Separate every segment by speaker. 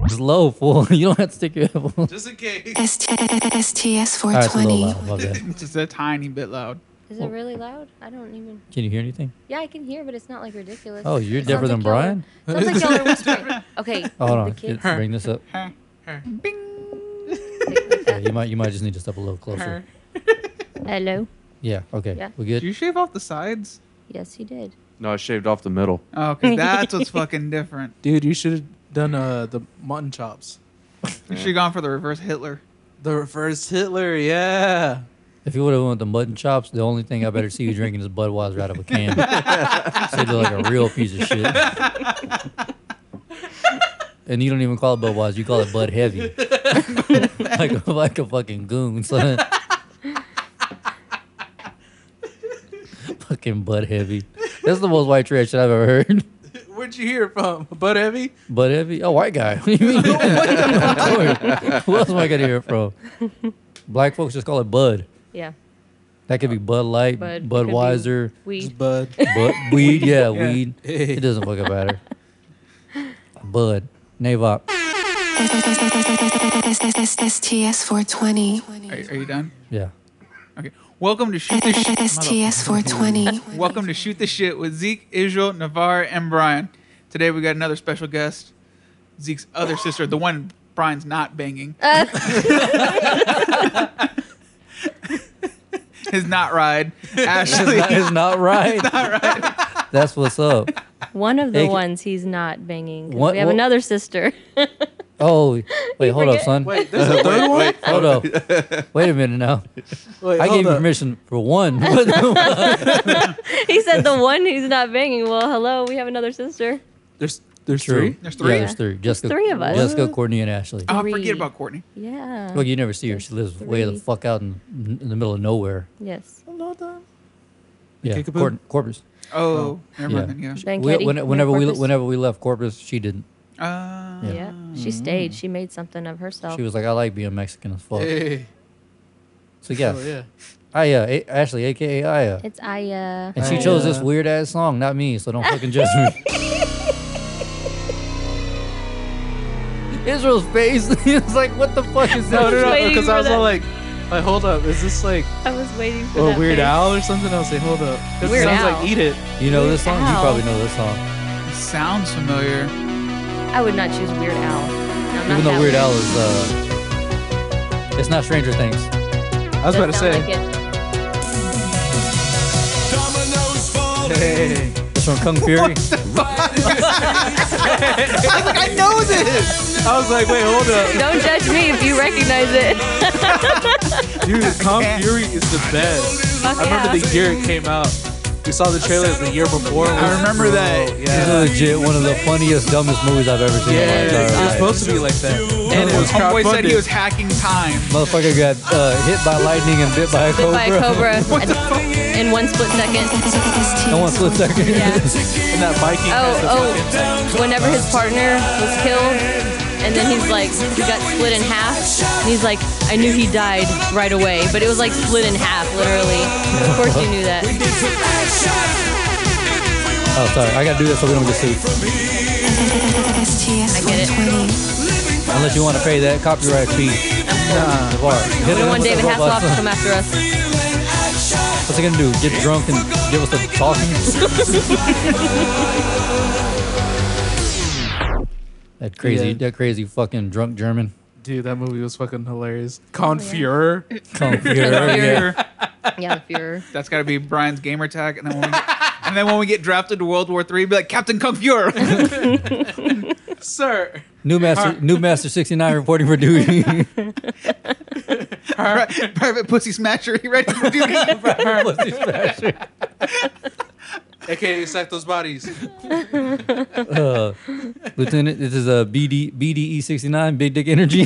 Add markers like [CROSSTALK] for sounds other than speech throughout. Speaker 1: It's low, fool. [LAUGHS] You don't have to stick your head. fool.
Speaker 2: Just in case.
Speaker 3: STS
Speaker 1: All right, it's a little
Speaker 3: 420.
Speaker 1: loud.
Speaker 2: [LAUGHS]
Speaker 1: My bad.
Speaker 4: It's just a tiny bit loud.
Speaker 5: Is
Speaker 1: Oh.
Speaker 5: it really loud? I don't even.
Speaker 1: Can you hear anything?
Speaker 5: Yeah, I can hear, but it's not like ridiculous.
Speaker 1: Oh, you're
Speaker 5: It sounds
Speaker 1: deeper than
Speaker 5: y'all are-
Speaker 1: Brian?
Speaker 5: [LAUGHS] Sounds like y'all are whispering. Okay.
Speaker 1: Oh, [LAUGHS] hold on.
Speaker 5: The kids.
Speaker 1: Get- bring this up. Yeah, you might you might just need to step a little closer.
Speaker 5: [LAUGHS] Hello.
Speaker 1: Yeah. Okay.
Speaker 5: Yeah.
Speaker 1: We
Speaker 4: Did
Speaker 1: good?
Speaker 4: you shave off the sides?
Speaker 5: Yes, he did.
Speaker 2: No, I shaved off the middle.
Speaker 4: Oh, [LAUGHS] okay. That's what's fucking different.
Speaker 6: Dude, you should have done uh, the mutton chops.
Speaker 4: You should have gone for the reverse Hitler.
Speaker 6: The first Hitler, yeah.
Speaker 1: If you would have went with the mutton chops, the only thing I better see you drinking is Budweiser out of a can. so you look like a real piece of shit. And you don't even call it Budweiser, you call it Bud Heavy. [LAUGHS] like, a, like a fucking goon, son. fucking Bud Heavy. That's the most white trash shit I've ever heard.
Speaker 6: Where'd you hear it from? Bud Heavy?
Speaker 1: Bud Heavy? A white guy. [LAUGHS] What do you mean? Who else am I going to hear it from? Black folks just call it Bud.
Speaker 5: Yeah.
Speaker 1: That could be Bud Light,
Speaker 5: Bud, could be-
Speaker 1: Budweiser,
Speaker 5: We.
Speaker 6: Just Bud.
Speaker 5: [LAUGHS]
Speaker 1: Bud Weed. Yeah, weed.
Speaker 6: [LAUGHS] Hey.
Speaker 1: It doesn't fucking matter. Bud, Navop.
Speaker 3: STS 420.
Speaker 4: Are, are you done?
Speaker 6: [LAUGHS]
Speaker 1: Yeah.
Speaker 4: Okay. Welcome to shoot the shit.
Speaker 3: STS 420.
Speaker 4: Welcome to shoot the shit with Zeke, Israel, Navarre, and Brian. Today we got another special guest, Zeke's other sister, the one Brian's not banging. [LAUGHS] His not [LAUGHS] ride, Ashley.
Speaker 1: That is not right. [LAUGHS] That's what's up.
Speaker 5: One of the
Speaker 1: Hey, c-
Speaker 5: ones he's not banging. 'cause
Speaker 1: What-
Speaker 5: we have
Speaker 1: what-
Speaker 5: another sister. [LAUGHS]
Speaker 1: Oh, wait, hold up,
Speaker 5: forget-
Speaker 1: son.
Speaker 6: Wait, there's a third one? [LAUGHS] Wait,
Speaker 1: Hold up. Wait a minute now. I
Speaker 6: hold
Speaker 1: gave you
Speaker 6: up.
Speaker 1: permission for
Speaker 6: [LAUGHS]
Speaker 1: one. but-
Speaker 5: he
Speaker 1: [LAUGHS]
Speaker 5: said the one who's not banging. Well, hello, we have another sister.
Speaker 6: There's, there's
Speaker 1: True.
Speaker 6: three? Uh-huh.
Speaker 4: There's
Speaker 1: Yeah,
Speaker 4: three?
Speaker 1: there's three. Jessica,
Speaker 5: three of us.
Speaker 1: Jessica, Courtney, and Ashley.
Speaker 4: oh,
Speaker 5: Three.
Speaker 4: forget about Courtney.
Speaker 5: Yeah.
Speaker 1: Well, you never see her. She lives way the
Speaker 5: three.
Speaker 1: fuck out in, in the middle of nowhere.
Speaker 5: Yes.
Speaker 1: Yeah,
Speaker 6: Kickapoo?
Speaker 1: Corp- Corpus.
Speaker 4: Oh, never
Speaker 1: Yeah.
Speaker 4: mind then, yeah.
Speaker 5: Thank
Speaker 1: We-
Speaker 5: Kitty,
Speaker 1: when-
Speaker 5: no
Speaker 1: whenever we
Speaker 5: Corpus.
Speaker 1: whenever we left Corpus, she didn't.
Speaker 4: Uh,
Speaker 5: Yeah. She stayed. She made something of herself.
Speaker 1: Mm. She was like, "I like being Mexican as fuck."
Speaker 6: Hey.
Speaker 1: So yeah,
Speaker 6: Oh, [LAUGHS] yeah.
Speaker 1: I uh, A- Ashley, aka Aya,
Speaker 5: it's Aya.
Speaker 1: and she
Speaker 6: Aya.
Speaker 1: chose this weird ass song, not me. So don't fucking judge
Speaker 5: [LAUGHS]
Speaker 1: me. Israel's face [LAUGHS] is like, what the fuck is
Speaker 6: No,
Speaker 1: that?
Speaker 6: no, no,
Speaker 5: waiting
Speaker 6: because
Speaker 5: for
Speaker 6: I was
Speaker 5: that.
Speaker 6: all like, like, hold up, is this like
Speaker 5: I was waiting for
Speaker 6: or
Speaker 5: that.
Speaker 6: Oh, Weird
Speaker 5: face.
Speaker 6: Al or something? I was like, hold up, this
Speaker 5: Weird
Speaker 6: sounds
Speaker 5: Al.
Speaker 6: like Eat It.
Speaker 1: You know this song? You
Speaker 5: Ow.
Speaker 1: probably know this song,
Speaker 4: Sounds familiar.
Speaker 5: I would not choose Weird Al. No, not
Speaker 1: even
Speaker 5: that
Speaker 1: though Weird
Speaker 5: one.
Speaker 1: Al is. Uh, it's not Stranger Things.
Speaker 6: I was about to
Speaker 5: Doesn't
Speaker 6: say,
Speaker 5: sound like it.
Speaker 6: hey,
Speaker 1: It's from
Speaker 5: [LAUGHS]
Speaker 1: Kung Fury.
Speaker 4: I know this.
Speaker 6: I was like, wait, hold [LAUGHS] up,
Speaker 5: Don't judge me if you recognize
Speaker 1: [LAUGHS]
Speaker 5: it.
Speaker 6: dude, Tom Fury is the best. I remember the year it came out. We saw the trailer the year before.
Speaker 4: I remember that.
Speaker 1: It's
Speaker 6: Yeah,
Speaker 1: legit one of the funniest, dumbest movies I've ever seen. in my entire
Speaker 6: yeah, it was
Speaker 1: life.
Speaker 6: supposed to be like that, and it was
Speaker 4: Homeboy said he
Speaker 6: crowdfunded.
Speaker 4: was hacking time.
Speaker 1: [LAUGHS] Motherfucker got uh, hit by lightning and bit by a
Speaker 5: Bit
Speaker 1: cobra.
Speaker 5: by
Speaker 1: [LAUGHS]
Speaker 5: a cobra at- in one split second.
Speaker 1: No one split second.
Speaker 6: And that Viking
Speaker 5: Oh,
Speaker 6: has the fucking-
Speaker 5: oh. Whenever his partner was killed, and then he's like, he got split in half. And he's like, I knew he died right away, but it was like split in half, literally. Of course you knew
Speaker 1: [LAUGHS]
Speaker 5: that.
Speaker 1: [LAUGHS] oh, sorry. I gotta do this so we don't get sued.
Speaker 3: STS 420.
Speaker 1: Unless you want to pay that copyright fee. Nah. The bar. Hit them
Speaker 5: We don't want
Speaker 1: with
Speaker 5: David
Speaker 1: the
Speaker 5: Hasselhoff
Speaker 1: robots.
Speaker 5: to come after
Speaker 1: [LAUGHS]
Speaker 5: us.
Speaker 1: What's he gonna do? Get drunk and give us a
Speaker 5: [LAUGHS]
Speaker 1: talking? that crazy,
Speaker 6: Yeah.
Speaker 1: that crazy fucking drunk
Speaker 5: [LAUGHS]
Speaker 1: German.
Speaker 6: Dude, that movie was fucking hilarious. Confure.
Speaker 1: Come here. yeah.
Speaker 5: Yeah, the Fuhrer.
Speaker 4: That's got to be Brian's gamer tag. And then when we get, and then when we get drafted to World War III, be like Captain Kung Fuhrer.
Speaker 6: Sir.
Speaker 1: New master, new master sixty nine reporting for
Speaker 5: [LAUGHS]
Speaker 1: duty. [LAUGHS]
Speaker 4: Pri- Private Pussy Smasher, you ready for duty?
Speaker 1: Pussy smasher.
Speaker 6: AKA sack those bodies.
Speaker 1: uh, Lieutenant, this is a BD BDE sixty nine E Big Dick
Speaker 5: [LAUGHS]
Speaker 1: Energy.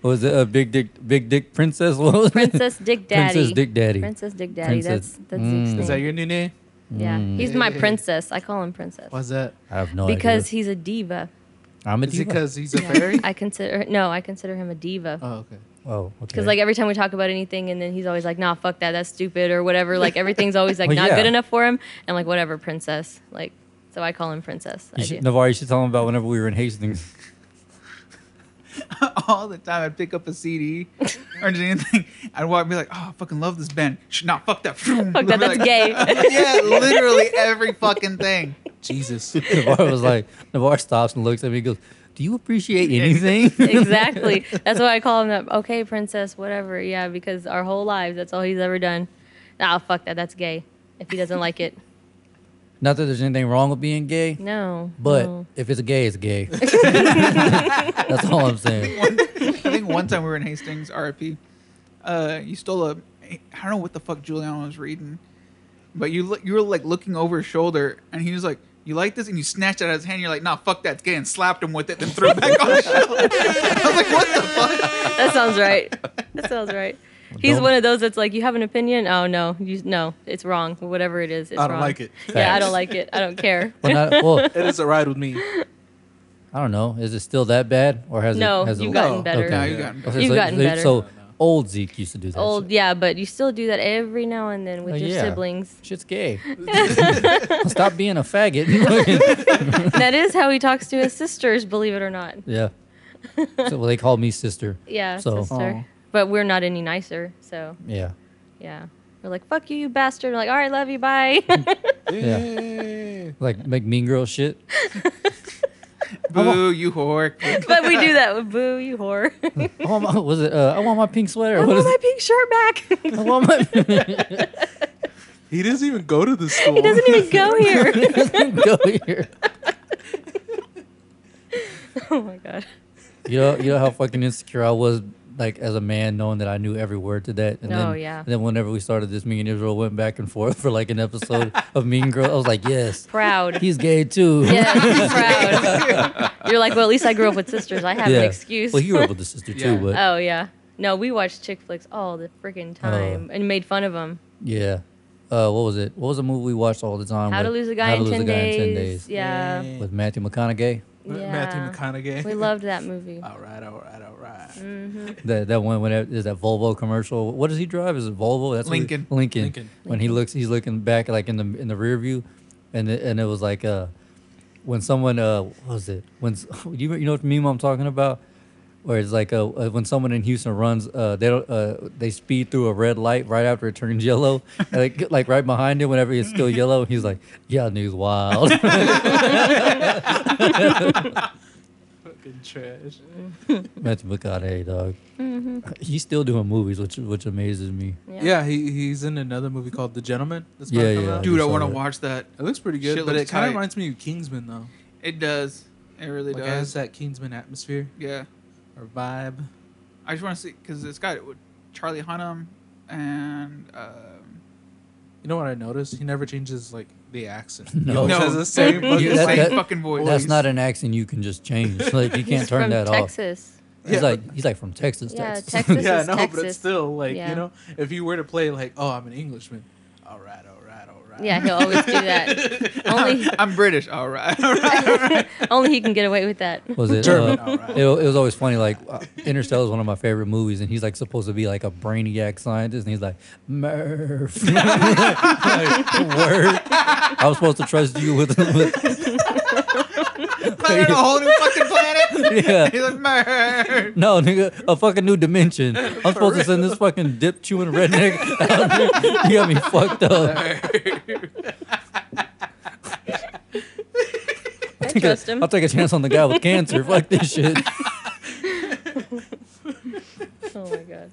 Speaker 1: What was it a Big Dick Big Dick Princess? What was it?
Speaker 5: Princess Dick Daddy.
Speaker 1: Princess Dick Daddy.
Speaker 5: Princess Dick Daddy.
Speaker 1: Princess-
Speaker 5: That's that's Zeke's
Speaker 1: Mm.
Speaker 5: name.
Speaker 6: Is that your new name?
Speaker 5: yeah, he's my princess. I call him princess
Speaker 6: Why's that?
Speaker 1: I have no
Speaker 5: because
Speaker 1: idea.
Speaker 5: he's a diva.
Speaker 1: I'm a
Speaker 6: Is it
Speaker 1: diva.
Speaker 6: because he's a fairy?
Speaker 5: [LAUGHS] I consider no, I consider him a diva.
Speaker 6: Oh, okay.
Speaker 1: oh, okay.
Speaker 5: Because like every time we talk about anything, and then he's always like, "Nah,
Speaker 1: [LAUGHS]
Speaker 5: fuck that, that's stupid" or whatever. Like everything's always like
Speaker 1: Well,
Speaker 5: not
Speaker 1: yeah.
Speaker 5: good enough for him. And like whatever, princess. Like So I call him Princess. I
Speaker 1: You
Speaker 5: do.
Speaker 1: should, Navarre, you should tell him about whenever we were in Hastings. [LAUGHS]
Speaker 4: all the time. I'd pick up a CD or just anything. I'd walk and be like, oh, I fucking love this band. Shh, Nah, fuck that.
Speaker 5: Fuck that,
Speaker 1: [LAUGHS]
Speaker 5: that's
Speaker 4: [LAUGHS]
Speaker 5: gay.
Speaker 4: yeah, literally every fucking thing.
Speaker 6: Jesus.
Speaker 1: Navarre was like, [LAUGHS] Navarre stops and looks at me and goes, Do you
Speaker 5: [LAUGHS]
Speaker 1: appreciate anything? [LAUGHS]
Speaker 5: exactly. That's why I call him that. Okay, princess, whatever. Yeah, because our whole lives, that's all he's ever done. Nah, fuck that. That's gay. If he doesn't like it,
Speaker 1: Not that there's anything wrong with being gay,
Speaker 5: no.
Speaker 1: but
Speaker 5: no.
Speaker 1: if it's gay, it's
Speaker 5: [LAUGHS]
Speaker 1: gay. That's all I'm saying.
Speaker 4: I think one time we were in Hastings, RIP. Uh, you stole a. I don't know what the fuck Julian was reading, but you look- you were like looking over his shoulder, and he was like, "You like this?" And you snatched it out of his hand. And you're like, "Nah, fuck that, it's gay," and slapped him with it, then threw it back
Speaker 6: [LAUGHS]
Speaker 4: on the shelf. I was like, "What the fuck?"
Speaker 5: that sounds right. That sounds right. He's
Speaker 1: don't-
Speaker 5: one of those that's like, you have an opinion? Oh no, you no, it's wrong. Whatever it is, it's
Speaker 6: I don't
Speaker 5: wrong.
Speaker 6: like it.
Speaker 5: Yeah, I
Speaker 1: Facts.
Speaker 5: don't like it. I
Speaker 1: [LAUGHS]
Speaker 5: don't care.
Speaker 1: Well, not, well,
Speaker 6: It is a ride with me.
Speaker 1: I don't know. Is it still that bad? Or has
Speaker 5: No,
Speaker 1: it. Has
Speaker 5: you've
Speaker 1: it,
Speaker 5: gotten
Speaker 6: No.
Speaker 5: better.
Speaker 4: Now you got
Speaker 1: Okay,
Speaker 5: You've
Speaker 1: so,
Speaker 5: gotten
Speaker 1: so-
Speaker 5: better.
Speaker 1: So old Zeke used to do that.
Speaker 5: Old,
Speaker 1: shit.
Speaker 5: yeah, but you still do that every now and then with
Speaker 1: Oh,
Speaker 5: your
Speaker 1: yeah.
Speaker 5: siblings.
Speaker 1: [LAUGHS] Shit's
Speaker 5: [LAUGHS]
Speaker 1: gay. Stop being a faggot. [LAUGHS]
Speaker 5: that is how he talks to his sisters, believe it or not.
Speaker 1: yeah. So well, they called me sister.
Speaker 5: Yeah,
Speaker 1: So-
Speaker 5: sister.
Speaker 6: Aw.
Speaker 5: But we're not any nicer, so
Speaker 1: Yeah.
Speaker 5: yeah. We're like, fuck you, you bastard. We're like, all right, love you, bye. [LAUGHS]
Speaker 6: Yeah.
Speaker 1: Like make mean girl shit.
Speaker 4: Boo, you whore!
Speaker 5: but we do that with boo, you
Speaker 1: [LAUGHS]
Speaker 5: whore.
Speaker 1: I want my, was it? Uh, I want my pink sweater.
Speaker 5: I
Speaker 1: What
Speaker 5: want
Speaker 1: is
Speaker 5: my
Speaker 1: it?
Speaker 5: pink shirt back. [LAUGHS]
Speaker 1: I want my.
Speaker 6: He doesn't even go to the school.
Speaker 5: he doesn't
Speaker 6: [LAUGHS]
Speaker 5: even go here.
Speaker 1: [LAUGHS]
Speaker 5: [LAUGHS]
Speaker 1: Go here.
Speaker 5: oh my god.
Speaker 1: You know, you know how fucking insecure I was, like as a man, knowing that I knew every word to that. And
Speaker 5: Oh,
Speaker 1: then,
Speaker 5: yeah.
Speaker 1: and then whenever we started this, me and Israel went back and forth for like an episode of Mean Girl. I was like, yes,
Speaker 5: Proud.
Speaker 1: he's gay too.
Speaker 5: yeah,
Speaker 1: [LAUGHS]
Speaker 5: proud. You're like, well, at least I grew up with sisters. I have
Speaker 1: Yeah.
Speaker 5: an excuse.
Speaker 1: Well, you were up with the sister too,
Speaker 6: Yeah.
Speaker 1: but
Speaker 5: oh yeah. No, we watched chick flicks all the freaking
Speaker 1: Oh.
Speaker 5: time and made fun of them.
Speaker 1: yeah. Uh, what was it? What was the movie we watched all the time?
Speaker 5: How to
Speaker 1: with-
Speaker 5: lose a guy,
Speaker 1: Oh, How
Speaker 5: in,
Speaker 1: to Lose
Speaker 5: 10
Speaker 1: a Guy
Speaker 5: days.
Speaker 1: in Ten Days
Speaker 5: Yeah.
Speaker 6: Yeah.
Speaker 1: with Matthew McConaughey.
Speaker 5: yeah.
Speaker 6: Matthew McConaughey. Uh,
Speaker 5: We loved that
Speaker 6: [LAUGHS]
Speaker 5: movie.
Speaker 6: All right, all right, all right.
Speaker 1: That that one when it, is that Volvo commercial. What does he drive? Is it Volvo? That's what he-
Speaker 4: Lincoln.
Speaker 1: Lincoln.
Speaker 6: Lincoln.
Speaker 1: When he looks, he's looking back like in the in the rear view, and it, and it was like uh, when someone uh, what was it when s- [LAUGHS] you you know what meme I'm talking about. Where it's like uh, uh, when someone in Houston runs, uh, they don't, uh, they speed through a red light right after it turns [LAUGHS] yellow, and like, like right behind him whenever it's still yellow. He's like, "Yeah, niggas wild." [LAUGHS]
Speaker 6: Fucking trash.
Speaker 1: Matthew McConaughey, dog. He's still doing movies, which which amazes me.
Speaker 5: Yeah.
Speaker 6: Yeah, he, he's in another movie called The Gentleman. That's about
Speaker 1: Yeah,
Speaker 6: to come
Speaker 1: yeah.
Speaker 6: out.
Speaker 4: Dude, I
Speaker 1: just saw
Speaker 4: want to
Speaker 1: that.
Speaker 4: watch that.
Speaker 6: It looks pretty good,
Speaker 4: Shit
Speaker 6: but it
Speaker 4: looks
Speaker 6: kind
Speaker 4: tight.
Speaker 6: of reminds me of Kingsman though.
Speaker 4: It does. It really
Speaker 6: Like it has
Speaker 4: does.
Speaker 6: that Kingsman atmosphere
Speaker 4: Yeah,
Speaker 6: or vibe.
Speaker 4: I just want to see because it's got Charlie Hunnam and. Um,
Speaker 6: You know what I noticed? He never changes like
Speaker 5: [LAUGHS]
Speaker 6: the accent.
Speaker 1: No.
Speaker 6: he always
Speaker 4: No.
Speaker 6: has
Speaker 4: [LAUGHS]
Speaker 6: the same.
Speaker 4: You
Speaker 6: fucking
Speaker 1: that-
Speaker 4: same
Speaker 1: that-
Speaker 4: fucking voice.
Speaker 1: That's not an accent you can just change. [LAUGHS] Like you can't
Speaker 5: He's
Speaker 1: turn
Speaker 5: from
Speaker 1: that off.
Speaker 5: Texas.
Speaker 1: He's
Speaker 6: Yeah,
Speaker 1: like he's like from Texas.
Speaker 5: Yeah,
Speaker 1: Texas.
Speaker 6: [LAUGHS]
Speaker 5: Texas.
Speaker 6: yeah,
Speaker 5: is
Speaker 6: no, but
Speaker 5: Texas.
Speaker 6: it's still like
Speaker 5: Yeah.
Speaker 6: you know, if you were to play like, oh, I'm an Englishman. All right, all right, all right.
Speaker 5: Yeah, he'll always do that.
Speaker 6: [LAUGHS]
Speaker 5: only,
Speaker 4: I'm British. All right. All right. all right.
Speaker 5: only he can get away with that.
Speaker 1: [LAUGHS] was it?
Speaker 6: German,
Speaker 1: uh,
Speaker 6: [LAUGHS] alright.
Speaker 1: it, it was always funny. Like uh, Interstellar is one of my favorite movies, and he's like supposed to be like a brainiac scientist, and he's like Murph. [LAUGHS] like, word. I was supposed to trust you with, [LAUGHS] with
Speaker 4: They're on a whole new fucking
Speaker 5: [LAUGHS]
Speaker 4: planet.
Speaker 1: yeah.
Speaker 4: He's like, "Mer."
Speaker 1: No, nigga, a fucking new dimension. I'm supposed to send this fucking dip chewing redneck out there. You got me fucked up. [LAUGHS]
Speaker 5: I trust him.
Speaker 1: I'll take a chance on the guy with cancer. Fuck this shit.
Speaker 5: Oh my god.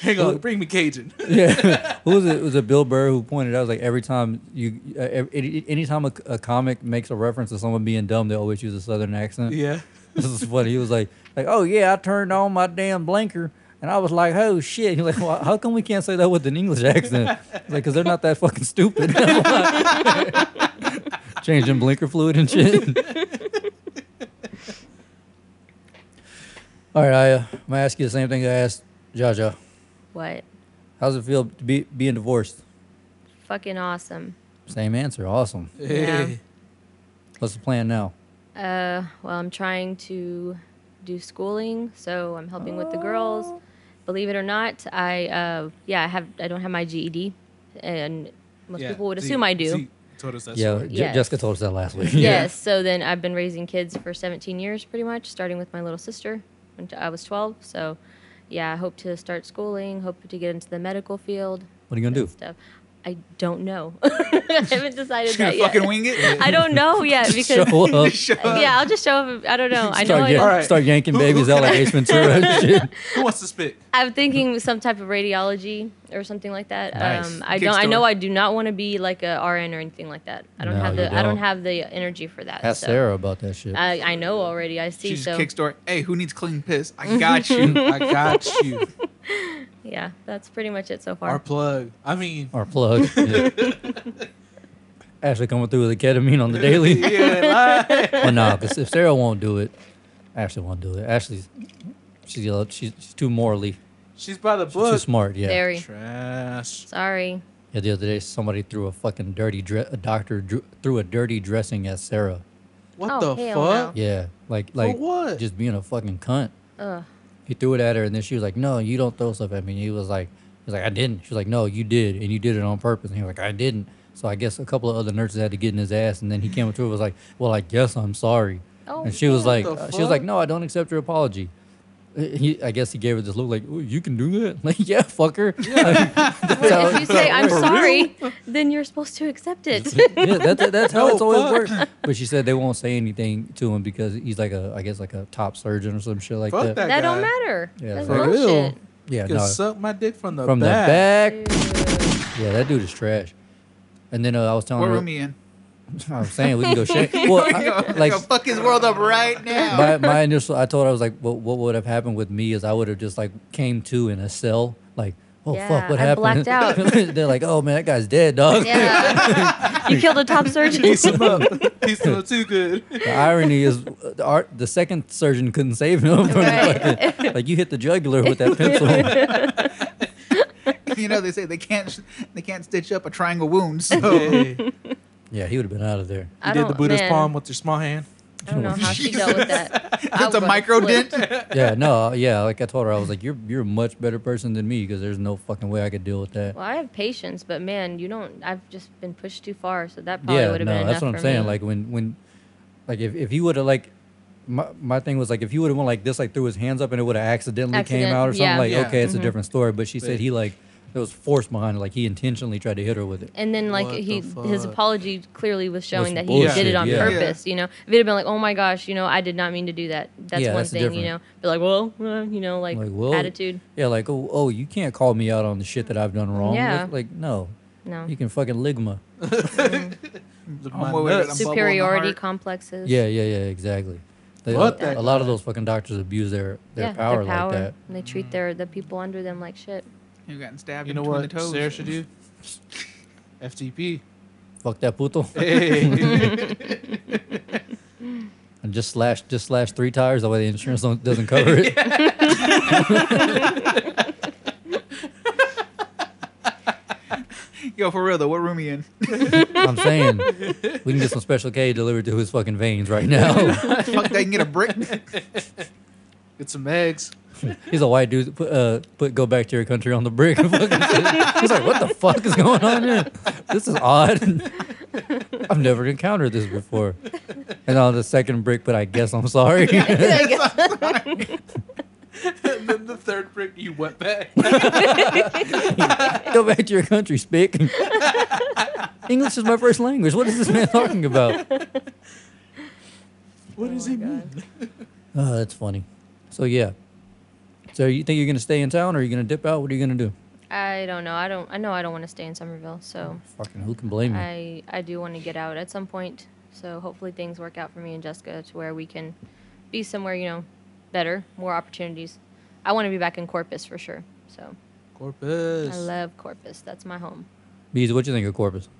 Speaker 6: Hang on, bring
Speaker 4: [LAUGHS]
Speaker 6: me Cajun.
Speaker 1: Yeah, who was it? Was it Bill Burr who pointed out? Like every time you, uh, ev- any anytime a, a comic makes a reference to someone being dumb, they always use a southern accent.
Speaker 6: yeah.
Speaker 1: this is funny. He was like, like, oh yeah, I turned on my damn blinker, and I was like, oh shit. He's like, well, how come we can't say that with an English accent? It's like, cause they're not that fucking stupid. [LAUGHS] Changing blinker fluid and shit. All right, I, uh, I'm gonna ask you the same thing I asked Jaja.
Speaker 5: What?
Speaker 1: How's it feel to be being divorced?
Speaker 5: Fucking awesome.
Speaker 1: Same answer. Awesome.
Speaker 6: Hey.
Speaker 1: What's the plan now?
Speaker 5: Uh, well, I'm trying to do schooling, so I'm helping with the girls. Believe it or not, I uh, yeah, I have I don't have my GED, and most
Speaker 6: Yeah,
Speaker 5: people would
Speaker 6: see-
Speaker 5: assume I do.
Speaker 6: see, told us that
Speaker 1: yeah,
Speaker 6: story.
Speaker 1: Je-
Speaker 5: Yes.
Speaker 1: Jessica told us that last week.
Speaker 5: Yes. So then I've been raising kids for 17 years, pretty much, starting with my little sister when I was 12. So, yeah, I hope to start schooling. Hope to get into the medical field.
Speaker 1: What are you gonna
Speaker 5: that
Speaker 1: do?
Speaker 5: Stuff. I don't know. [LAUGHS] I haven't decided
Speaker 4: She's gonna
Speaker 5: that yet.
Speaker 4: fucking wing it. [LAUGHS]
Speaker 5: I don't know yet [LAUGHS] because
Speaker 1: [LAUGHS] Show up.
Speaker 4: Shut up.
Speaker 5: yeah, I'll just show up. I
Speaker 1: [LAUGHS]
Speaker 5: don't know. [LAUGHS] I know.
Speaker 1: Start,
Speaker 5: I,
Speaker 1: yan-
Speaker 6: All right.
Speaker 1: start yanking
Speaker 6: Who-
Speaker 1: babies
Speaker 6: who
Speaker 1: out like
Speaker 6: can I-
Speaker 1: Ace Ventura and
Speaker 6: [LAUGHS]
Speaker 5: [LAUGHS]
Speaker 1: shit.
Speaker 6: Who wants to spit?
Speaker 5: I'm thinking some type of radiology or something like that.
Speaker 1: Nice.
Speaker 5: Um, I don't. I
Speaker 4: Kickstart.
Speaker 5: know I do not want to be like a RN or anything like that. I don't
Speaker 1: No,
Speaker 5: have
Speaker 1: you
Speaker 5: the. I
Speaker 1: don't.
Speaker 5: don't have the energy for that.
Speaker 1: Ask
Speaker 5: so. uh,
Speaker 1: Sarah about that shit.
Speaker 5: I, I know already. I see.
Speaker 4: She's
Speaker 5: so
Speaker 4: Kickstarter. Hey, who needs clean piss?
Speaker 6: Mm-hmm.
Speaker 4: I got you.
Speaker 6: I got you.
Speaker 5: yeah, that's pretty much it so far.
Speaker 6: Our plug. I mean,
Speaker 1: Or
Speaker 5: [LAUGHS]
Speaker 1: plug. Yeah. Ashley coming through with ketamine on the daily.
Speaker 6: [LAUGHS] yeah,
Speaker 1: [LAUGHS]
Speaker 6: like,
Speaker 1: but no, if, if Sarah won't do it, Ashley won't do it. Ashley's she's a- she's, she's too morally,
Speaker 6: she's by the
Speaker 1: she's too
Speaker 6: book.
Speaker 1: smart. Yeah.
Speaker 5: Very
Speaker 6: Trash.
Speaker 5: sorry.
Speaker 1: Yeah. The other day, somebody threw a fucking dirty dress. A doctor drew, threw a dirty dressing at Sarah.
Speaker 6: What
Speaker 5: Oh,
Speaker 6: the
Speaker 5: hell
Speaker 6: fuck?
Speaker 1: Yeah. Like like [LAUGHS]
Speaker 6: what?
Speaker 1: just being a fucking cunt.
Speaker 5: Ugh.
Speaker 1: He threw it at her, and then she was like, "No, you don't throw stuff at me." And he was like, "He was like, I didn't." She was like, "No, you did, and you did it on purpose." And he was like, "I didn't." So I guess a couple of other nurses had to get in his ass, and then he came up to her and was like, "Well, I guess I'm sorry."
Speaker 5: Oh,
Speaker 1: and she was like,
Speaker 5: what
Speaker 6: the
Speaker 1: "She was like,
Speaker 6: fuck?
Speaker 1: no, I don't accept your apology." Uh, He, I guess he gave her this look like, "Ooh, "You can do that?" [LAUGHS] Like, yeah,
Speaker 6: [LAUGHS]
Speaker 1: fucker. [LAUGHS]
Speaker 5: if you say I'm sorry, then you're supposed to accept it.
Speaker 1: yeah, that, that- that's how
Speaker 6: No,
Speaker 1: it's always
Speaker 6: fuck.
Speaker 1: worked. But she said they won't say anything to him because he's like a, I guess like a top surgeon or some shit like
Speaker 6: Fuck that.
Speaker 5: that don't
Speaker 6: guy.
Speaker 5: matter.
Speaker 1: Yeah,
Speaker 5: that's
Speaker 1: for
Speaker 6: real.
Speaker 5: bullshit.
Speaker 1: Yeah,
Speaker 6: You can
Speaker 1: no,
Speaker 6: suck my dick from the
Speaker 1: from
Speaker 6: back.
Speaker 1: the back. Yeah, that dude is trash. And then uh, I was telling
Speaker 4: what
Speaker 1: her, [LAUGHS]
Speaker 4: room you in?
Speaker 1: I'm saying we can
Speaker 4: [LAUGHS]
Speaker 1: go shake. Well, I- like
Speaker 4: Yo, fuck his [LAUGHS] world up right now. [LAUGHS]
Speaker 1: my, my initial, I told her I was like, well, what would have happened with me is I would have just like came to in a cell, like, oh fuck,
Speaker 5: Yeah,
Speaker 1: what
Speaker 5: I
Speaker 1: happened?
Speaker 5: blacked out.
Speaker 1: [LAUGHS] They're like, oh man, that guy's dead, dog. [LAUGHS]
Speaker 5: Yeah, you killed a top surgeon.
Speaker 6: Piece him up. Piece him up too good.
Speaker 1: The irony is, uh, the, art, the second surgeon couldn't save him. [LAUGHS] from
Speaker 5: Right.
Speaker 1: fucking- like you hit the jugular with that
Speaker 5: [LAUGHS]
Speaker 1: pencil.
Speaker 4: [LAUGHS] you know they say they can't they can't stitch up a triangle wound. [LAUGHS] So
Speaker 6: Hey, you
Speaker 1: yeah, he would have been out of there.
Speaker 5: I
Speaker 6: did the
Speaker 5: don't-
Speaker 6: Buddha's
Speaker 5: man,
Speaker 6: palm with your small hand.
Speaker 5: I don't know how she dealt with that. I
Speaker 4: it's a
Speaker 5: would've
Speaker 4: micro [LAUGHS]
Speaker 5: flipped.
Speaker 4: dent.
Speaker 1: Yeah, no, yeah. Like I told her, I was like, you're you're a much better person than me because there's no fucking way I could deal with that.
Speaker 5: Well, I have patience, but man, you don't. I've just been pushed too far, so that probably would have been enough
Speaker 1: that's what I'm
Speaker 5: for
Speaker 1: saying.
Speaker 5: me.
Speaker 1: Like when when like if if he would have like my, my thing was like if he would have went like this like threw his hands up and it would have accidentally came
Speaker 5: Accident,
Speaker 1: out or something
Speaker 5: yeah. Mm-hmm.
Speaker 1: like
Speaker 6: Yeah.
Speaker 1: okay it's a different story but she said
Speaker 6: Wait.
Speaker 1: he like there was force behind it like he intentionally tried to hit her with it
Speaker 5: and then like
Speaker 6: What the
Speaker 5: he his
Speaker 6: fuck?
Speaker 5: apology clearly was showing that he
Speaker 1: bullshit,
Speaker 5: did it on
Speaker 1: yeah.
Speaker 4: Yeah.
Speaker 5: purpose. You know, if it had been like, oh my gosh, you know, I did not mean to do that. That's
Speaker 1: Yeah,
Speaker 5: one
Speaker 1: that's
Speaker 5: thing.
Speaker 1: different.
Speaker 5: You know, but like, well, uh, you know, like,
Speaker 1: like well
Speaker 5: attitude.
Speaker 1: yeah like oh, oh you can't call me out on the shit that I've done wrong
Speaker 5: Yeah.
Speaker 1: like, like, no
Speaker 5: No
Speaker 1: you can fucking ligma
Speaker 6: Look,
Speaker 4: I'm
Speaker 6: my
Speaker 4: more worried about
Speaker 6: nuts.
Speaker 4: bubble in the
Speaker 5: superiority
Speaker 4: heart.
Speaker 5: complexes.
Speaker 1: yeah yeah yeah exactly They-
Speaker 6: What
Speaker 1: a,
Speaker 6: that
Speaker 1: lot of those fucking doctors abuse their their,
Speaker 5: Yeah,
Speaker 1: power,
Speaker 5: their power.
Speaker 1: like that
Speaker 5: And they treat their the people under them like shit.
Speaker 4: You've gotten stabbed
Speaker 6: You know
Speaker 4: between
Speaker 6: what
Speaker 4: the toes.
Speaker 6: Sarah should do? FTP.
Speaker 1: fuck that puto
Speaker 6: [LAUGHS] Hey.
Speaker 1: [LAUGHS] and just slash just slash three tires that way the insurance don't, doesn't cover it.
Speaker 4: Yo, for real though, what room you [LAUGHS] in?
Speaker 1: [LAUGHS] I'm saying we can get some special K delivered to his fucking veins right now.
Speaker 4: Fuck, they can get a brick. [LAUGHS]
Speaker 6: Get some eggs.
Speaker 1: He's a white dude. Put, uh, put go back to your country on the brick. He's like, what the fuck is going on here? This is odd. [LAUGHS] I've never encountered this before. And on the second brick, but I guess I'm sorry. [LAUGHS]
Speaker 6: [LAUGHS] and then the third brick, you went back.
Speaker 1: go back to your country, speak. [LAUGHS] English is my first language. What is this man talking about?
Speaker 6: [LAUGHS] What does he mean?
Speaker 1: Oh, that's funny. So yeah. So you think you're gonna stay in town, or are you gonna dip out? What are you gonna do?
Speaker 5: I don't know. I don't. I know I don't want to stay in Somerville. So
Speaker 1: Fucking who can blame you?
Speaker 5: I I do want to get out at some point. So hopefully things work out for me and Jessica to where we can be somewhere you know better, more opportunities. I want to be back in Corpus for sure. So
Speaker 6: Corpus.
Speaker 5: I love Corpus. That's my home.
Speaker 1: Bees, what you think of Corpus?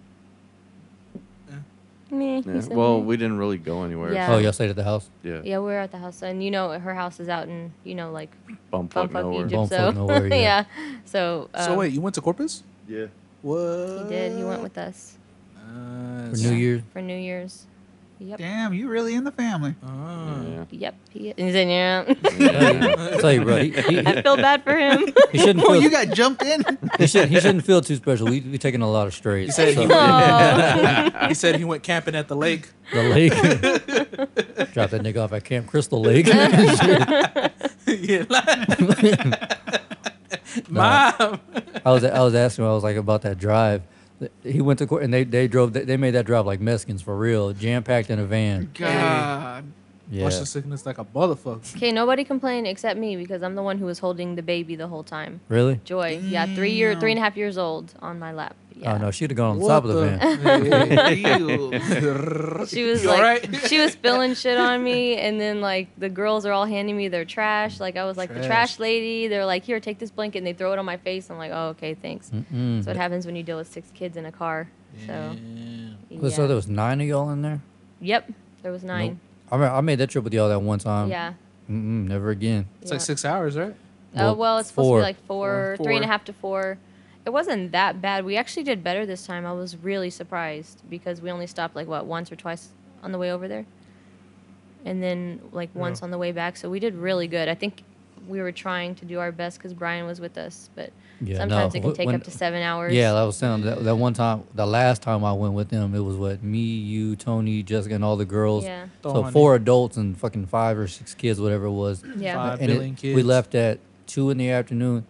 Speaker 5: Meh, he
Speaker 2: Yeah,
Speaker 5: said
Speaker 2: Well,
Speaker 5: meh.
Speaker 2: we didn't really go anywhere.
Speaker 5: Yeah.
Speaker 1: Oh, y'all stayed at the house.
Speaker 2: Yeah.
Speaker 5: yeah, we we're at the house, and you know her house is out in you know like
Speaker 2: Bumfuck
Speaker 5: bumfuck
Speaker 2: nowhere.
Speaker 5: Egypt. So
Speaker 1: Bumfuck nowhere, yeah.
Speaker 5: [LAUGHS] yeah. So um,
Speaker 6: So wait, you went to Corpus?
Speaker 2: Yeah.
Speaker 6: What?
Speaker 5: he did. He went with us
Speaker 1: For New Year's.
Speaker 5: for New Year's. Yep.
Speaker 4: [LAUGHS] Damn, you really in the family.
Speaker 6: Ah.
Speaker 2: Yeah. Yeah.
Speaker 5: Yep. He, and [LAUGHS] he's in, [LAUGHS] yeah.
Speaker 1: I tell you, bro, he, he,
Speaker 5: I feel bad for him. [LAUGHS]
Speaker 1: he shouldn't
Speaker 4: Oh,
Speaker 1: feel
Speaker 4: you got jumped in.
Speaker 1: he, should, he shouldn't feel too special. We we taking a lot of strays.
Speaker 6: He said he,
Speaker 1: so,
Speaker 5: [LAUGHS]
Speaker 6: [LAUGHS] he said he went camping at the lake.
Speaker 1: the lake. Drop that nigga off at Camp Crystal
Speaker 6: [LAUGHS]
Speaker 1: Lake.
Speaker 6: [LAUGHS] yeah, like,
Speaker 1: Nah.
Speaker 6: mom.
Speaker 1: I was I was asking him, I was like about that drive. He went to court and they they drove they made that drive like Mexicans for real, jam packed in a van.
Speaker 4: [LAUGHS] God.
Speaker 1: Yeah.
Speaker 6: Motion sickness like a motherfucker.
Speaker 5: Okay, nobody complained except me because I'm the one who was holding the baby the whole time.
Speaker 1: Really?
Speaker 5: Joy, yeah, three year, three and a half years old on my lap. Yeah.
Speaker 1: Oh no, she'd have gone on the top of
Speaker 5: [LAUGHS]
Speaker 1: the van.
Speaker 4: [LAUGHS]
Speaker 6: van.
Speaker 4: Ew.
Speaker 5: She was
Speaker 6: You
Speaker 5: like,
Speaker 6: alright?
Speaker 5: she was spilling shit on me, and then like the girls are all handing me their trash. Like I was like the
Speaker 6: Trash.
Speaker 5: trash lady. They're like, here, take this blanket, and they throw it on my face. I'm like, oh, okay, thanks.
Speaker 1: Mm.
Speaker 5: So it happens when you deal with six kids in a car. So, yeah.
Speaker 1: So there was nine of y'all in there.
Speaker 5: yep, there was nine.
Speaker 1: I mean, I made that trip with y'all that one time.
Speaker 5: yeah.
Speaker 1: Mm-mm, never again.
Speaker 6: It's like six hours, right?
Speaker 5: Oh well, it's supposed to
Speaker 1: four.
Speaker 5: be like four,
Speaker 4: Four.
Speaker 5: three and a half to four. It wasn't that bad. We actually did better this time. I was really surprised because we only stopped like what once or twice on the way over there, and then like once on the way back. So we did really good. I think we were trying to do our best because Brian was with us, but
Speaker 1: Yeah,
Speaker 5: sometimes
Speaker 1: no,
Speaker 5: it can
Speaker 1: wh-
Speaker 5: take
Speaker 1: when-
Speaker 5: up to seven hours.
Speaker 1: Yeah, that was sound. That, that one time, the last time I went with them, it was what me, you, Tony, Jessica, and all the girls.
Speaker 5: Yeah.
Speaker 4: Oh,
Speaker 1: So
Speaker 6: Tony.
Speaker 1: four adults and fucking five or six kids, whatever it was.
Speaker 5: Yeah.
Speaker 6: Five
Speaker 1: And it-
Speaker 6: billion kids.
Speaker 1: we left at two in the afternoon.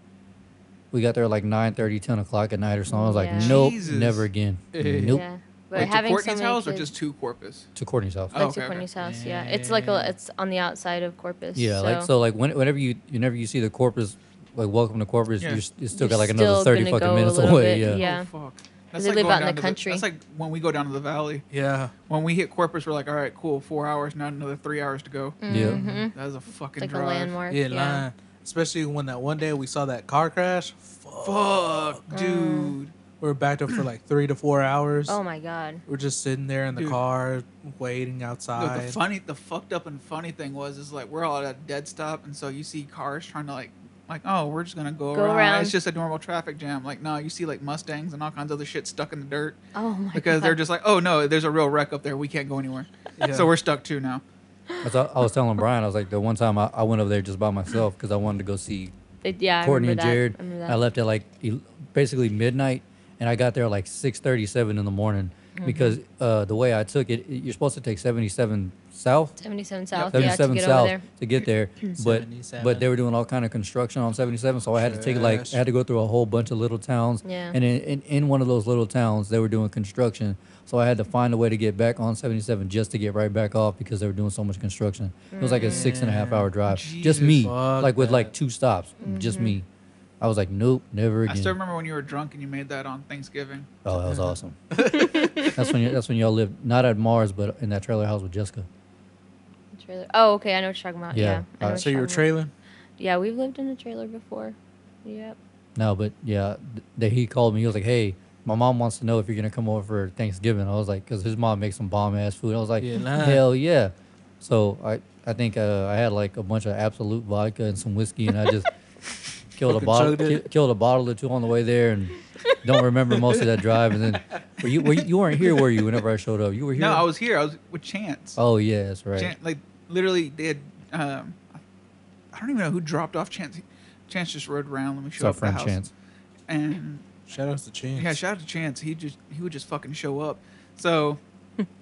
Speaker 1: We got there like 9 10 o'clock at night or something. I was like,
Speaker 5: Yeah.
Speaker 1: nope,
Speaker 4: Jesus.
Speaker 1: never again.
Speaker 6: Eh.
Speaker 1: Nope.
Speaker 5: yeah. But
Speaker 4: Wait, to
Speaker 5: having
Speaker 4: Courtney's
Speaker 5: so many
Speaker 4: house
Speaker 5: kids,
Speaker 4: or just to Corpus?
Speaker 1: To Courtney's house.
Speaker 5: like
Speaker 4: Oh,
Speaker 5: to
Speaker 4: okay, okay.
Speaker 5: Courtney's house. Yeah, it's like a, it's on the outside of Corpus.
Speaker 1: yeah,
Speaker 5: so
Speaker 1: like so, like when, whenever you whenever you see the corpus, like welcome to corpus,
Speaker 4: Yeah.
Speaker 1: you're, s- you still got
Speaker 5: You're
Speaker 1: like
Speaker 5: still
Speaker 1: another thirty
Speaker 5: gonna
Speaker 1: fucking
Speaker 5: go a
Speaker 1: minutes
Speaker 5: little
Speaker 1: away. yeah.
Speaker 5: bit, yeah.
Speaker 4: Oh, fuck.
Speaker 5: they live
Speaker 4: going
Speaker 5: out in
Speaker 4: down
Speaker 5: the
Speaker 4: to
Speaker 5: country.
Speaker 4: that's like when we go down to the valley.
Speaker 6: Yeah.
Speaker 4: When we hit Corpus, we're like, all right, cool, four hours, not another three hours to go.
Speaker 1: Yeah.
Speaker 4: That is a fucking
Speaker 5: Mm-hmm. It's like
Speaker 4: drive.
Speaker 5: a landmark.
Speaker 6: Yeah, lying. Especially when that one day we saw that car crash.
Speaker 5: Mm.
Speaker 4: Fuck, dude.
Speaker 6: We were backed up for like three to four hours.
Speaker 5: Oh my God.
Speaker 6: We're just sitting there in the
Speaker 4: Dude.
Speaker 6: car waiting
Speaker 4: Look,
Speaker 6: outside.
Speaker 4: the funny, the fucked up and funny thing was, is like we're all at a dead stop, and so you see cars trying to like, like, oh, we're just gonna go,
Speaker 5: Go
Speaker 4: around.
Speaker 5: around.
Speaker 4: It's just a normal traffic jam. Like, no, you see like Mustangs and all kinds of other shit stuck in the dirt
Speaker 5: Oh my
Speaker 4: because
Speaker 5: God.
Speaker 4: they're just like, oh no, there's a real wreck up there. We can't go anywhere,
Speaker 6: Yeah.
Speaker 4: so we're stuck too now.
Speaker 1: That's all- I was telling Brian, I was like, the one time I, I went over there just by myself because I wanted to go see
Speaker 5: They- yeah,
Speaker 1: Courtney
Speaker 5: I
Speaker 1: and
Speaker 5: remember
Speaker 1: Jared.
Speaker 5: That. I, remember that.
Speaker 1: I left at like el- basically midnight, and I got there like six thirty-seven in the morning
Speaker 5: Mm-hmm.
Speaker 1: because uh, the way I took it, it- you're supposed to take seventy-seven south.
Speaker 5: 77 South. Yeah, to
Speaker 1: 77
Speaker 5: get
Speaker 1: south
Speaker 5: over there.
Speaker 1: to get
Speaker 4: [CLEARS THROAT]
Speaker 1: there but but
Speaker 6: 77.
Speaker 1: they were doing all kind of construction on 77 so i had to take like
Speaker 6: Trash.
Speaker 1: i had to go through a whole bunch of little towns
Speaker 5: Yeah.
Speaker 1: and in, in, in one of those little towns they were doing construction so i had to find a way to get back on 77 just to get right back off because they were doing so much construction it was like a six and a half hour drive just me
Speaker 4: Mm. Jesus.
Speaker 6: Fuck
Speaker 1: like with like
Speaker 6: that.
Speaker 1: two stops just me
Speaker 5: Mm-hmm.
Speaker 1: i was like nope never
Speaker 4: I
Speaker 1: again
Speaker 4: still remember when you were drunk and you made that on Thanksgiving.
Speaker 1: oh that was awesome that's when you, that's when y'all lived not at mars but in that trailer house with jessica
Speaker 5: Trailer. Oh, okay. I know what you're talking about.
Speaker 1: Yeah,
Speaker 5: Yeah. I know
Speaker 1: uh,
Speaker 5: what
Speaker 6: so you were
Speaker 5: talking
Speaker 6: trailing?
Speaker 5: about. Yeah, we've lived in a trailer before. Yep.
Speaker 1: No, but yeah, th- that he called me. He was like, "Hey, my mom wants to know if you're gonna come over for Thanksgiving." I was like, "Cause his mom makes some bomb ass food." I was like,
Speaker 6: Yeah, nah.
Speaker 1: "Hell yeah!" So I, I think uh, I had like a bunch of absolute vodka and some whiskey, and I
Speaker 6: [LAUGHS]
Speaker 1: just killed a
Speaker 6: Fucking
Speaker 1: bottle,
Speaker 6: chugged
Speaker 1: ki-
Speaker 6: it.
Speaker 1: killed a bottle or two on the way there, and don't remember most of that drive. And then were you, were you, you weren't here, were you? Whenever I showed up, you were here.
Speaker 4: No, I was here. I was with Chance.
Speaker 1: Oh yeah, that's right.
Speaker 4: Chan- like literally, they had. Um, I don't even know who dropped off Chance. Chance just rode around. Let me
Speaker 1: it's
Speaker 4: show
Speaker 1: our
Speaker 4: up at the
Speaker 1: friend
Speaker 4: house.
Speaker 1: Chance.
Speaker 4: And
Speaker 6: Shout out to Chance.
Speaker 4: Yeah, shout out to Chance. He just he would just fucking show up. So,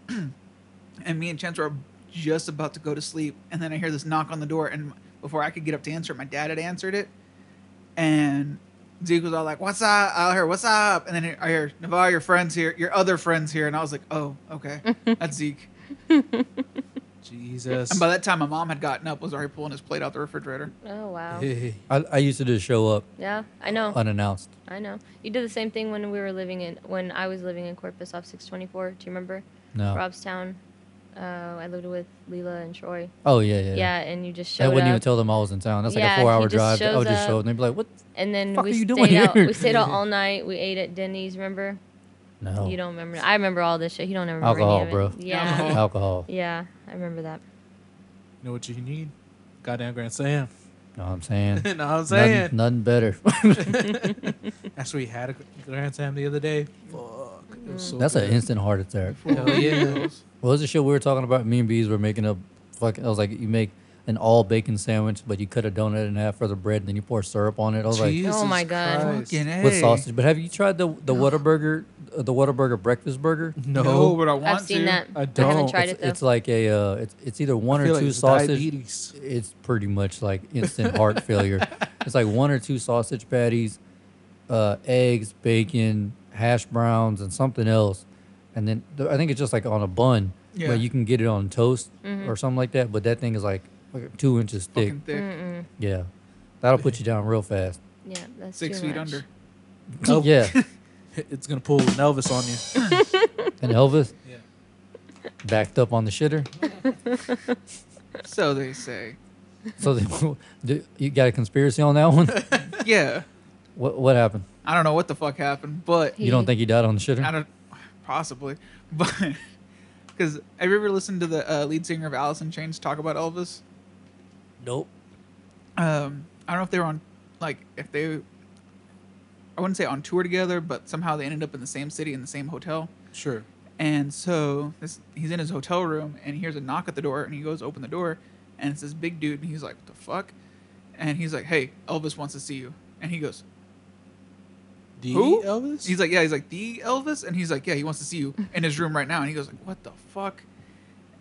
Speaker 4: and me and Chance were just about to go to sleep, and then I hear this knock on the door, and before I could get up to answer it, my dad had answered it, and Zeke was all like, "What's up?" I hear, "What's up?" And then I hear, "Navar, your friends here, your other friends here," and I was like, "Oh, okay, that's Zeke."
Speaker 6: Jesus.
Speaker 4: And by that time, my mom had gotten up, was already pulling his plate out the refrigerator.
Speaker 5: Oh, wow.
Speaker 1: I, I used to just show up
Speaker 5: yeah, I know.
Speaker 1: unannounced.
Speaker 5: I know. You did the same thing when we were living in, when I was living in Corpus off 624. Do you remember?
Speaker 1: No.
Speaker 5: Robstown. Uh, I lived with Leela and Troy.
Speaker 1: Oh yeah, yeah.
Speaker 5: Yeah, and you just
Speaker 1: I
Speaker 5: showed
Speaker 1: wouldn't
Speaker 5: up.
Speaker 1: even tell them I was in town. That's like
Speaker 5: Yeah,
Speaker 1: a
Speaker 5: he
Speaker 1: four-hour
Speaker 5: just
Speaker 1: drive. I
Speaker 5: shows
Speaker 1: would just show
Speaker 5: up.
Speaker 1: up, and they'd be like, "What?
Speaker 5: and then
Speaker 1: fuck
Speaker 5: we
Speaker 1: are you
Speaker 5: stayed
Speaker 1: doing
Speaker 5: out.
Speaker 1: here?
Speaker 5: We stayed out
Speaker 1: [LAUGHS]
Speaker 5: all night. We ate at Denny's. Remember?
Speaker 1: No.
Speaker 5: You don't remember? I remember all this shit. He don't remember
Speaker 1: Alcohol,
Speaker 5: any of
Speaker 1: bro.
Speaker 5: it. Yeah.
Speaker 4: Alcohol.
Speaker 1: alcohol.
Speaker 5: Yeah, I remember that.
Speaker 6: You know what you need? Goddamn Grand Slam. [LAUGHS]
Speaker 1: know what I'm saying?
Speaker 6: know what I'm [LAUGHS] saying?
Speaker 1: nothing, nothing
Speaker 6: [LAUGHS]
Speaker 1: better.
Speaker 6: Actually, we had a Grand Slam the other day. Fuck. It was so
Speaker 1: That's an
Speaker 6: good.
Speaker 1: instant heart attack.
Speaker 6: Hell yeah.
Speaker 1: What was the shit we were talking about? Me and Bees were making up fucking. I was like, you make an all bacon sandwich, but you cut a donut in half for the bread, and then you pour syrup on it. [LAUGHS] I was like,
Speaker 5: Oh my God.
Speaker 4: Fucking A.
Speaker 1: with sausage. But have you tried the the Whataburger, uh, the Whataburger breakfast burger?
Speaker 6: No,
Speaker 4: No, but I want
Speaker 5: I've seen
Speaker 4: to.
Speaker 5: that.
Speaker 6: I
Speaker 5: haven't
Speaker 6: don't.
Speaker 5: tried
Speaker 1: it's,
Speaker 5: it though.
Speaker 1: it's like a uh, it's, it's either one
Speaker 6: I
Speaker 1: or
Speaker 6: feel
Speaker 1: two
Speaker 6: like it's
Speaker 1: sausage.
Speaker 6: diabetes.
Speaker 1: It's pretty much like instant heart [LAUGHS] failure. It's like one or two sausage patties, uh, eggs, bacon, hash browns, and something else. And then th- I think it's just like on a bun, yeah.
Speaker 4: Yeah.
Speaker 1: but you can get it on toast or something like that. But that thing is like like two inches thick.
Speaker 4: Fucking thick.
Speaker 5: Mm,
Speaker 1: Yeah, that'll put you down real fast.
Speaker 5: yeah, that's
Speaker 4: Six
Speaker 5: too
Speaker 4: feet
Speaker 5: much.
Speaker 4: under.
Speaker 6: Oh.
Speaker 1: [LAUGHS] Yeah,
Speaker 6: It's gonna pull an Elvis on you.
Speaker 1: and Elvis
Speaker 6: Yeah.
Speaker 1: backed up on the shitter.
Speaker 4: So they say.
Speaker 1: So [LAUGHS] do- you got a conspiracy on that one?
Speaker 4: Yeah.
Speaker 1: What what happened?
Speaker 4: I don't know what the fuck happened, but
Speaker 1: You don't think he died on the shitter?
Speaker 4: I don't possibly, [LAUGHS] but because have you ever listened to the uh, lead singer of Alice in Chains talk about Elvis?
Speaker 1: Nope.
Speaker 4: Um, I don't know if they were on like if they, I wouldn't say on tour together, but somehow they ended up in the same city in the same hotel.
Speaker 6: [LAUGHS] Sure.
Speaker 4: And so this, he's in his hotel room and he hears a knock at the door and he goes open the door and it's this big dude and he's like, what the fuck? And he's like, hey, Elvis wants to see you. And he goes,
Speaker 6: The
Speaker 4: Who?
Speaker 6: Elvis? [LAUGHS]
Speaker 4: He's like, yeah. He's like the Elvis, and he's like, yeah. He wants to see you in his room right now. And he goes like, what the fuck?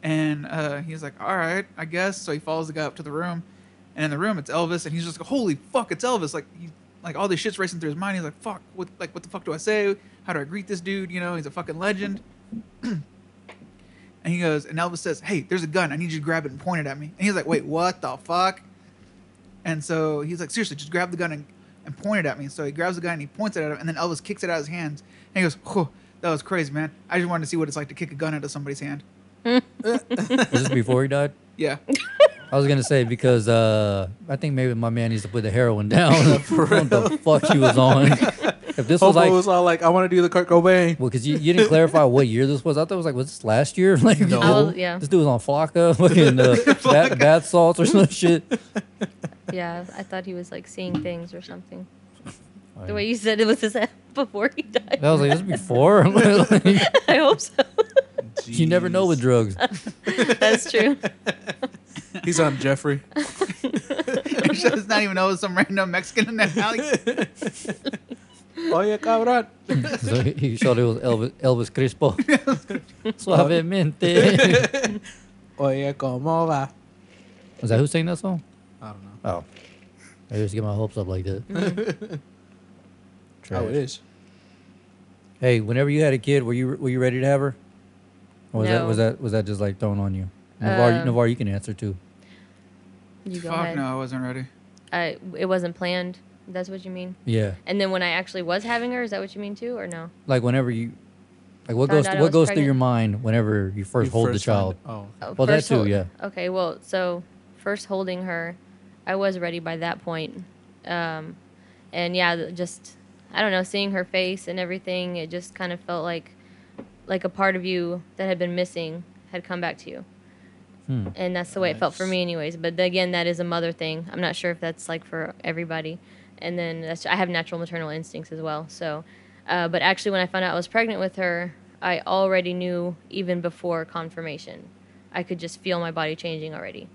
Speaker 4: And uh, he's like, all right, I guess. So he follows the guy up to the room, and in the room it's Elvis, and he's just like, holy fuck, it's Elvis. Like he, like all this shit's racing through his mind. He's like, fuck, what, like what the fuck do I say? How do I greet this dude? You know, he's a fucking legend. [CLEARS THROAT] and he goes, and Elvis says, hey, there's a gun. I need you to grab it and point it at me. And he's like, wait, what the fuck? And so he's like, seriously, just grab the gun and, and point it at me. So he grabs the gun and he points it at him, and then Elvis kicks it out of his hands. And he goes, Whoa, that was crazy, man. I just wanted to see what it's like to kick a gun out of somebody's hand.
Speaker 1: Was this before he died?
Speaker 4: Yeah.
Speaker 5: [LAUGHS]
Speaker 4: [LAUGHS]
Speaker 1: I was gonna say because uh, I think maybe my man needs to put the heroin down. [LAUGHS] For the fuck he was on. If this was
Speaker 6: Hobo
Speaker 1: like,
Speaker 6: was all like, "I want to do the Kurt Cobain."
Speaker 1: well, because you, you didn't clarify what year this was. I thought it was like, was this last year? [LAUGHS] Like,
Speaker 6: No.
Speaker 5: I was- yeah.
Speaker 1: This dude was on Flocka, [LAUGHS] fucking uh, bat, bath salts or some [LAUGHS] shit.
Speaker 5: Yeah, I thought he was like seeing things
Speaker 1: [LAUGHS]
Speaker 5: or something. The way you said it was his [LAUGHS] before he died.
Speaker 1: [LAUGHS]
Speaker 5: [LAUGHS]
Speaker 1: I was like, this is before. Like,
Speaker 5: I
Speaker 1: [LAUGHS]
Speaker 5: hope so.
Speaker 1: [LAUGHS] you never know with drugs.
Speaker 5: That's
Speaker 4: [LAUGHS]
Speaker 5: true.
Speaker 6: drugs. [LAUGHS] He's on Jeffrey.
Speaker 4: She does not even know it's some random Mexican in
Speaker 5: [LAUGHS]
Speaker 4: that alley.
Speaker 6: [LAUGHS] Oye, cabrón.
Speaker 1: So he- he showed it was Elvis, Elvis Crispo. [LAUGHS]
Speaker 6: [LAUGHS]
Speaker 1: Suavemente.
Speaker 6: Oye, cómo va.
Speaker 1: Was that who sang that song?
Speaker 6: I don't know.
Speaker 1: Oh. I just get my hopes up like
Speaker 6: [LAUGHS]
Speaker 1: that.
Speaker 6: Oh, it is.
Speaker 1: Hey, whenever you had a kid, were you were you ready to have her? Or was that
Speaker 5: No.
Speaker 1: was that was that just like thrown on you? Navar,
Speaker 5: Um,
Speaker 1: Navar you can answer too.
Speaker 5: You go
Speaker 4: Fuck
Speaker 5: ahead.
Speaker 4: no, I
Speaker 1: [LAUGHS]
Speaker 4: wasn't ready.
Speaker 5: I, it wasn't planned. That's what you mean.
Speaker 1: Yeah,
Speaker 5: And then when I actually was having her, is that what you mean too, or no?
Speaker 1: like whenever you, like what
Speaker 5: Found
Speaker 1: goes
Speaker 5: out I
Speaker 1: what
Speaker 5: was
Speaker 1: goes through
Speaker 5: pregnant.
Speaker 1: your mind whenever you first
Speaker 6: You
Speaker 1: hold
Speaker 6: first
Speaker 1: the child.
Speaker 6: find- oh,
Speaker 5: Oh,
Speaker 1: Well, that
Speaker 5: first
Speaker 1: too,
Speaker 5: hol-
Speaker 1: yeah.
Speaker 5: Okay, well, so first holding her, I was ready by that point, um, and yeah, th- just I don't know, seeing her face and everything, it just kind of felt like like a part of you that had been missing had come back to you,
Speaker 1: Hmm.
Speaker 5: and that's the way it felt for
Speaker 6: Nice.
Speaker 5: me, anyways. But th- again, that is a mother thing. I'm not sure if that's like for everybody, and then that's, I have natural maternal instincts as well, so. Uh, but actually, when I found out I was pregnant with her, I already knew even before confirmation. I could just feel my body changing already.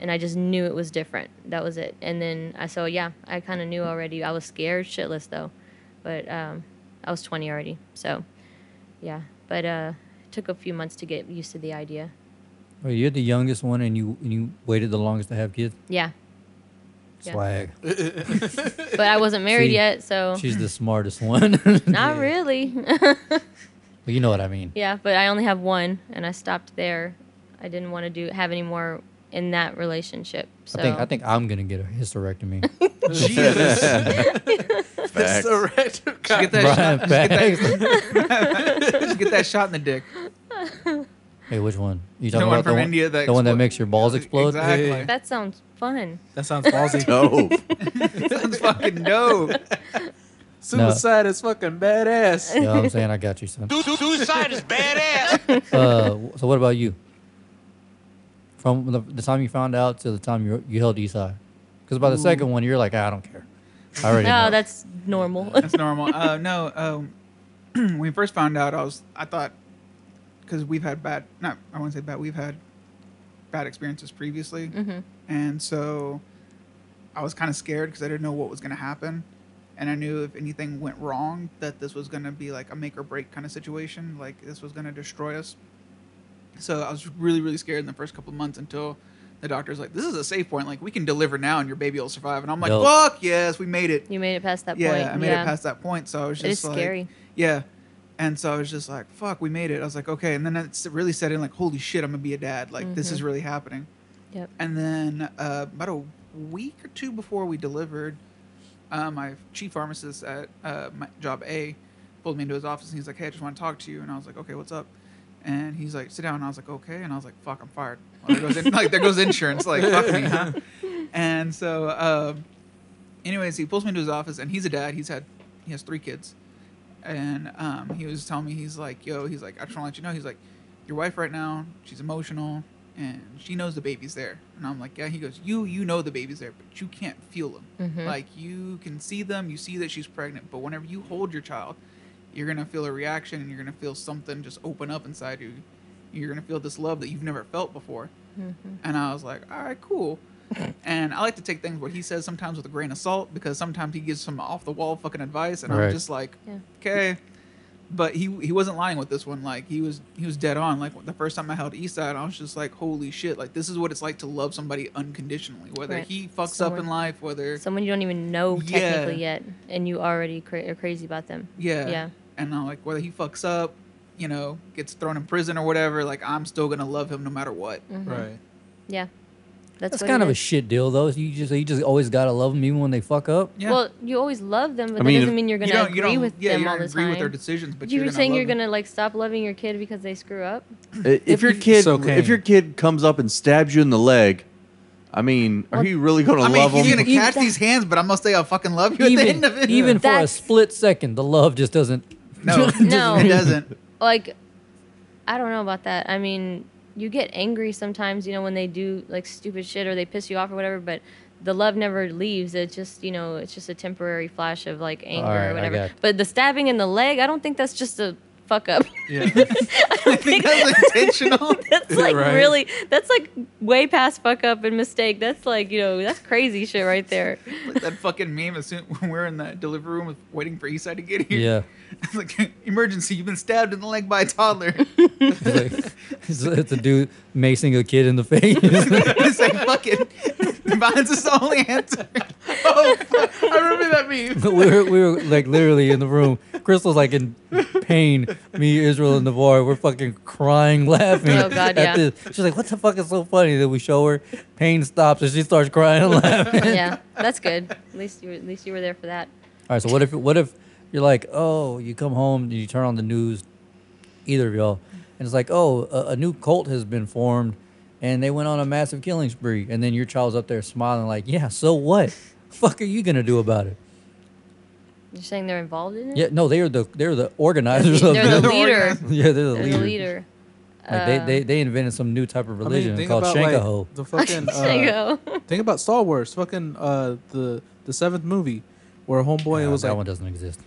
Speaker 5: And I just knew it was different. That was it. And then, I so yeah, I kind of knew already. I was scared shitless though. But um, I was 20 already. So yeah. But uh, it took a few months to get used to the idea.
Speaker 1: Well, you're the youngest one, and you and you waited the longest to have kids.
Speaker 5: Yeah. Yeah.
Speaker 1: Swag.
Speaker 5: But I wasn't married
Speaker 1: See,
Speaker 5: yet. So
Speaker 1: She's the smartest one.
Speaker 5: [LAUGHS]
Speaker 1: [LAUGHS]
Speaker 5: not really. [LAUGHS]
Speaker 1: But you know what I mean.
Speaker 5: Yeah, but I only have one, and I stopped there. I didn't want to do have any more in that relationship. So
Speaker 1: I think I think I'm gonna get a hysterectomy.
Speaker 5: [LAUGHS]
Speaker 6: Oh. [LAUGHS] Jesus.
Speaker 2: Facts.
Speaker 7: [LAUGHS]
Speaker 6: right.
Speaker 4: Just get that,
Speaker 1: Brian,
Speaker 4: shot, just get
Speaker 1: facts.
Speaker 4: that, just get that shot [LAUGHS] in the dick.
Speaker 1: hey, which one? You talking
Speaker 4: one
Speaker 1: about the
Speaker 4: from
Speaker 1: one,
Speaker 4: India that
Speaker 1: the one that
Speaker 4: explo-
Speaker 1: makes your balls explode?
Speaker 4: Exactly.
Speaker 6: Yeah.
Speaker 5: that sounds fun.
Speaker 6: That sounds [LAUGHS] ballsy.
Speaker 4: [LAUGHS]
Speaker 2: Dope.
Speaker 4: That's fucking dope.
Speaker 6: Suicide is fucking badass.
Speaker 1: You know what I'm saying? I got you, son.
Speaker 2: Suicide is badass.
Speaker 1: [LAUGHS] uh, so what about you? From the, the time you found out to the time you you held Esai, because by the second one you're like, "Ah, I don't care. I already
Speaker 5: [LAUGHS] No,
Speaker 1: know.
Speaker 5: that's normal.
Speaker 4: That's normal. Uh, no, um, [CLEARS THROAT] when we first found out, I was I thought because we've had bad not I wouldn't say bad we've had bad experiences previously, and so I was kind of scared because I didn't know what was going to happen, and I knew if anything went wrong, that this was going to be like a make or break kind of situation. Like this was going to destroy us. So I was really, really scared in the first couple of months until the doctor's like, "This is a safe point. Like we can deliver now, and your baby will survive." And I'm like,
Speaker 1: Dope.
Speaker 4: "Fuck yes, we made it."
Speaker 5: [LAUGHS] You made it past that
Speaker 4: yeah,
Speaker 5: point.
Speaker 4: I made
Speaker 5: yeah.
Speaker 4: it past that point. So I was
Speaker 5: It
Speaker 4: just
Speaker 5: is
Speaker 4: like,
Speaker 5: scary.
Speaker 4: yeah. And so I was just like, fuck, we made it. I was like, okay. And then it really set in like, holy shit, I'm going to be a dad. Like, this is really happening.
Speaker 5: Mm-hmm. Yep.
Speaker 4: And then uh, about a week or two before we delivered, uh, my chief pharmacist at uh, my job A pulled me into his office and he's like, hey, I just want to talk to you. And I was like, okay, what's up? And he's like, sit down. And I was like, okay. And I was like, fuck, I'm fired. Well, there goes in- [LAUGHS] like, there goes insurance. Like, fuck me, huh? And so, um, anyways, he pulls me into his office and he's a dad. He's had, he has three kids and um, he was telling me he's like, yo, he's like, I just want to let you know, he's like, your wife right now, she's emotional, and she knows the baby's there, and I'm like, yeah. He goes, you, you know the baby's there, but you can't feel them. Like you can see them, you see that she's pregnant, but whenever you hold your child, you're gonna feel a reaction, and you're gonna feel something just open up inside you. You're gonna feel this love that you've never felt before. And I was like, all right, cool. and I like to take things what he says sometimes with a grain of salt because sometimes he gives some off the wall fucking advice, and
Speaker 1: Right.
Speaker 4: I'm just like,
Speaker 5: Yeah.
Speaker 4: okay. But he he wasn't lying with this one. Like he was he was dead on. Like the first time I held Eastside, I was just like, holy shit! Like this is what it's like to love somebody unconditionally. Whether
Speaker 5: Right.
Speaker 4: he fucks up
Speaker 5: Someone-
Speaker 4: in life, whether
Speaker 5: Someone you don't even know
Speaker 4: Yeah.
Speaker 5: technically yet, and you already cra- are crazy about them.
Speaker 4: Yeah.
Speaker 5: Yeah.
Speaker 4: And I'm like, whether he fucks up, you know, gets thrown in prison or whatever, like I'm still gonna love him no matter what.
Speaker 1: [LAUGHS]
Speaker 5: Mm.
Speaker 6: Right.
Speaker 5: Yeah. That's,
Speaker 1: That's
Speaker 5: what
Speaker 1: kind
Speaker 5: it
Speaker 1: of a
Speaker 5: is.
Speaker 1: shit deal though. You just you just always gotta love them even when they fuck
Speaker 4: [LAUGHS]
Speaker 1: up.
Speaker 4: Yeah.
Speaker 5: Well, you always love them, but
Speaker 7: I mean,
Speaker 5: that
Speaker 7: if-
Speaker 5: doesn't mean you're
Speaker 4: you
Speaker 5: gonna
Speaker 4: don't, you
Speaker 5: agree
Speaker 4: don't,
Speaker 5: with
Speaker 4: yeah,
Speaker 5: them
Speaker 4: you don't
Speaker 5: all the
Speaker 4: agree
Speaker 5: time.
Speaker 4: with their decisions, but
Speaker 5: you
Speaker 4: you're
Speaker 5: were saying you're
Speaker 4: love 'em.
Speaker 5: gonna like stop loving your kid because they screw up.
Speaker 7: I- If your
Speaker 6: It's
Speaker 7: kid,
Speaker 6: okay.
Speaker 7: if your kid comes up and stabs you in the leg, I mean, are you really gonna
Speaker 4: I mean,
Speaker 7: love
Speaker 4: he's
Speaker 7: him?
Speaker 4: gonna
Speaker 1: Even
Speaker 4: catch
Speaker 1: that-
Speaker 4: these hands, but I'm gonna say I fucking love you at the
Speaker 1: Even
Speaker 4: end of it.
Speaker 1: even for a
Speaker 5: That's-
Speaker 1: split second, the love just doesn't.
Speaker 4: no,
Speaker 5: [LAUGHS] No.
Speaker 4: it
Speaker 5: [LAUGHS]
Speaker 4: doesn't.
Speaker 5: Like, I don't know about that. I mean, you get angry sometimes, you know, when they do like stupid shit or they piss you off or whatever, but the love never leaves. It just, you know, it's just a temporary flash of like anger
Speaker 1: Alright, I
Speaker 5: or
Speaker 1: got
Speaker 5: whatever.
Speaker 1: it.
Speaker 5: But the stabbing in the leg, I don't think that's just a fuck up. [LAUGHS]
Speaker 6: Yeah.
Speaker 4: I think that was intentional. [LAUGHS]
Speaker 5: that's like
Speaker 6: Right.
Speaker 5: really, that's like way past fuck up and mistake. That's like, you know, that's crazy shit right there.
Speaker 4: like that fucking meme as soon [LAUGHS] when we're in the delivery room with- waiting for Eastside to get
Speaker 1: [LAUGHS]
Speaker 4: here.
Speaker 1: Yeah.
Speaker 4: It's [LAUGHS] like emergency, you've been stabbed in the leg by a toddler. [LAUGHS]
Speaker 1: It's, like, it's, it's a dude macing a kid in the face. [LAUGHS]
Speaker 4: it's like fucking [LAUGHS] violence is the only answer. [LAUGHS] Oh, fuck. I remember that meme.
Speaker 1: [LAUGHS] we were we were like literally in the room. Crystal's like in pain. Me, Israel, and Navarre, we're fucking crying, laughing.
Speaker 5: Oh, God,
Speaker 1: at
Speaker 5: yeah.
Speaker 1: this. She's like, "What the fuck is so funny?" That we show her pain stops and she starts crying and
Speaker 5: [LAUGHS]
Speaker 1: laughing. [LAUGHS]
Speaker 5: yeah, that's good. At least you, were- at least you were there for that.
Speaker 1: All right, so what if what if you're like, oh, you come home and you turn on the news, either of y'all, and it's like, oh, a, a new cult has been formed, and they went on a massive killing spree, and then your child's up there smiling like, yeah, so what? Fuck are you gonna do about it?
Speaker 5: You're saying they're involved in it?
Speaker 1: Yeah, [LAUGHS] no, they're the they're the organizers of
Speaker 5: They're the
Speaker 1: this. [LAUGHS]
Speaker 5: leader.
Speaker 1: yeah, they're the
Speaker 5: They're
Speaker 1: leader. [LAUGHS]
Speaker 5: the leader. Uh,
Speaker 1: Like they, they they invented some new type of
Speaker 6: I mean,
Speaker 1: religion
Speaker 6: think
Speaker 1: called
Speaker 6: about,
Speaker 1: Shankaho.
Speaker 6: Like, the fucking.
Speaker 1: [LAUGHS]
Speaker 5: [LAUGHS]
Speaker 6: uh,
Speaker 5: Shango.
Speaker 6: think about Star Wars. Fucking uh, the the seventh movie, where homeboy
Speaker 1: Nah,
Speaker 6: was
Speaker 1: Uh, that
Speaker 6: like,
Speaker 1: one doesn't exist.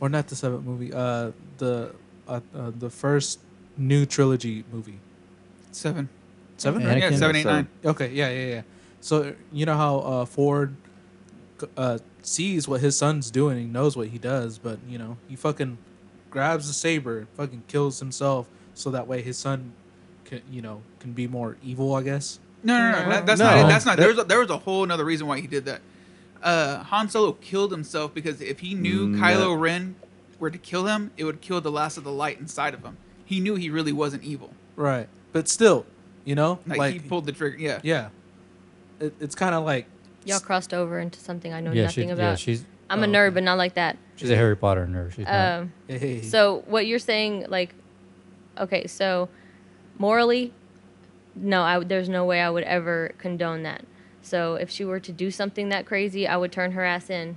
Speaker 6: or not the seventh movie. Uh, the uh, uh, the first new trilogy movie.
Speaker 4: [LAUGHS] Seven.
Speaker 6: Seven.
Speaker 1: Yeah.
Speaker 6: Right?
Speaker 4: Yeah,
Speaker 1: Anakin.
Speaker 4: seven, eight,
Speaker 7: Seven.
Speaker 4: nine.
Speaker 6: Okay. Yeah. Yeah. Yeah. So you know how uh, Ford uh, sees what his son's doing. He knows what he does, but you know he fucking grabs the saber, fucking kills himself, so that way his son, can, you know, can be more evil. I guess.
Speaker 4: No, no, no,
Speaker 5: No.
Speaker 4: that- that's
Speaker 7: No.
Speaker 4: not. It. That's not.
Speaker 7: That-
Speaker 4: There's a, there was a whole other reason why he did that. Uh, Han Solo killed himself because if he knew
Speaker 7: Mm, that-
Speaker 4: Kylo Ren were to kill him, it would kill the last of the light inside of him. He knew he really wasn't evil.
Speaker 6: Right. But still, you know,
Speaker 4: Like,
Speaker 6: like,
Speaker 4: he pulled the trigger. Yeah.
Speaker 6: yeah, it, it's kind of like
Speaker 5: Y'all crossed over into something I know
Speaker 1: Yeah, she,
Speaker 5: nothing
Speaker 1: yeah,
Speaker 5: about.
Speaker 1: she's
Speaker 5: I'm a
Speaker 6: oh,
Speaker 5: nerd,
Speaker 6: okay.
Speaker 5: but not like that.
Speaker 1: she's a Harry Potter nerd. She's not-
Speaker 5: Um,
Speaker 6: hey,
Speaker 5: so what you're saying, like, okay, so morally, no, I, would- there's no way I would ever condone that. So if she were to do something that crazy, I would turn her ass in.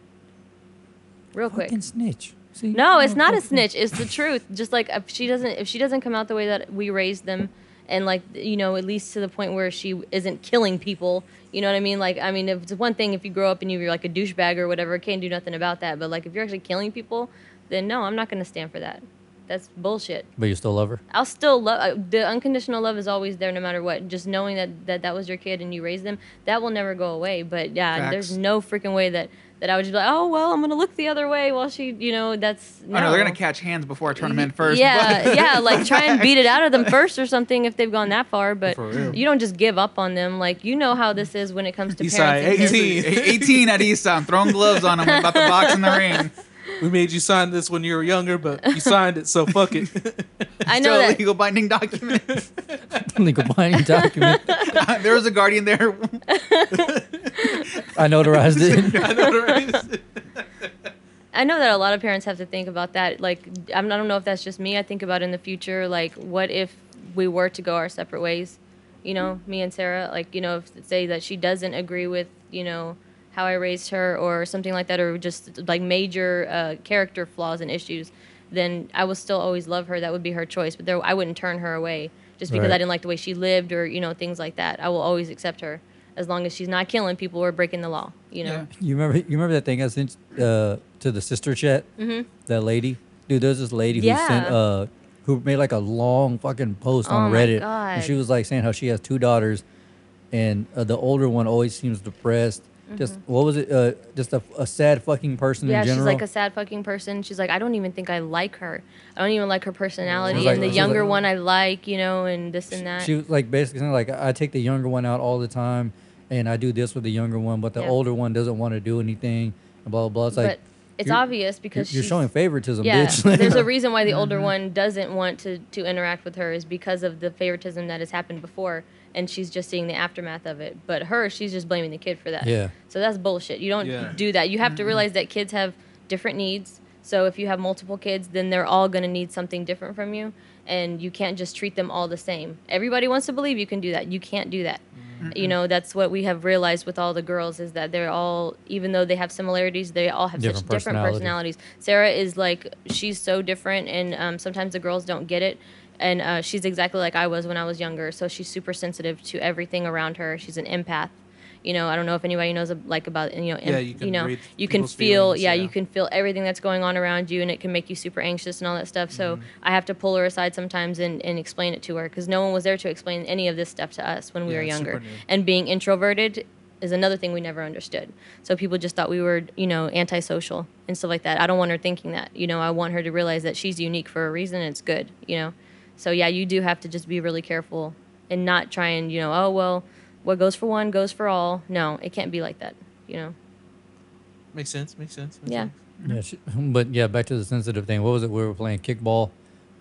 Speaker 5: Real quick.
Speaker 1: fucking snitch. See,
Speaker 5: No, it's not a
Speaker 1: Motherfucking-
Speaker 5: snitch. It's the truth. Just like if she doesn't, if she doesn't come out the way that we raised them, and like you know, at least to the point where she isn't killing people. You know what I mean? Like, I mean, if it's one thing if you grow up and you're like a douchebag or whatever, can't do nothing about that. But like, if you're actually killing people, then no, I'm not going to stand for that. That's bullshit.
Speaker 1: But you still love her. [LAUGHS]
Speaker 5: I'll still love uh, the unconditional love is always there no matter what. Just knowing that that, that was your kid and you raised them, that will never go away. But yeah, there's
Speaker 4: Facts.
Speaker 5: no freaking way that that I would just be like, oh well, I'm gonna look the other way while she, you know, that's no.
Speaker 4: I know they're gonna catch hands before I turn them in first.
Speaker 5: Yeah,
Speaker 4: but-
Speaker 5: [LAUGHS] yeah, like try
Speaker 4: [LAUGHS]
Speaker 5: and beat it out of them first or something if they've gone that far. But
Speaker 6: For real.
Speaker 5: you don't just give up on them. Like you know how this is when it comes to
Speaker 6: He's
Speaker 5: parents. and
Speaker 6: like,
Speaker 5: kids. [LAUGHS]
Speaker 6: 18.
Speaker 4: 18 at Eastside. I'm throwing gloves on him. I'm about to box in the ring.
Speaker 6: We made you sign this when you were younger,
Speaker 1: [LAUGHS]
Speaker 6: but you signed it, so fuck it.
Speaker 5: I know
Speaker 4: Still a
Speaker 5: that
Speaker 4: legal binding document. [LAUGHS]
Speaker 1: Legal binding document.
Speaker 4: Uh, there was a guardian there. [LAUGHS]
Speaker 1: I notarized
Speaker 6: [LAUGHS]
Speaker 1: it.
Speaker 6: I know what it
Speaker 5: [LAUGHS]
Speaker 6: is.
Speaker 5: I know that a lot of parents have to think about that. Like, I'm, I don't know if that's just me. I think about in the future, like, what if we were to go our separate ways? You know, me and Sarah, like, you know, if say that she doesn't agree with, you know, how I raised her or something like that, or just like major uh, character flaws and issues, then I will still always love her. That would be her choice, but there, I wouldn't turn her away just because
Speaker 1: Right.
Speaker 5: I didn't like the way she lived or, you know, things like that. I will always accept her as long as she's not killing people or breaking the law, you know?
Speaker 4: Yeah.
Speaker 1: You remember? You remember that thing I sent uh, to the sister chat? Mm-hmm. That lady, dude. There's this lady who sent,
Speaker 5: Yeah.
Speaker 1: uh, who made like a long fucking post
Speaker 5: Oh
Speaker 1: on
Speaker 5: my
Speaker 1: Reddit,
Speaker 5: God.
Speaker 1: and she was like saying how she has two daughters, and uh, the older one always seems depressed. Just what was it? Uh, just a, a sad fucking person
Speaker 5: Mm-hmm. Yeah,
Speaker 1: in general.
Speaker 5: she's like a sad fucking person. She's like, I don't even think I like her. I don't even like her personality.
Speaker 1: like-
Speaker 5: and the
Speaker 1: she's
Speaker 5: younger
Speaker 1: like-
Speaker 5: one I like, you know, and this and that.
Speaker 1: she was like basically saying like I take the younger one out all the time, and I do this with the younger one, but the
Speaker 5: Yeah.
Speaker 1: older one doesn't want to do anything. And blah blah blah. It's like
Speaker 5: but it's
Speaker 1: you're-
Speaker 5: obvious because
Speaker 1: you're, you're
Speaker 5: she's-
Speaker 1: showing favoritism,
Speaker 5: Yeah,
Speaker 1: bitch. [LAUGHS]
Speaker 5: there's a reason why the older one doesn't want to to interact with her is because of the favoritism that has happened before, and she's just seeing the aftermath of it. But her, she's just blaming the kid for that.
Speaker 1: Yeah.
Speaker 5: So that's bullshit. You don't
Speaker 6: Yeah.
Speaker 5: do that. You have to realize that kids have different needs. So if you have multiple kids, then they're all going to need something different from you, and you can't just treat them all the same. Everybody wants to believe you can do that. You can't do that. You know, that's what we have realized with all the girls is that they're all, even though they have similarities, they all have
Speaker 1: Different
Speaker 5: such different
Speaker 1: personalities.
Speaker 5: personalities personalities. Sarah is like she's so different, and um, sometimes the girls don't get it. And uh, she's exactly like I was when I was younger. So she's super sensitive to everything around her. She's an empath. You know, I don't know if anybody knows like about you know. em-
Speaker 6: Yeah, you can
Speaker 5: know,
Speaker 6: read
Speaker 5: you can
Speaker 6: people's
Speaker 5: feel.
Speaker 6: feelings,
Speaker 5: yeah,
Speaker 6: yeah.
Speaker 5: you can feel everything that's going on around you, and it can make you super anxious and all that stuff. So
Speaker 6: Mm-hmm.
Speaker 5: I have to pull her aside sometimes and, and explain it to her because no one was there to explain any of this stuff to us when we
Speaker 6: Yeah,
Speaker 5: were
Speaker 6: it's super
Speaker 5: younger.
Speaker 6: new.
Speaker 5: And being introverted is another thing we never understood. So people just thought we were, you know, antisocial and stuff like that. I don't want her thinking that. You know, I want her to realize that she's unique for a reason and it's good, you know. So yeah, you do have to just be really careful and not try and, you know, oh well, what goes for one goes for all. No, it can't be like that, you know.
Speaker 6: Makes sense. Makes sense. Makes
Speaker 5: Yeah.
Speaker 6: sense.
Speaker 1: Yeah, she, [LAUGHS] but yeah, back to the sensitive thing. What was it? We were playing kickball.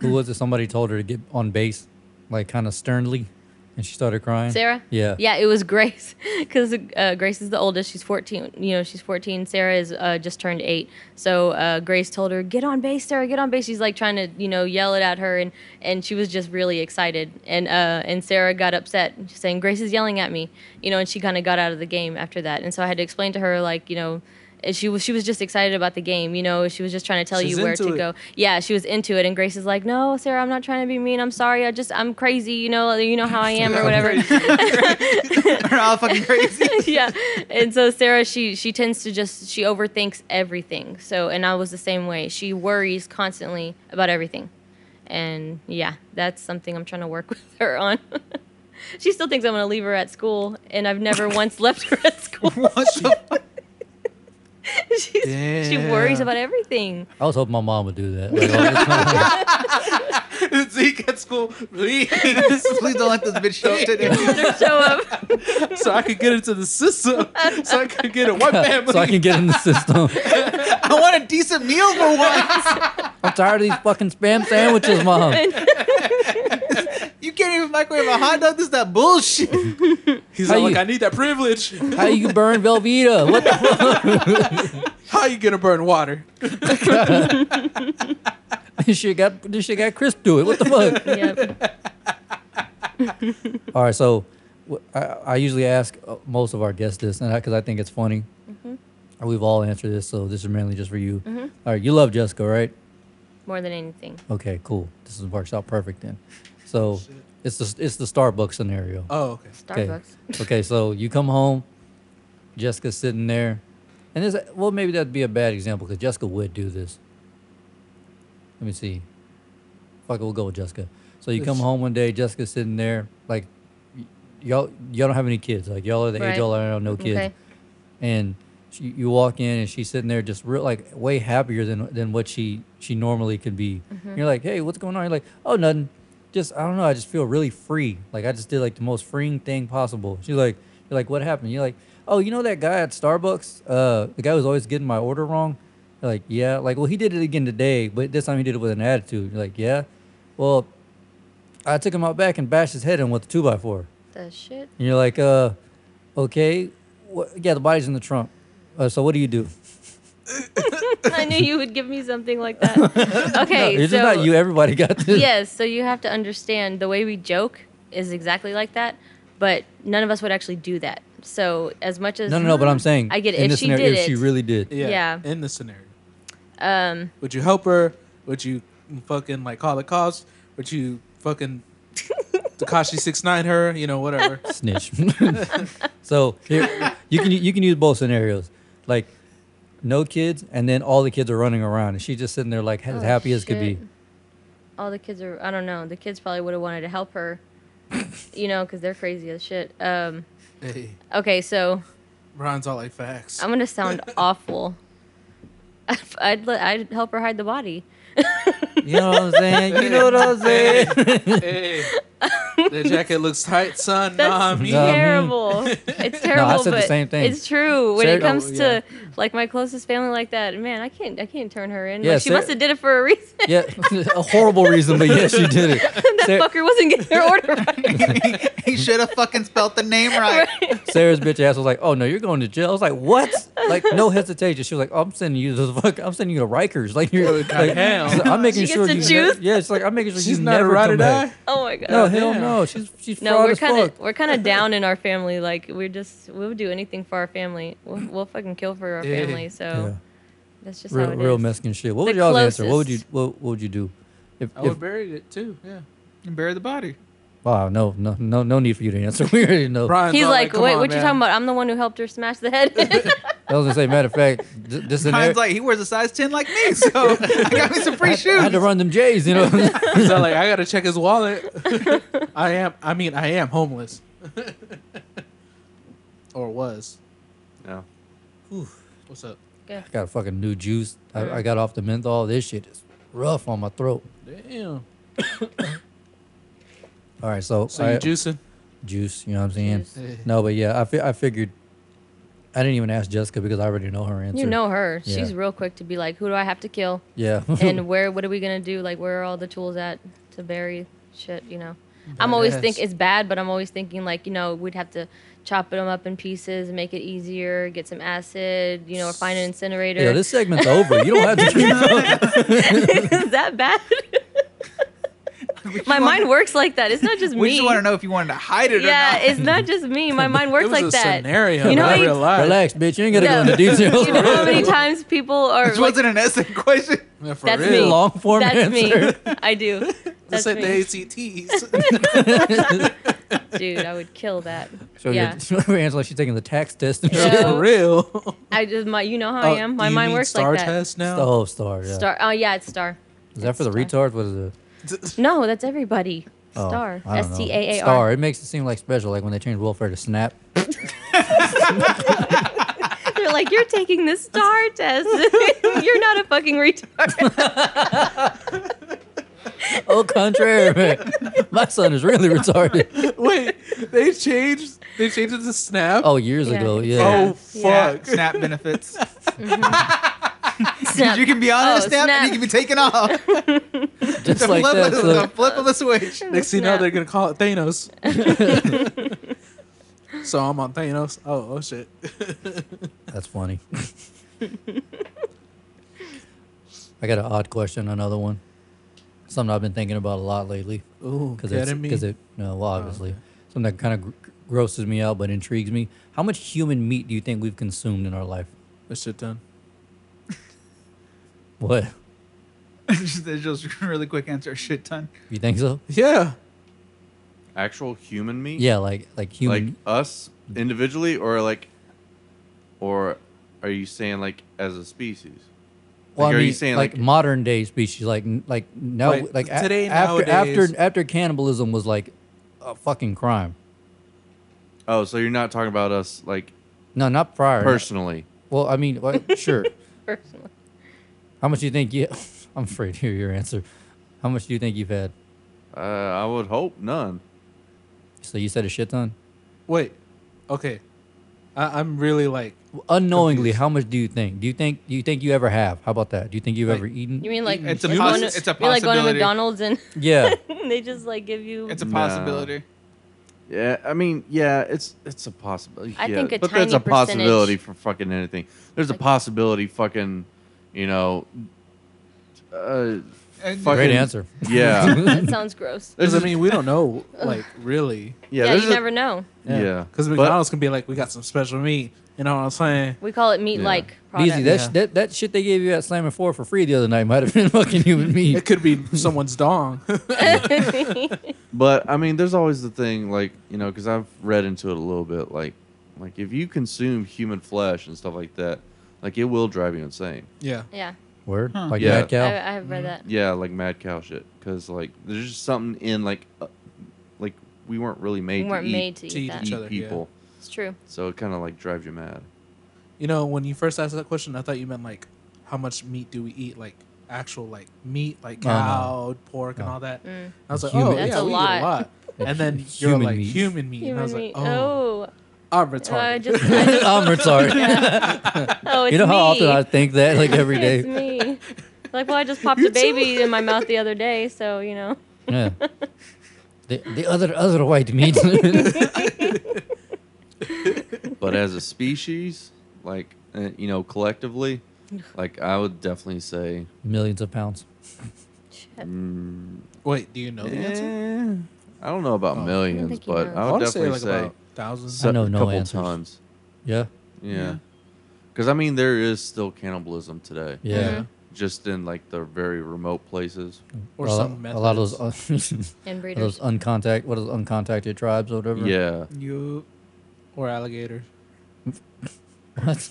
Speaker 5: Hmm.
Speaker 1: Who was it? Somebody told her to get on base, like kind of sternly, and she started crying.
Speaker 5: Sarah?
Speaker 1: Yeah.
Speaker 5: Yeah, it was Grace [LAUGHS] because uh, Grace is the oldest. She's 14. You know, she's 14. Sarah is uh, just turned eight. So uh, Grace told her, "Get on base, Sarah. Get on base." She's like trying to, you know, yell it at her, and and she was just really excited. And uh, and Sarah got upset, saying, "Grace is yelling at me," you know, and she kind of got out of the game after that. And so I had to explain to her, like, you know. and She was she was just excited about the game, you know. She was just trying to tell
Speaker 6: She's
Speaker 5: you where
Speaker 6: into
Speaker 5: to
Speaker 6: it.
Speaker 5: go. Yeah, she was into it, and Grace is like, "No, Sarah, I'm not trying to be mean. I'm sorry. I just I'm crazy. You know, you know
Speaker 6: [LAUGHS]
Speaker 5: how I am or whatever."
Speaker 4: [LAUGHS] They're all fucking crazy. [LAUGHS]
Speaker 5: [LAUGHS] yeah. And so Sarah, she she tends to just she overthinks everything. So and I was the same way. She worries constantly about everything. And yeah, that's something I'm trying to work [LAUGHS] with her on. she still thinks I'm going to leave her at school and I've
Speaker 1: [LAUGHS]
Speaker 5: never once left her at school. [LAUGHS]
Speaker 6: [LAUGHS]
Speaker 4: What the fuck?
Speaker 5: She's, she worries
Speaker 6: Damn.
Speaker 5: about everything.
Speaker 1: I was hoping my mom would do
Speaker 5: [LAUGHS]
Speaker 1: that. Like, all the time.
Speaker 6: Zeke at school, please,
Speaker 4: Please don't let this bitch show up today.
Speaker 5: Let her show
Speaker 1: [LAUGHS]
Speaker 5: up.
Speaker 6: so I could get into the system, so I could get a white family.
Speaker 1: [LAUGHS] so I
Speaker 6: [LAUGHS]
Speaker 1: can get in the system. [LAUGHS]
Speaker 4: I want a decent meal for once.
Speaker 1: I'm tired of these fucking spam sandwiches,
Speaker 5: [LAUGHS]
Speaker 1: mom.
Speaker 4: You can't even microwave a hot dog. This is that
Speaker 1: [LAUGHS]
Speaker 4: bullshit.
Speaker 6: He's
Speaker 1: How
Speaker 6: like,
Speaker 1: you-
Speaker 6: I need that privilege.
Speaker 1: How you burn Velveeta? What the [LAUGHS] fuck?
Speaker 6: How you gonna burn water?
Speaker 1: This shit got this shit got crisp to it. What the
Speaker 5: [LAUGHS]
Speaker 1: fuck?
Speaker 5: Yep.
Speaker 1: All right, so w- I, I usually ask uh, most of our guests this, and because I, think it's funny,
Speaker 5: Mm-hmm.
Speaker 1: we've all answered this, so this is mainly just for you. All right, you love Jessica, right?
Speaker 5: More than anything.
Speaker 1: Okay, cool. This is works out perfect then. So it's the it's the Starbucks scenario.
Speaker 6: Oh, okay.
Speaker 1: okay.
Speaker 5: Starbucks. [LAUGHS]
Speaker 1: okay, so you come home, Jessica's sitting there, and this well maybe that'd be a bad example because Jessica would do this. Let me see. fuck it, we'll go with Jessica. So you come home one day, Jessica's sitting there, like y- y'all y'all don't have any kids. Like y'all are the
Speaker 5: Right.
Speaker 1: age y'all are no kids.
Speaker 5: Okay.
Speaker 1: And she, you walk in and she's sitting there just real like way happier than than what she she normally could be. You're like, hey, what's going on? You're like, oh nothing. Just I don't know. I just feel really free. Like I just did like the most freeing thing possible. She's like, you're like, what happened? You're like, oh, you know that guy at Starbucks? Uh, the guy who's always getting my order wrong. You're like, yeah. Like, well, he did it again today, but this time he did it with an attitude. You're like, yeah. Well, I took him out back and bashed his head in with a two by four.
Speaker 5: The shit.
Speaker 1: And you're like, uh, okay, wha- yeah, the body's in the trunk. Uh, so what do you do?
Speaker 5: I knew you would give me something
Speaker 1: [LAUGHS]
Speaker 5: like that. Okay,
Speaker 1: it's
Speaker 5: so
Speaker 1: just not you. Everybody got this.
Speaker 5: yes, so you have to understand the way we joke is exactly like that, but none of us would actually do that. So as much as
Speaker 1: No, no, no. But I'm saying,
Speaker 5: I get it.
Speaker 1: In
Speaker 5: If
Speaker 1: this
Speaker 5: she
Speaker 1: scenario,
Speaker 5: did
Speaker 1: if she
Speaker 5: it-
Speaker 1: really did.
Speaker 5: Yeah.
Speaker 6: In the scenario,
Speaker 5: um,
Speaker 6: would you help her? Would you fucking like call the cops? Would you
Speaker 5: [LAUGHS]
Speaker 6: fucking Takashi six nine her? You know, whatever.
Speaker 1: snitch. [LAUGHS] so here, you can you can use both scenarios, like no kids, and then all the kids are running around, and she's just sitting there like as
Speaker 5: Oh,
Speaker 1: happy as could be.
Speaker 5: shit. all the kids are I don't know, the kids probably would have wanted to
Speaker 1: [LAUGHS]
Speaker 5: help her, you know, because they're crazy as shit. Um,
Speaker 6: Hey,
Speaker 5: okay, so
Speaker 6: Ron's all like facts.
Speaker 5: I'm gonna
Speaker 1: [LAUGHS]
Speaker 5: sound awful. I'd let, I'd help her hide the body.
Speaker 1: You know what I'm saying? You know what
Speaker 5: [LAUGHS]
Speaker 1: I'm saying? [LAUGHS]
Speaker 6: hey, the jacket looks tight, son.
Speaker 5: That's
Speaker 6: nah, me.
Speaker 1: No. [LAUGHS]
Speaker 5: terrible. it's terrible.
Speaker 1: said the
Speaker 5: but
Speaker 1: same thing.
Speaker 5: It's true. When
Speaker 1: Sarah-
Speaker 5: it comes
Speaker 6: Oh,
Speaker 5: to like my closest family like that, man, I can't I can't turn her in.
Speaker 1: Yeah,
Speaker 5: like, she
Speaker 1: Sarah-
Speaker 5: must have did it for a reason. [LAUGHS]
Speaker 1: yeah, [LAUGHS] a horrible reason, but yes, she did it.
Speaker 5: that
Speaker 1: Sarah-
Speaker 5: fucker wasn't getting
Speaker 1: [LAUGHS]
Speaker 5: her order right.
Speaker 4: [LAUGHS] he should have fucking spelt the name
Speaker 5: [LAUGHS]
Speaker 4: right.
Speaker 1: Sarah's bitch ass was like, "Oh no, you're going to jail." I was like, "What?" Like
Speaker 5: [LAUGHS]
Speaker 1: no hesitation. She was like, oh, "I'm sending you to the fuck. I'm sending you to Rikers. Like you're, like,
Speaker 6: goddamn.
Speaker 1: she's like, I'm making
Speaker 5: She
Speaker 1: sure
Speaker 5: gets to
Speaker 1: you. ne-
Speaker 5: choose?
Speaker 1: yeah, it's like I'm making sure
Speaker 6: She's
Speaker 1: you
Speaker 6: not a
Speaker 1: never
Speaker 6: ride
Speaker 1: come
Speaker 6: or die.
Speaker 1: back.
Speaker 5: oh my god.
Speaker 1: No, hell
Speaker 6: Damn.
Speaker 1: no. She's she's
Speaker 5: No,
Speaker 1: fraud
Speaker 5: we're
Speaker 1: as
Speaker 5: kind
Speaker 1: fuck.
Speaker 5: of we're kind of down in our family. Like we're just we'll do anything for our family. We'll, we'll fucking kill for our
Speaker 6: Yeah.
Speaker 5: family. So
Speaker 1: Yeah.
Speaker 5: oh, that's just
Speaker 1: real,
Speaker 5: how it is.
Speaker 1: real Mexican shit. What
Speaker 5: The
Speaker 1: would y'all's answer? What would you
Speaker 5: closest.
Speaker 1: what, what would you do? If,
Speaker 6: I
Speaker 1: if
Speaker 6: would bury it too. Yeah.
Speaker 4: And bury the body.
Speaker 1: wow, oh, no, no, no, no need for you to answer. [LAUGHS] We already know.
Speaker 6: Brian's
Speaker 5: He's
Speaker 6: all
Speaker 5: like,
Speaker 6: "Come
Speaker 5: wait,
Speaker 6: on,
Speaker 5: what you
Speaker 6: man."
Speaker 5: talking about? I'm the one who helped her smash the
Speaker 1: [LAUGHS]
Speaker 5: head. [LAUGHS] in."
Speaker 1: I was gonna say, matter of fact, th- this and
Speaker 4: Mine's like he wears a size ten like me, so [LAUGHS] I got me some free
Speaker 1: I
Speaker 4: shoes.
Speaker 1: had to run them J's, you
Speaker 6: [LAUGHS]
Speaker 1: know. [LAUGHS]
Speaker 6: so like I gotta check his wallet.
Speaker 5: [LAUGHS]
Speaker 6: [LAUGHS] I am. I mean, I am homeless, [LAUGHS] or was.
Speaker 7: No.
Speaker 6: What's up?
Speaker 1: got a fucking new juice. I, I got off the menthol. This shit is rough on my throat.
Speaker 6: Damn.
Speaker 1: All right, so,
Speaker 6: So
Speaker 1: I-
Speaker 6: you juicing?
Speaker 1: juice. You know what I'm saying?
Speaker 6: Juice.
Speaker 1: No, but yeah, I fi- I figured. I didn't even ask Jessica because I already know her answer.
Speaker 5: you know her.
Speaker 1: Yeah.
Speaker 5: She's real quick to be like, who do I have to kill?
Speaker 1: Yeah.
Speaker 5: and where what are we gonna do like where are all the tools at to bury shit you know i'm always think
Speaker 6: Badass.
Speaker 5: it's bad but i'm always thinking like you know we'd have to chop them up in pieces make it easier get some acid you know or find an incinerator
Speaker 1: [LAUGHS] yeah, this segment's over. You don't have to keep up.
Speaker 5: [LAUGHS] is that bad my mind works like that it's not just
Speaker 4: We
Speaker 5: me
Speaker 4: just want to know if you wanted to hide it
Speaker 5: yeah
Speaker 4: or not.
Speaker 5: it's not just me my mind works
Speaker 6: it was
Speaker 5: like
Speaker 6: a
Speaker 5: that
Speaker 6: Scenario.
Speaker 5: you know,
Speaker 6: not
Speaker 5: how-
Speaker 6: real life.
Speaker 1: Relax, bitch. You ain't gotta
Speaker 5: No.
Speaker 1: go into details. [LAUGHS]
Speaker 5: [LAUGHS] you know how many times people are
Speaker 4: [LAUGHS] This
Speaker 5: like,
Speaker 4: wasn't an essay question.
Speaker 6: Yeah, for
Speaker 5: that's
Speaker 6: real. [LAUGHS]
Speaker 5: me
Speaker 1: Long form
Speaker 5: that's [LAUGHS]
Speaker 1: answer.
Speaker 5: me i do that's
Speaker 6: Just like
Speaker 5: me.
Speaker 6: the ACTs.
Speaker 5: dude i would kill that
Speaker 1: So
Speaker 5: yeah
Speaker 1: yeah. [LAUGHS] Angela, she's taking the tax test and shit. [LAUGHS]
Speaker 5: Yeah.
Speaker 6: for real.
Speaker 5: I just my you know
Speaker 6: [LAUGHS] Oh,
Speaker 5: how [LAUGHS] I am. My mind works
Speaker 6: star
Speaker 5: like that.
Speaker 6: test now.
Speaker 1: The whole star. Yeah.
Speaker 5: Star. Oh yeah, it's star.
Speaker 1: Is that for the
Speaker 5: Star.
Speaker 1: retards? What is it?
Speaker 5: No, that's everybody.
Speaker 1: Oh,
Speaker 5: Star.
Speaker 1: I don't know.
Speaker 5: S T A A
Speaker 1: Star.
Speaker 5: R.
Speaker 1: It makes it seem like special, like when they change welfare to SNAP. [LAUGHS]
Speaker 5: [LAUGHS] They're like you're taking
Speaker 1: [LAUGHS]
Speaker 5: the star test. [LAUGHS] you're not a fucking retard.
Speaker 1: Au contraire, Oh, man. [LAUGHS] My son is really retarded.
Speaker 6: [LAUGHS] Wait, they changed. They changed it to Snap.
Speaker 1: Oh, years
Speaker 5: Yeah.
Speaker 1: ago, yeah.
Speaker 6: Oh,
Speaker 5: Yeah.
Speaker 6: fuck.
Speaker 4: Snap benefits.
Speaker 5: Snap.
Speaker 4: You
Speaker 5: [LAUGHS]
Speaker 4: can be on
Speaker 5: Oh,
Speaker 4: a snap,
Speaker 5: snap.
Speaker 4: and you can be taken off.
Speaker 1: just
Speaker 4: [LAUGHS] the,
Speaker 1: like
Speaker 4: flip
Speaker 1: that.
Speaker 4: of,
Speaker 1: so-
Speaker 4: the flip of a switch. [LAUGHS]
Speaker 6: Next thing you know,
Speaker 5: Snap.
Speaker 6: they're gonna call
Speaker 5: [LAUGHS]
Speaker 6: it Thanos. [LAUGHS] so I'm on Thanos. Oh, oh shit.
Speaker 1: That's funny. I got an odd question, another one. Something I've been thinking about a lot lately.
Speaker 6: Ooh,
Speaker 1: Because Because it,
Speaker 6: Oh,
Speaker 1: no, well, obviously. Something that kind of gr- grosses me out but intrigues me. How much human meat do you think we've consumed in our life?
Speaker 6: That shit done.
Speaker 1: What?
Speaker 4: just, it's just a really quick answer. Shit ton.
Speaker 1: You think so?
Speaker 6: Yeah.
Speaker 7: Actual human meat?
Speaker 1: Yeah, like like human.
Speaker 7: Like us individually or like or are you saying like as a species?
Speaker 1: Well,
Speaker 7: Like,
Speaker 1: I
Speaker 7: are
Speaker 1: mean,
Speaker 7: you saying
Speaker 1: like,
Speaker 7: like,
Speaker 1: modern day species, like n- like now,
Speaker 6: Like,
Speaker 1: like a-
Speaker 6: today,
Speaker 1: after
Speaker 6: nowadays-
Speaker 1: after after cannibalism was like a fucking crime.
Speaker 7: oh, so you're not talking about us like
Speaker 1: No, not prior.
Speaker 7: personally?
Speaker 1: Well, I mean, like, sure.
Speaker 5: personally.
Speaker 1: How much do you [LAUGHS] think? Yeah, I'm afraid to hear your answer. How much do you think you've had?
Speaker 7: Uh, I would hope none.
Speaker 1: So you said a shit ton.
Speaker 6: Wait, okay. I, I'm really like
Speaker 1: Unknowingly,
Speaker 6: Confused.
Speaker 1: how much do you think? Do you think? Do you think you ever have? How about that? Do you think you've
Speaker 6: Like,
Speaker 1: ever eaten?
Speaker 5: You mean like
Speaker 4: It's a
Speaker 5: going
Speaker 4: poss-
Speaker 5: to-
Speaker 4: it's a
Speaker 5: you mean, like going to
Speaker 4: possibility.
Speaker 5: McDonald's and
Speaker 1: [LAUGHS]
Speaker 5: [LAUGHS]
Speaker 1: yeah.
Speaker 5: they just like give you.
Speaker 4: It's a
Speaker 7: Nah.
Speaker 4: possibility.
Speaker 7: Yeah, I mean, yeah, it's it's a possibility.
Speaker 5: I
Speaker 7: yeah,
Speaker 5: think a
Speaker 7: but that's a
Speaker 5: tiny
Speaker 7: possibility
Speaker 5: percentage-
Speaker 7: for fucking anything. There's a
Speaker 5: Like-
Speaker 7: possibility, fucking, you know. Uh,
Speaker 4: And-
Speaker 7: Fuck.
Speaker 1: Great
Speaker 7: Fucking-
Speaker 1: answer. [LAUGHS]
Speaker 7: yeah,
Speaker 5: that sounds gross.
Speaker 7: there's
Speaker 6: Because
Speaker 7: a,
Speaker 6: I mean, we don't
Speaker 5: [LAUGHS]
Speaker 6: know, like, really.
Speaker 7: yeah,
Speaker 5: yeah
Speaker 7: there's
Speaker 5: you
Speaker 7: a-
Speaker 5: never know.
Speaker 7: yeah.
Speaker 6: Because
Speaker 7: But-
Speaker 6: McDonald's can be like, we got some special meat. You know what I'm saying?
Speaker 5: We call it meat like product.
Speaker 1: Beezy, that, sh
Speaker 6: Yeah.
Speaker 1: that that shit they gave you at Slammin' Four for free the other night might have been [LAUGHS] fucking human
Speaker 6: It
Speaker 1: meat.
Speaker 6: could
Speaker 5: [LAUGHS]
Speaker 6: be someone's dong. [LAUGHS]
Speaker 7: But I mean, there's always the thing, like you know, because I've read into it a little bit, like, like if you consume human flesh and stuff like that, like it will drive you insane.
Speaker 6: yeah.
Speaker 5: yeah,
Speaker 1: Word, like
Speaker 7: Yeah.
Speaker 1: mad
Speaker 5: I,
Speaker 1: cow.
Speaker 5: I have read that.
Speaker 7: Yeah, like mad cow shit, because like there's just something in like, uh, like we weren't really made
Speaker 5: We
Speaker 7: to
Speaker 5: weren't
Speaker 7: eat,
Speaker 5: made to
Speaker 6: to
Speaker 5: eat
Speaker 6: eat
Speaker 5: that.
Speaker 6: each
Speaker 7: eat
Speaker 6: other, yeah.
Speaker 7: people,
Speaker 5: It's true.
Speaker 7: so it kind of like drives you mad.
Speaker 6: You know, when you first asked that question, I thought you meant, like, how much meat do we eat? Like, actual, like, meat, like
Speaker 1: Oh, no.
Speaker 6: cow, pork, and
Speaker 1: No.
Speaker 6: all that. And I was like,
Speaker 1: Human
Speaker 6: oh,
Speaker 1: That's
Speaker 6: yeah,
Speaker 5: Mm. a
Speaker 6: we eat
Speaker 5: lot.
Speaker 6: a lot. And then
Speaker 1: Hu-
Speaker 6: you're
Speaker 1: human
Speaker 6: like,
Speaker 1: meat.
Speaker 6: human meat. and
Speaker 5: Human
Speaker 6: I was like,
Speaker 5: meat.
Speaker 6: oh,
Speaker 5: Oh,
Speaker 6: I'm
Speaker 5: oh, I
Speaker 6: retarded.
Speaker 5: just. I
Speaker 1: [LAUGHS]
Speaker 5: just
Speaker 1: I'm
Speaker 5: [LAUGHS]
Speaker 1: retarded.
Speaker 5: oh, it's
Speaker 1: You know how
Speaker 5: me.
Speaker 1: often I think that, like every
Speaker 5: [LAUGHS] It's
Speaker 1: day. [LAUGHS]
Speaker 5: me. Like, well, I just popped a baby in my mouth the other day, so you know. [LAUGHS]
Speaker 1: Yeah. The, the other other white meat.
Speaker 7: But as a species, like uh, you know, collectively, like I would definitely say,
Speaker 1: Millions of pounds.
Speaker 5: Shit.
Speaker 1: Mm.
Speaker 6: Wait, do you know the answer?
Speaker 7: eh, I don't know about
Speaker 6: Oh. I don't
Speaker 7: millions,
Speaker 5: think he
Speaker 7: but
Speaker 5: knows.
Speaker 7: I would definitely say,
Speaker 6: about thousands.
Speaker 1: I know
Speaker 7: a
Speaker 1: no
Speaker 7: couple
Speaker 1: answers.
Speaker 7: tons.
Speaker 1: Yeah.
Speaker 4: Yeah.
Speaker 7: Yeah. Because, I mean, there is still cannibalism today,
Speaker 1: Yeah.
Speaker 7: just in like the very remote places.
Speaker 6: Or
Speaker 1: a, lot-
Speaker 6: some
Speaker 1: a lot of
Speaker 6: methods.
Speaker 1: [LAUGHS] those, un-
Speaker 5: And
Speaker 1: those
Speaker 5: breeders.
Speaker 1: uncontact, what is it, uncontacted tribes or whatever. [LAUGHS]
Speaker 7: Yeah.
Speaker 4: You
Speaker 6: Or alligators.
Speaker 1: What?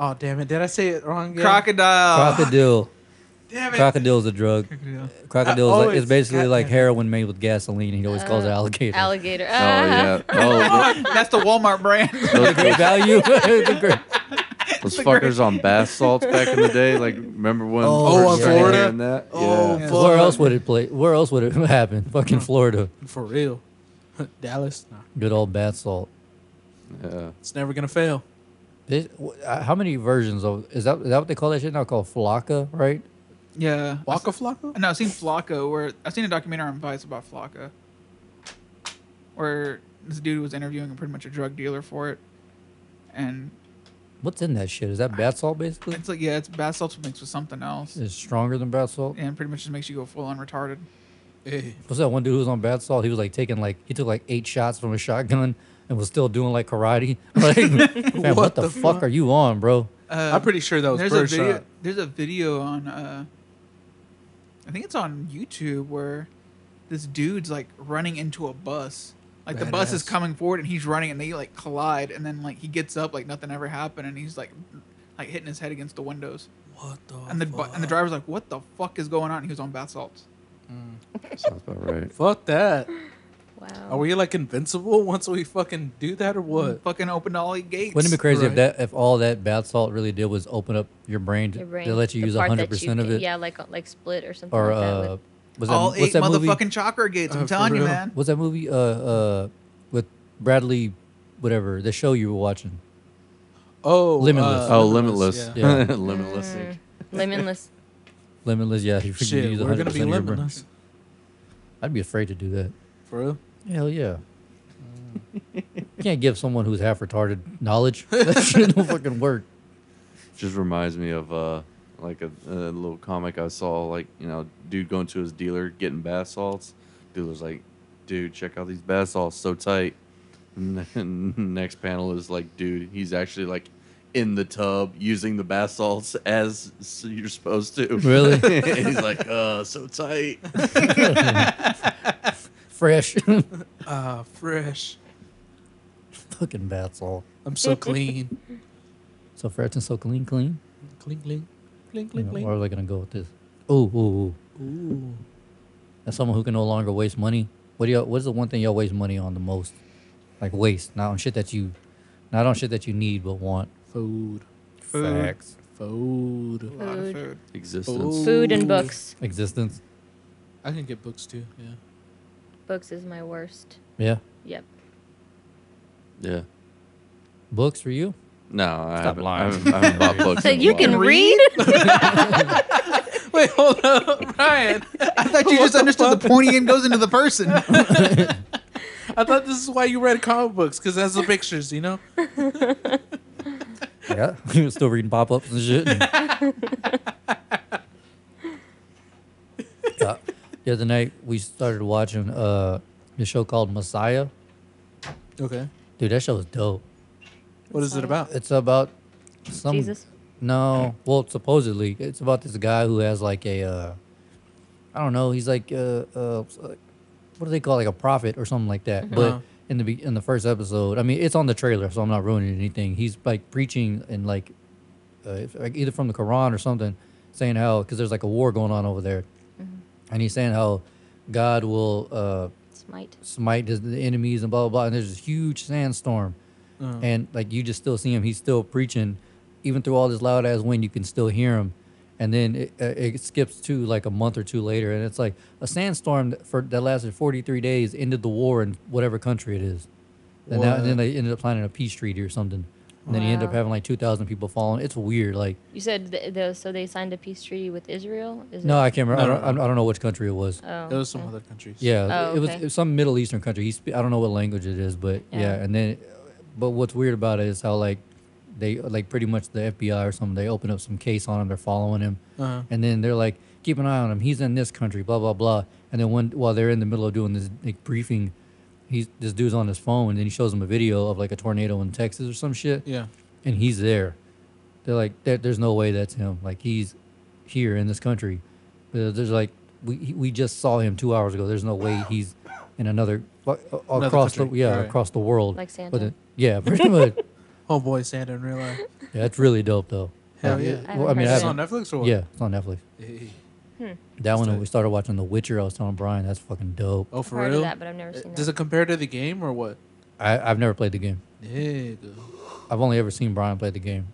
Speaker 6: Oh, damn it. Did I say it wrong? again?
Speaker 4: crocodile.
Speaker 1: Crocodile.
Speaker 4: Damn it.
Speaker 1: Crocodile's a drug.
Speaker 4: Crocodile.
Speaker 1: Crocodile is like, it's
Speaker 6: always-
Speaker 1: basically like
Speaker 6: goddamn.
Speaker 1: heroin made with gasoline. He always calls it
Speaker 5: Uh,
Speaker 1: alligator. [LAUGHS]
Speaker 5: Alligator.
Speaker 7: Oh,
Speaker 5: [LAUGHS]
Speaker 7: yeah. Oh,
Speaker 4: That's the Walmart brand. [LAUGHS]
Speaker 7: those,
Speaker 1: Great value. [LAUGHS]
Speaker 7: those fuckers on bath salts back in the day. Like, remember when?
Speaker 1: Oh,
Speaker 7: we
Speaker 1: on
Speaker 7: started
Speaker 6: Florida?
Speaker 7: hearing That?
Speaker 6: Oh,
Speaker 7: yeah.
Speaker 4: Yeah.
Speaker 1: where else would it play? Where else would it [LAUGHS] happen? Fucking Florida.
Speaker 6: For real. [LAUGHS] Dallas, nah.
Speaker 1: Good old bath salt.
Speaker 7: yeah.
Speaker 6: It's never gonna fail.
Speaker 1: This, wh- uh, how many versions of is that? Is that what they call that shit now? Called flaca, right?
Speaker 4: yeah.
Speaker 6: Waka Flocka?
Speaker 4: No, I've seen Flocko where I've seen a documentary on Vice about Flocko, where this dude was interviewing pretty much a drug dealer for it, and
Speaker 1: What's in that shit? Is that bath salt basically?
Speaker 4: it's like yeah, it's bath salts mixed with something else,
Speaker 1: It's stronger than bath salt.
Speaker 4: and pretty much just makes you go full on retarded.
Speaker 6: Hey.
Speaker 1: What's that one dude who was on bath salt? He was like taking like he took like eight shots from a shotgun and was still doing like karate. [LAUGHS] Like, man, what,
Speaker 6: What
Speaker 1: the,
Speaker 6: the
Speaker 1: fuck
Speaker 6: fuck?
Speaker 1: are you on, bro?
Speaker 4: Uh,
Speaker 6: I'm pretty sure that was
Speaker 4: there's a
Speaker 6: birdshot.
Speaker 4: video. There's a video on. Uh, I think it's on YouTube where this dude's like running into a bus. Like the bus is
Speaker 6: Badass.
Speaker 4: coming forward and he's running and they like collide and then like he gets up like nothing ever happened and he's like like hitting his head against the windows.
Speaker 6: What
Speaker 1: Oh,
Speaker 6: the
Speaker 4: And the bu-
Speaker 6: fuck?
Speaker 4: and the driver's like, "What the fuck is going on?" And he was on bath salts.
Speaker 7: Sounds about right.
Speaker 6: Fuck that. Are
Speaker 5: Ah, Wow.
Speaker 6: we like invincible once we fucking do that or what?
Speaker 4: Fucking opened all eight gates.
Speaker 1: Wouldn't it be crazy if
Speaker 6: Right.
Speaker 1: that if all that bath salt really did was open up your brain? To,
Speaker 5: Your brain,
Speaker 1: They let you
Speaker 5: the
Speaker 1: use
Speaker 5: part that
Speaker 1: hundred percent
Speaker 5: you
Speaker 1: of
Speaker 5: can-
Speaker 1: it,
Speaker 5: Yeah, like like split or something
Speaker 1: or
Speaker 5: like that.
Speaker 1: uh,
Speaker 5: with-
Speaker 1: was that
Speaker 4: all
Speaker 1: what's
Speaker 4: eight
Speaker 1: that movie? Oh,
Speaker 4: motherfucking chakra gates. I'm
Speaker 6: Uh,
Speaker 4: telling
Speaker 6: for
Speaker 4: you,
Speaker 6: real.
Speaker 4: man.
Speaker 1: What's that movie? Uh, uh, with Bradley, whatever the show you were watching.
Speaker 6: Oh,
Speaker 1: Limitless.
Speaker 6: uh,
Speaker 7: Oh, limitless.
Speaker 6: yeah.
Speaker 7: [LAUGHS]
Speaker 1: Yeah.
Speaker 7: limitless.
Speaker 1: [LAUGHS]
Speaker 5: Lemonless.
Speaker 1: Limitless, yeah. [LAUGHS] You freaking
Speaker 6: Shit,
Speaker 1: use
Speaker 6: we're
Speaker 1: 100%
Speaker 6: gonna
Speaker 1: of
Speaker 6: be
Speaker 1: your brain.
Speaker 6: limitless.
Speaker 1: I'd be afraid to do that.
Speaker 6: For real?
Speaker 1: Hell yeah. [LAUGHS] you can't give someone who's half retarded knowledge. [LAUGHS] That shit don't fucking work.
Speaker 7: Just reminds me of uh, like a, a little comic I saw. Like, you know, dude going to his dealer getting bath salts. Dude was like, dude, check out these bath salts. So tight. [LAUGHS] And then next panel is like, dude, he's actually like in the tub using the bath salts as s- you're supposed to.
Speaker 1: Really?
Speaker 7: and [LAUGHS] he's like, uh, so tight.
Speaker 1: Fresh. [LAUGHS]
Speaker 6: Uh, fresh.
Speaker 1: fucking bath salt.
Speaker 5: [LAUGHS]
Speaker 6: I'm so clean.
Speaker 1: So fresh and so clean, clean.
Speaker 6: clean, clean. blink,
Speaker 1: You
Speaker 6: blink,
Speaker 1: know,
Speaker 6: blink.
Speaker 1: where was I gonna go with this? Ooh, ooh, ooh.
Speaker 6: Ooh.
Speaker 1: As someone who can no longer waste money, what do y'all? What's the one thing y'all waste money on the most? Like waste, not on shit that you, not on shit that you need but want.
Speaker 6: Food.
Speaker 4: Food.
Speaker 1: Facts.
Speaker 4: A
Speaker 6: Food.
Speaker 4: lot of
Speaker 5: Food.
Speaker 4: food.
Speaker 7: Existence.
Speaker 5: Food
Speaker 6: Ooh.
Speaker 5: and books.
Speaker 1: Existence.
Speaker 6: I can get books too. Yeah.
Speaker 5: Books is my worst.
Speaker 1: Yeah. [LAUGHS]
Speaker 5: Yep.
Speaker 7: Yeah.
Speaker 1: Books for you?
Speaker 7: No, I
Speaker 8: Stop
Speaker 7: haven't, I
Speaker 8: lying.
Speaker 7: haven't, I haven't bought books.
Speaker 5: So
Speaker 7: in a
Speaker 5: you
Speaker 7: while.
Speaker 1: [LAUGHS]
Speaker 5: can read?
Speaker 6: Wait, hold up,
Speaker 5: [LAUGHS]
Speaker 6: [LAUGHS] Ryan.
Speaker 4: I thought
Speaker 1: [LAUGHS]
Speaker 4: you just understood the pointy end goes into the person.
Speaker 6: I thought this is why you read comic books because that's the pictures, you know.
Speaker 1: Yeah. [LAUGHS] You're still reading pop ups and shit. yeah. Uh, The other night we started watching uh the show called Messiah.
Speaker 6: Okay.
Speaker 1: Dude, that show is dope.
Speaker 6: What is it about?
Speaker 1: It's about some
Speaker 5: Jesus.
Speaker 1: No, well, supposedly it's about this guy who has like a, uh, I don't know, he's like, uh, uh, what do they call it? like a prophet or something like that?
Speaker 6: Uh-huh.
Speaker 1: But in the be- in the first episode, I mean, it's on the trailer, so I'm not ruining anything. He's like preaching and like, uh, if- like either from the Quran or something, saying how because there's like a war going on over there, and he's saying how God will. Uh,
Speaker 5: Smite.
Speaker 1: smite his, the enemies and blah blah blah. And there's this huge sandstorm,
Speaker 6: Oh. Mm.
Speaker 1: and like you just still see him. He's still preaching, even through all this loud ass wind. You can still hear him. And then it, uh, it skips to like a month or two later, and it's like a sandstorm that, for, that lasted 43 days ended the war in whatever country it is. And, that, and then they ended up planning a peace treaty or something. And then he ended up
Speaker 5: Wow.
Speaker 1: having like 2,000 people following. It's weird. Like,
Speaker 5: You said th- th- so they signed a peace treaty with Israel? Is
Speaker 1: no,
Speaker 5: it?
Speaker 1: I can't remember.
Speaker 6: No,
Speaker 1: I, don't, I don't know which country it was.
Speaker 5: Oh,
Speaker 6: It was some
Speaker 5: okay.
Speaker 6: other countries.
Speaker 1: Yeah,
Speaker 5: Oh,
Speaker 1: it was
Speaker 5: okay.
Speaker 1: it was some Middle Eastern country. He spe- I don't know what language it is, but yeah.
Speaker 5: Yeah.
Speaker 1: And then, but what's weird about it is how like they like pretty much the FBI or something. They open up some case on him. They're following him,
Speaker 6: Uh-huh.
Speaker 1: and then they're like, keep an eye on him. He's in this country. Blah blah blah. And then when while they're in the middle of doing this like, briefing, he's this dude's on his phone, and then he shows him a video of like a tornado in Texas or some shit
Speaker 6: Yeah.
Speaker 1: and he's there. They're like, there, there's no way that's him. Like he's here in this country. There- There's like, we he- we just saw him two hours ago. There's no way he's in another fu- a-
Speaker 6: Another
Speaker 1: across the
Speaker 6: country.
Speaker 1: yeah
Speaker 6: Right.
Speaker 1: across the world.
Speaker 5: Like Santa?
Speaker 1: But it- yeah, [LAUGHS] pretty much.
Speaker 6: Oh boy, Santa in real life.
Speaker 1: yeah, it's really dope though.
Speaker 6: Hell
Speaker 1: Like,
Speaker 6: yeah.
Speaker 1: it-
Speaker 5: I
Speaker 1: well, I mean, I
Speaker 5: haven't heard
Speaker 6: It's
Speaker 5: of
Speaker 1: haven't,
Speaker 6: on Netflix or what?
Speaker 1: yeah, it's on Netflix.
Speaker 6: Hey.
Speaker 1: That one
Speaker 6: tight.
Speaker 1: when we started watching The Witcher, I was telling Brian that's fucking dope.
Speaker 6: Oh,
Speaker 5: I've
Speaker 6: for
Speaker 5: heard
Speaker 6: real?
Speaker 5: of that, but I've never
Speaker 6: Uh,
Speaker 5: seen
Speaker 6: Does
Speaker 5: that.
Speaker 6: it compare to the game or what?
Speaker 1: I, I've never played the game.
Speaker 6: Nigga.
Speaker 1: I've only ever seen Brian play the game.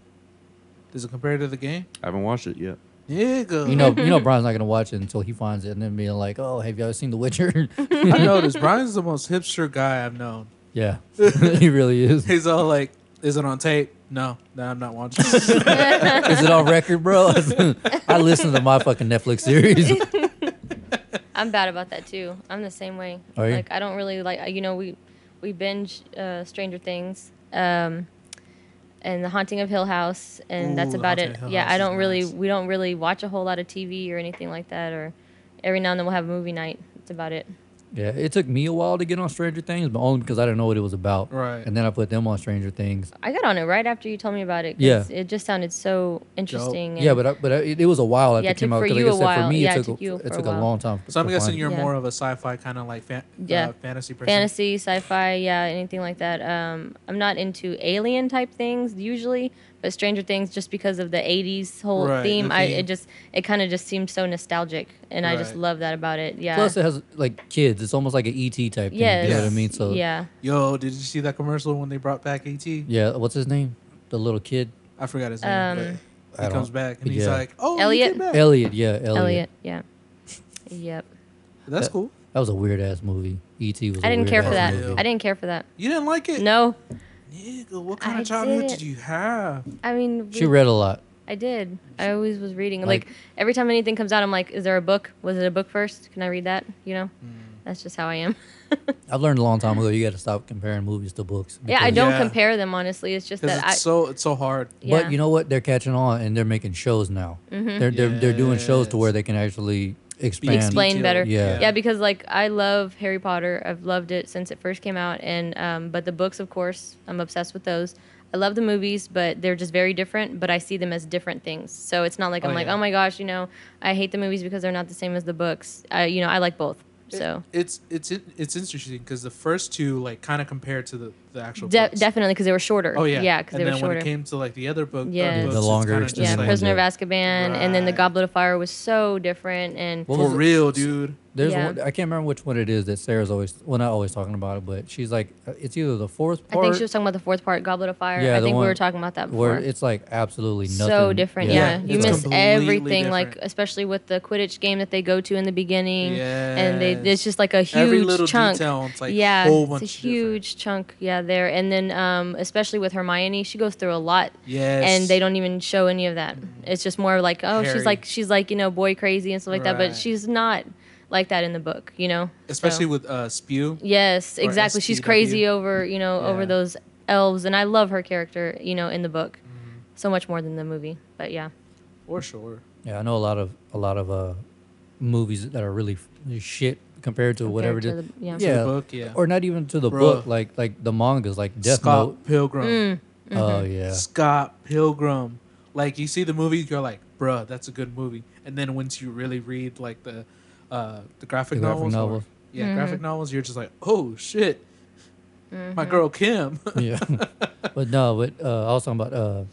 Speaker 6: Does it compare to the game?
Speaker 7: I haven't watched it yet.
Speaker 6: Nigga.
Speaker 1: You know, you
Speaker 5: [LAUGHS]
Speaker 1: know, Brian's not gonna watch it until he finds it, and then being like, "Oh, have you ever seen The
Speaker 5: [LAUGHS]
Speaker 1: Witcher?"
Speaker 6: I noticed Brian's the most hipster guy I've known.
Speaker 1: yeah, [LAUGHS] he really is.
Speaker 6: He's all like, "Is it on tape? No, no, I'm not watching."
Speaker 1: [LAUGHS]
Speaker 6: this."
Speaker 1: Is it on record, bro? [LAUGHS] I listen to my fucking Netflix
Speaker 6: [LAUGHS]
Speaker 1: series.
Speaker 5: I'm bad about that too. I'm the same way.
Speaker 1: Are you?
Speaker 5: Like I don't really like I- you know we we binge uh, Stranger Things um, and The Haunting of Hill House and that's
Speaker 6: Ooh, The
Speaker 5: about
Speaker 6: Haunting of
Speaker 5: it.
Speaker 6: Hill
Speaker 5: Yeah,
Speaker 6: House
Speaker 5: I
Speaker 6: is
Speaker 5: don't really
Speaker 6: nice.
Speaker 5: we don't really watch a whole lot of TV or anything like that or every now and then we'll have a movie night. That's about it.
Speaker 1: yeah, it took me a while to get on Stranger Things, but only because I didn't know what it was about.
Speaker 6: Right.
Speaker 1: And then I put them on Stranger Things.
Speaker 5: I got on it right after you told me about it. 'cause
Speaker 1: Yeah.
Speaker 5: It just sounded so interesting.
Speaker 1: Yeah, but I, but I, it, it was a while after
Speaker 5: Yeah,
Speaker 1: it
Speaker 5: it
Speaker 1: came
Speaker 5: took
Speaker 1: out.
Speaker 5: for
Speaker 1: 'cause like
Speaker 5: you a
Speaker 1: I said, for
Speaker 5: while.
Speaker 1: me,
Speaker 5: Yeah,
Speaker 1: it
Speaker 5: it
Speaker 1: took,
Speaker 5: took you
Speaker 1: it
Speaker 5: for a
Speaker 1: took
Speaker 5: while.
Speaker 1: long time.
Speaker 6: so I'm
Speaker 1: to
Speaker 6: guessing
Speaker 1: find it.
Speaker 6: you're
Speaker 5: Yeah.
Speaker 6: more of a sci-fi kind of like fan,
Speaker 5: Yeah.
Speaker 6: uh, fantasy person.
Speaker 5: fantasy, sci-fi, yeah, anything like that. Um, I'm not into alien type things usually, but Stranger Things just because of the '80s whole
Speaker 6: Right, the
Speaker 5: theme, I
Speaker 6: theme.
Speaker 5: it just it kind of just seemed so nostalgic, and I just
Speaker 6: Right.
Speaker 5: love that about it. Yeah.
Speaker 1: Plus, it has like kids. It's almost like an ET type thing.
Speaker 5: yes.
Speaker 1: You know what I mean? So
Speaker 5: yeah,
Speaker 6: Yo, did you see that commercial when they brought back AT?
Speaker 1: yeah, What's his name? The little kid,
Speaker 6: I forgot his name.
Speaker 5: Um,
Speaker 6: but
Speaker 1: I
Speaker 6: he comes
Speaker 1: don't-
Speaker 6: back and he's
Speaker 1: yeah.
Speaker 6: like, "Oh, you
Speaker 5: Elliot?
Speaker 6: came back."
Speaker 1: Elliot. Yeah, Elliot.
Speaker 5: Elliot. Yeah. [LAUGHS] Yep.
Speaker 6: That's
Speaker 1: Uh,
Speaker 6: cool.
Speaker 1: That was a weird ass movie. ET was.
Speaker 5: I
Speaker 1: a
Speaker 5: didn't care for
Speaker 1: weird-ass
Speaker 5: that.
Speaker 1: movie.
Speaker 5: I didn't care for that.
Speaker 6: You didn't like it?
Speaker 5: No,
Speaker 6: Nigga, what kind
Speaker 5: I
Speaker 6: of childhood
Speaker 5: did.
Speaker 6: did you have?
Speaker 5: I mean,
Speaker 1: She
Speaker 5: we-
Speaker 1: read a lot.
Speaker 5: I did. I always was reading.
Speaker 1: Like-
Speaker 5: Like, every time anything comes out, I'm like, is there a book? Was it a book first? Can I read that? You know,
Speaker 6: Mm.
Speaker 5: that's just how I am. [LAUGHS]
Speaker 1: I've learned a long time ago. You got to stop comparing movies to books.
Speaker 5: yeah, I
Speaker 1: because-
Speaker 5: don't
Speaker 6: Yeah.
Speaker 5: compare them honestly. It's just
Speaker 6: Because
Speaker 5: that
Speaker 6: it's
Speaker 5: I.
Speaker 6: so it's so hard.
Speaker 5: yeah. Mm-hmm.
Speaker 1: But you know what? They're catching on and they're making shows now. They're, they're they're doing shows to where
Speaker 6: Yes.
Speaker 1: they can actually expand.
Speaker 5: explain
Speaker 6: detailed.
Speaker 5: better.
Speaker 1: Yeah.
Speaker 5: yeah, because like I love Harry Potter. I've loved it since it first came out, and um, but the books, of course, I'm obsessed with those. I love the movies, but they're just very different. But I see them as different things, so it's not like
Speaker 6: Oh,
Speaker 5: I'm like,
Speaker 6: yeah.
Speaker 5: oh my gosh, you know, I hate the movies because they're not the same as the books. I, you know, I like both. So
Speaker 6: it's it's in- it's interesting because the first two like kind of compared to the the actual
Speaker 5: De-
Speaker 6: books.
Speaker 5: definitely because they were shorter.
Speaker 6: Oh yeah,
Speaker 5: yeah, because
Speaker 6: And
Speaker 5: they were
Speaker 6: then when it
Speaker 5: shorter.
Speaker 6: came to like the other book,
Speaker 5: Yeah.
Speaker 6: yeah,
Speaker 5: The
Speaker 1: longer
Speaker 5: Yeah,
Speaker 1: like-
Speaker 5: Prisoner of
Speaker 1: Yeah.
Speaker 5: Azkaban, and then the
Speaker 6: Right.
Speaker 5: Goblet of Fire was so different, and
Speaker 1: What
Speaker 6: for
Speaker 1: was it?
Speaker 6: real, dude.
Speaker 1: There's
Speaker 5: Yeah.
Speaker 1: one, I can't remember which one it is that Sarah's always well not always talking about it, but she's like uh, it's either the fourth
Speaker 5: I
Speaker 1: part
Speaker 5: think she was talking about the fourth part, Goblet of Fire.
Speaker 1: Yeah,
Speaker 5: I
Speaker 1: the
Speaker 5: think we
Speaker 1: one
Speaker 5: were talking about that before.
Speaker 1: where it's like absolutely nothing.
Speaker 5: so different, yeah.
Speaker 6: Yeah,
Speaker 5: You
Speaker 6: it's
Speaker 5: miss
Speaker 6: completely
Speaker 5: everything,
Speaker 6: different.
Speaker 5: like especially with the Quidditch game that they go to in the beginning, and they
Speaker 6: Yes.
Speaker 5: it's just like a huge
Speaker 6: Every little
Speaker 5: chunk.
Speaker 6: detail, it's like
Speaker 5: yeah,
Speaker 6: whole
Speaker 5: it's
Speaker 6: bunch
Speaker 5: a
Speaker 6: of different-
Speaker 5: huge chunk, yeah. There, and then um, especially with Hermione, she goes through a lot
Speaker 6: Yes. Mm-hmm.
Speaker 5: and they don't even show any of that. It's just more like, oh,
Speaker 6: Harry.
Speaker 5: she's like she's like you know boy crazy and stuff like that,
Speaker 6: Right.
Speaker 5: but she's not like that in the book, you know.
Speaker 6: especially
Speaker 5: So-
Speaker 6: with uh Spew.
Speaker 5: yes,
Speaker 6: or
Speaker 5: exactly. She's
Speaker 6: SPW.
Speaker 5: crazy over you know
Speaker 6: Yeah.
Speaker 5: over those elves, and I love her character, you know, in the book
Speaker 6: Mm-hmm.
Speaker 5: so much more than the movie. But yeah,
Speaker 6: For sure.
Speaker 1: Yeah, I know a lot of a lot of uh movies that are really f- shit compared to whatever it
Speaker 5: to
Speaker 1: is.
Speaker 5: the- yeah. To the
Speaker 6: book, yeah.
Speaker 1: Or not even to the
Speaker 6: Bruh.
Speaker 1: book, like like the mangas, like Death
Speaker 6: Scott
Speaker 1: Note.
Speaker 6: Pilgrim.
Speaker 5: Mm. Mm-hmm.
Speaker 1: Oh yeah.
Speaker 6: Scott Pilgrim. Like you see the movie, you're like, bruh, that's a good movie. And then once you really read like the uh
Speaker 1: The
Speaker 6: the graphic
Speaker 1: graphic
Speaker 6: novels, or-
Speaker 1: novels.
Speaker 6: yeah,
Speaker 5: Mm-hmm.
Speaker 6: graphic novels, you're just like, oh shit, my girl Kim. [LAUGHS]
Speaker 1: yeah. [LAUGHS] but no, but uh, I was talking about uh,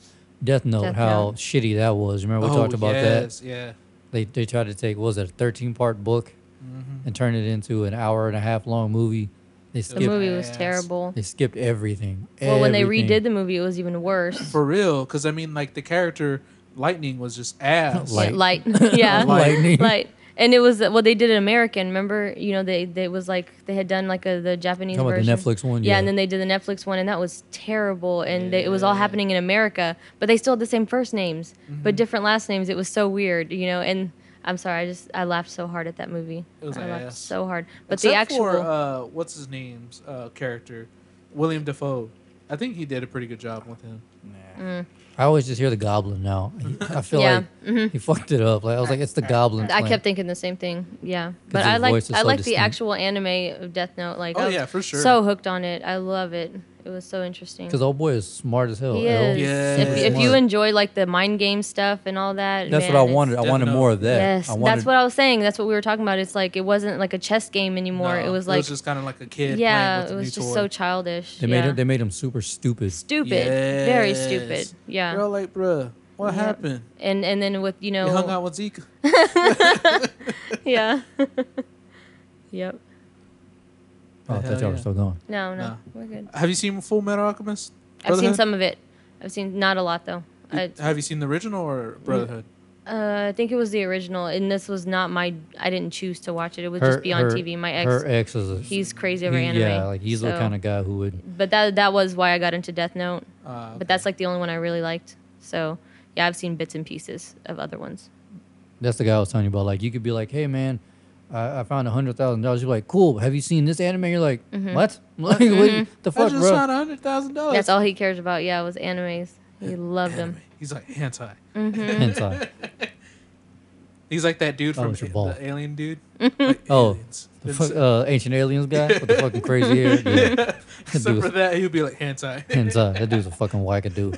Speaker 1: Death Note,
Speaker 5: Death
Speaker 1: how
Speaker 5: Note.
Speaker 1: shitty that was. Remember we
Speaker 6: Oh,
Speaker 1: talked about
Speaker 6: yes,
Speaker 1: that?
Speaker 6: Yeah,
Speaker 1: They they tried to take what was it a thirteen part book
Speaker 6: Mm-hmm.
Speaker 1: and turn it into an hour and a half long movie. They
Speaker 5: the
Speaker 1: skipped
Speaker 5: movie was
Speaker 6: Yes.
Speaker 5: terrible.
Speaker 1: they skipped everything.
Speaker 5: Well, when they redid
Speaker 1: everything.
Speaker 5: the movie, it was even worse.
Speaker 6: for real. Because I mean, like the character Lightning was just
Speaker 1: [LAUGHS]
Speaker 6: ass.
Speaker 1: Light.
Speaker 5: light, yeah,
Speaker 1: Lightning.
Speaker 5: light. And it was well, they did an American. Remember, you know, they they was like they had done like a, the Japanese
Speaker 1: Talking about the
Speaker 5: version.
Speaker 1: Netflix one,
Speaker 5: Yeah.
Speaker 1: yeah.
Speaker 5: and then they did the Netflix one, and that was terrible. And they, it was all happening in America, but they still had the same first names,
Speaker 6: Mm-hmm.
Speaker 5: but different last names. It was so weird, you know. And I'm sorry, I just I laughed so hard at that movie.
Speaker 6: It was
Speaker 5: I laughed
Speaker 6: ass.
Speaker 5: so hard. But
Speaker 6: Except
Speaker 5: the actual
Speaker 6: for, uh, what's his name's uh, character, William Defoe. I think he did a pretty good job with him.
Speaker 1: I always just hear the goblin
Speaker 6: [LAUGHS]
Speaker 1: now. I feel
Speaker 5: Yeah, mm-hmm.
Speaker 1: like he fucked it up. Like I was like, it's the goblin.
Speaker 5: I
Speaker 1: plan.
Speaker 5: kept thinking the same thing. Yeah, but
Speaker 1: his
Speaker 5: I like
Speaker 1: voice is
Speaker 5: I
Speaker 1: so
Speaker 5: like the
Speaker 1: distinct.
Speaker 5: actual anime of Death Note. Like,
Speaker 6: Oh,
Speaker 5: I was
Speaker 6: yeah, for sure.
Speaker 5: So hooked on it. I love it. It was so interesting.
Speaker 1: Because old boy is smart as hell.
Speaker 5: He
Speaker 1: L.
Speaker 5: is.
Speaker 6: Yeah.
Speaker 5: If, if you
Speaker 1: Smart.
Speaker 5: enjoy like the mind game stuff and all that,
Speaker 1: That's
Speaker 5: man,
Speaker 1: what I
Speaker 5: it's-
Speaker 1: wanted. I
Speaker 6: Death
Speaker 1: wanted
Speaker 6: Note.
Speaker 1: more of that.
Speaker 5: Yes,
Speaker 1: I wanted,
Speaker 5: that's what I was saying. That's what we were talking about. It's like it wasn't like a chess game anymore.
Speaker 6: No,
Speaker 5: it was like,
Speaker 6: just kind of like a kid. playing
Speaker 5: yeah,
Speaker 6: with
Speaker 5: it
Speaker 6: a
Speaker 5: was
Speaker 6: new
Speaker 5: just
Speaker 6: toy.
Speaker 5: so childish.
Speaker 1: they made
Speaker 5: yeah.
Speaker 1: him. They made him super stupid.
Speaker 5: stupid, very
Speaker 6: Yes.
Speaker 5: stupid. Yeah,
Speaker 6: Girl, like, bruh, what
Speaker 5: Yeah.
Speaker 6: happened?
Speaker 5: and and then with you
Speaker 6: You hung
Speaker 5: know,
Speaker 6: out with Zeke.
Speaker 5: [LAUGHS] yeah, yep.
Speaker 1: Oh, I
Speaker 6: Hell
Speaker 1: thought y'all were
Speaker 6: yeah.
Speaker 1: still going.
Speaker 5: No, no,
Speaker 6: No.
Speaker 5: we're good.
Speaker 6: Have you seen Full Metal Alchemist?
Speaker 5: I've seen
Speaker 6: Brotherhood?
Speaker 5: some uh, of it. I've seen not a lot though. I,
Speaker 6: Have you seen the original or
Speaker 5: Mm-hmm.
Speaker 6: Brotherhood?
Speaker 5: uh, I think it was the original, and this was not my. I didn't choose to watch it. It would
Speaker 1: Her-
Speaker 5: just be on
Speaker 1: her-
Speaker 5: TV. My ex,
Speaker 1: Her ex is a.
Speaker 5: he's crazy over
Speaker 1: he-
Speaker 5: anime.
Speaker 1: Yeah, like he's the
Speaker 5: so-
Speaker 1: kind of guy who would.
Speaker 5: but that that was why I got into Death Note.
Speaker 6: Uh,
Speaker 5: But that's like the only one I really liked. So yeah, I've seen bits and pieces of other ones.
Speaker 1: That's the guy I was telling you about. Like you could be like, hey man. I I found a hundred thousand dollars. You're like, cool. Have you seen this anime? You're like, what? [LAUGHS] Like, what the
Speaker 6: I
Speaker 1: fuck,
Speaker 6: just
Speaker 1: bro? [LAUGHS]
Speaker 6: found a hundred thousand dollars.
Speaker 5: That's all he cares about. Yeah, was animes. He loved them.
Speaker 6: He's like anti.
Speaker 1: Hentai.
Speaker 6: He's like that dude
Speaker 1: Oh,
Speaker 6: from
Speaker 1: it's your
Speaker 6: the
Speaker 1: ball.
Speaker 6: alien
Speaker 5: [LAUGHS]
Speaker 6: dude. Like,
Speaker 1: Oh,
Speaker 6: aliens. [LAUGHS]
Speaker 1: The
Speaker 6: It's-
Speaker 1: fuck, [LAUGHS] uh, ancient aliens guy with the fucking crazy
Speaker 6: [LAUGHS]
Speaker 1: hair. Yeah.
Speaker 6: except for that, he'll be like anti. [LAUGHS]
Speaker 1: Hentai. That dude's a fucking wackadoo.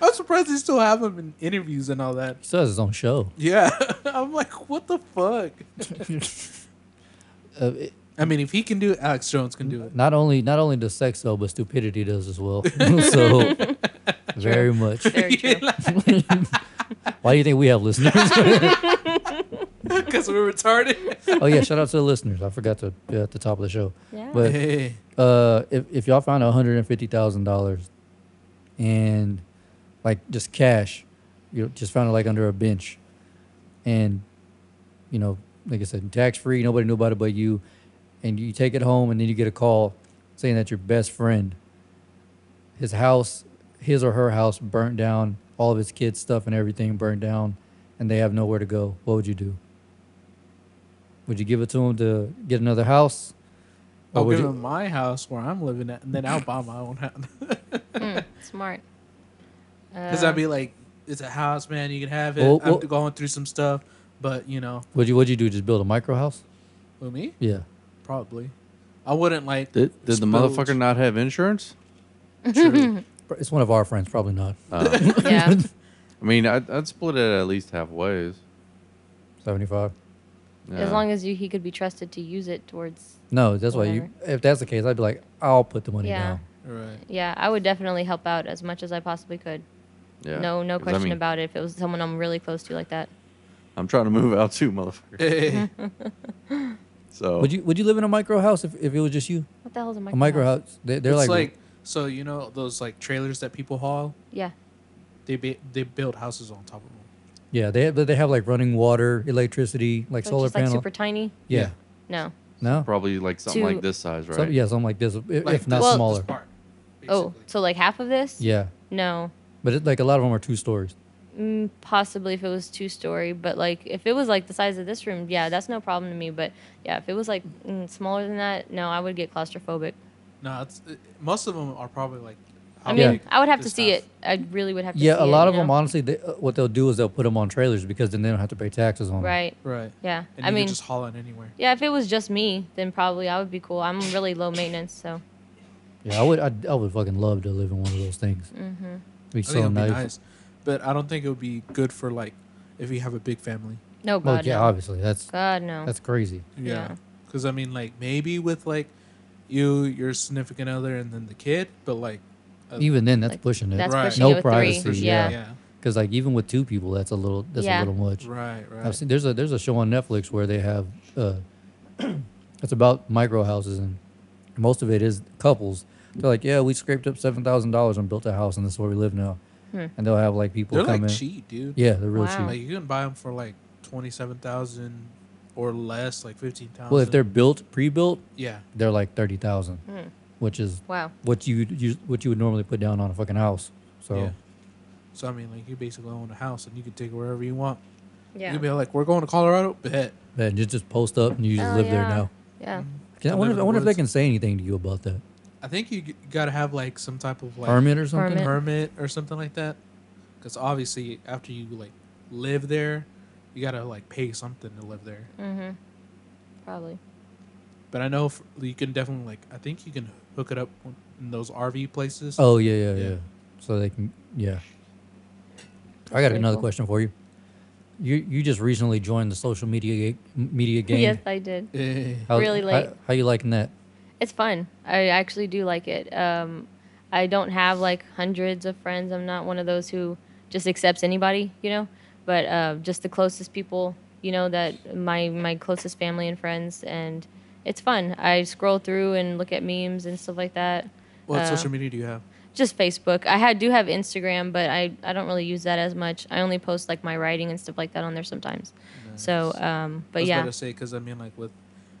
Speaker 6: I'm surprised they still have him in interviews and all that.
Speaker 1: He still has his own show.
Speaker 6: Yeah, [LAUGHS] I'm like, what the fuck?
Speaker 1: Uh, it-
Speaker 6: I mean, if he can do it, Alex Jones can do it.
Speaker 1: not only not only does sex sell, but stupidity does as
Speaker 6: [LAUGHS]
Speaker 1: well. [LAUGHS] so very much.
Speaker 5: Very true.
Speaker 1: Why do you think we have listeners? [LAUGHS]
Speaker 6: Because we're retarded.
Speaker 1: oh yeah, shout out to the listeners. I forgot to uh, at the top of the show.
Speaker 5: Yeah.
Speaker 1: But
Speaker 6: [LAUGHS] Hey,
Speaker 1: uh, if if y'all found one hundred and fifty thousand dollars, and like just cash, you know, just found it like under a bench, and you know, like I said, tax free. Nobody knew about it but you, and you take it home, and then you get a call saying that your best friend, his house, his or her house, burnt down. All of his kids' stuff and everything burned down, and they have nowhere to go. What would you do? Would you give it to him to get another house? Or
Speaker 6: I'll
Speaker 1: Oh, would
Speaker 6: give
Speaker 1: you-
Speaker 6: him my house where I'm living at, and then I'll buy my own house. [LAUGHS]
Speaker 5: Smart.
Speaker 6: Because
Speaker 5: Uh.
Speaker 6: I'd be like, it's a house, man. You can have it.
Speaker 1: Well,
Speaker 6: I'm
Speaker 1: well-
Speaker 6: going through some stuff, but you know,
Speaker 1: Would you would you do? Just build a micro house?
Speaker 6: with me,
Speaker 1: Yeah.
Speaker 6: probably. I wouldn't like.
Speaker 7: Did, did the
Speaker 6: Spilled. [LAUGHS]
Speaker 7: motherfucker not have insurance?
Speaker 6: True.
Speaker 1: Pr- It's one of our friends, probably not.
Speaker 5: Uh, Yeah.
Speaker 1: [LAUGHS]
Speaker 7: I mean, I'd, I'd split it at least halfway.
Speaker 1: Seventy five.
Speaker 5: As long as you, he could be trusted to use it towards.
Speaker 1: No, that's why you. If that's the case, I'd be like, I'll put the money
Speaker 5: Yeah.
Speaker 1: down. [LAUGHS]
Speaker 6: Right.
Speaker 5: Yeah, I would definitely help out as much as I possibly could.
Speaker 7: yeah.
Speaker 5: No, no
Speaker 7: 'Cause I
Speaker 5: question
Speaker 7: mean,
Speaker 5: about it. If it was someone I'm really close to like that,
Speaker 7: I'm trying to move out too, [LAUGHS] motherfucker.
Speaker 6: [LAUGHS] Hey.
Speaker 7: So
Speaker 1: Would you Would you live in a micro house if, if it was just you?
Speaker 5: what the hell is a micro?
Speaker 1: A micro
Speaker 5: house?
Speaker 1: house. They, they're
Speaker 6: it's
Speaker 1: like,
Speaker 6: like, so you know those like trailers that people haul.
Speaker 5: Yeah,
Speaker 6: They ba- they build houses on top of them.
Speaker 1: yeah, they but they have like running water, electricity, like
Speaker 5: so
Speaker 1: solar
Speaker 5: it's just like
Speaker 1: panel.
Speaker 5: super tiny.
Speaker 1: yeah.
Speaker 6: Yeah.
Speaker 5: No.
Speaker 1: No.
Speaker 7: probably like something
Speaker 5: To-
Speaker 7: like this size, right?
Speaker 1: Some, yeah, something like this, if,
Speaker 6: Like
Speaker 1: if not
Speaker 5: Well-
Speaker 6: this- this
Speaker 1: smaller.
Speaker 6: part,
Speaker 5: Oh,
Speaker 6: basically.
Speaker 5: so like half of this?
Speaker 1: Yeah,
Speaker 5: No.
Speaker 1: but it, like a lot of them are two stories.
Speaker 5: Mm, possibly if it was two story, but like if it was like the size of this room, yeah, that's no problem to me. But yeah, if it was like mm, smaller than that, no, I would get claustrophobic.
Speaker 6: no, it's, it, most of them are probably like.
Speaker 5: I
Speaker 6: how
Speaker 5: mean,
Speaker 6: big
Speaker 5: I would have to
Speaker 6: this
Speaker 5: see
Speaker 6: house-
Speaker 5: it. I really would have to see
Speaker 1: Yeah, a
Speaker 5: it,
Speaker 1: lot
Speaker 5: you
Speaker 1: of them
Speaker 5: know?
Speaker 1: honestly, they, uh, what they'll do is they'll put them on trailers because then they don't have to pay taxes on 'em.
Speaker 5: Right.
Speaker 6: Right.
Speaker 5: Yeah.
Speaker 6: And
Speaker 5: I
Speaker 6: you
Speaker 5: mean,
Speaker 6: can just haul it anywhere.
Speaker 5: yeah, if it was just me, then probably I would be cool. I'm really low maintenance, so
Speaker 1: Yeah, I would, I, I would fucking love to live in one of those things. Mm-hmm. Be
Speaker 6: I think
Speaker 1: so
Speaker 6: it'd
Speaker 1: nice.
Speaker 6: be nice, but I don't think it would be good for like if you have a big family.
Speaker 5: no
Speaker 1: Well,
Speaker 5: god.
Speaker 1: yeah,
Speaker 5: no.
Speaker 1: obviously that's
Speaker 5: God no.
Speaker 1: that's crazy.
Speaker 5: Yeah.
Speaker 6: Because I mean, like maybe with like you, your significant other, and then the kid, but like Uh,
Speaker 1: Even then, that's
Speaker 5: like,
Speaker 1: pushing it.
Speaker 5: that's
Speaker 6: Right.
Speaker 5: pushing
Speaker 1: No
Speaker 5: it with
Speaker 1: privacy,
Speaker 5: three.
Speaker 1: yeah.
Speaker 5: Yeah.
Speaker 1: Because like even with two people, that's a little that's
Speaker 5: Yeah.
Speaker 1: a little much.
Speaker 6: Right. Right.
Speaker 1: I've seen there's a there's a show on Netflix where they have uh, [CLEARS THROAT] it's about micro houses and most of it is couples. They're like, yeah, we scraped up seven thousand dollars and built a house and this is where we live now. And they'll have like people
Speaker 6: They're
Speaker 1: come
Speaker 6: like
Speaker 1: in.
Speaker 6: cheap, dude.
Speaker 1: Yeah, they're really
Speaker 5: Hmm. Wow.
Speaker 1: cheap.
Speaker 6: Like you can buy them for like twenty seven thousand or less, like fifteen thousand.
Speaker 1: Well, if they're built pre-built,
Speaker 6: yeah,
Speaker 1: they're like thirty thousand,
Speaker 5: Hmm.
Speaker 1: which is
Speaker 5: Wow.
Speaker 1: what you you what you would normally put down on a fucking house. So
Speaker 6: yeah. So I mean, like you basically own a house and you can take it wherever you want. You
Speaker 5: Yeah.
Speaker 6: can be like, we're going to Colorado, bet.
Speaker 1: then you just post up and you just
Speaker 5: Hell
Speaker 1: live there
Speaker 5: yeah.
Speaker 1: now.
Speaker 5: Yeah.
Speaker 1: Can, I
Speaker 6: I live
Speaker 1: wonder,
Speaker 6: in
Speaker 1: if, I
Speaker 6: the
Speaker 1: wonder if they
Speaker 6: woods.
Speaker 1: can say anything to you about that
Speaker 6: I think you g- gotta have like some type of like
Speaker 1: permit or something.
Speaker 5: Permit.
Speaker 6: permit or something like that. Because obviously, after you like live there, you gotta like pay something to live there.
Speaker 5: Mhm. Probably.
Speaker 6: But I know f you can definitely like I think you can hook it up in those RV places.
Speaker 1: Oh yeah, yeah, yeah,
Speaker 6: Yeah.
Speaker 1: So they can, yeah. I
Speaker 5: That's
Speaker 1: got
Speaker 5: pretty
Speaker 1: another
Speaker 5: cool.
Speaker 1: question for you. You you just recently joined the social media ga- media game.
Speaker 5: Yes, I did.
Speaker 6: Eh.
Speaker 1: How-
Speaker 5: really
Speaker 1: how-
Speaker 5: late.
Speaker 1: How, you liking that?
Speaker 5: It's fun. I actually do like it. Um, I don't have like hundreds of friends. I'm not one of those who just accepts anybody, you know. But uh, just the closest people, you know, that my my closest family and friends, and it's fun. I scroll through and look at memes and stuff like that.
Speaker 6: What
Speaker 5: Uh,
Speaker 6: social media do you have?
Speaker 5: Just Facebook. I had do have Instagram, but I I don't really use that as much. I only post like my writing and stuff like that on there sometimes. So, um,
Speaker 6: I
Speaker 5: but
Speaker 6: was
Speaker 5: yeah,
Speaker 6: about to say because I mean like with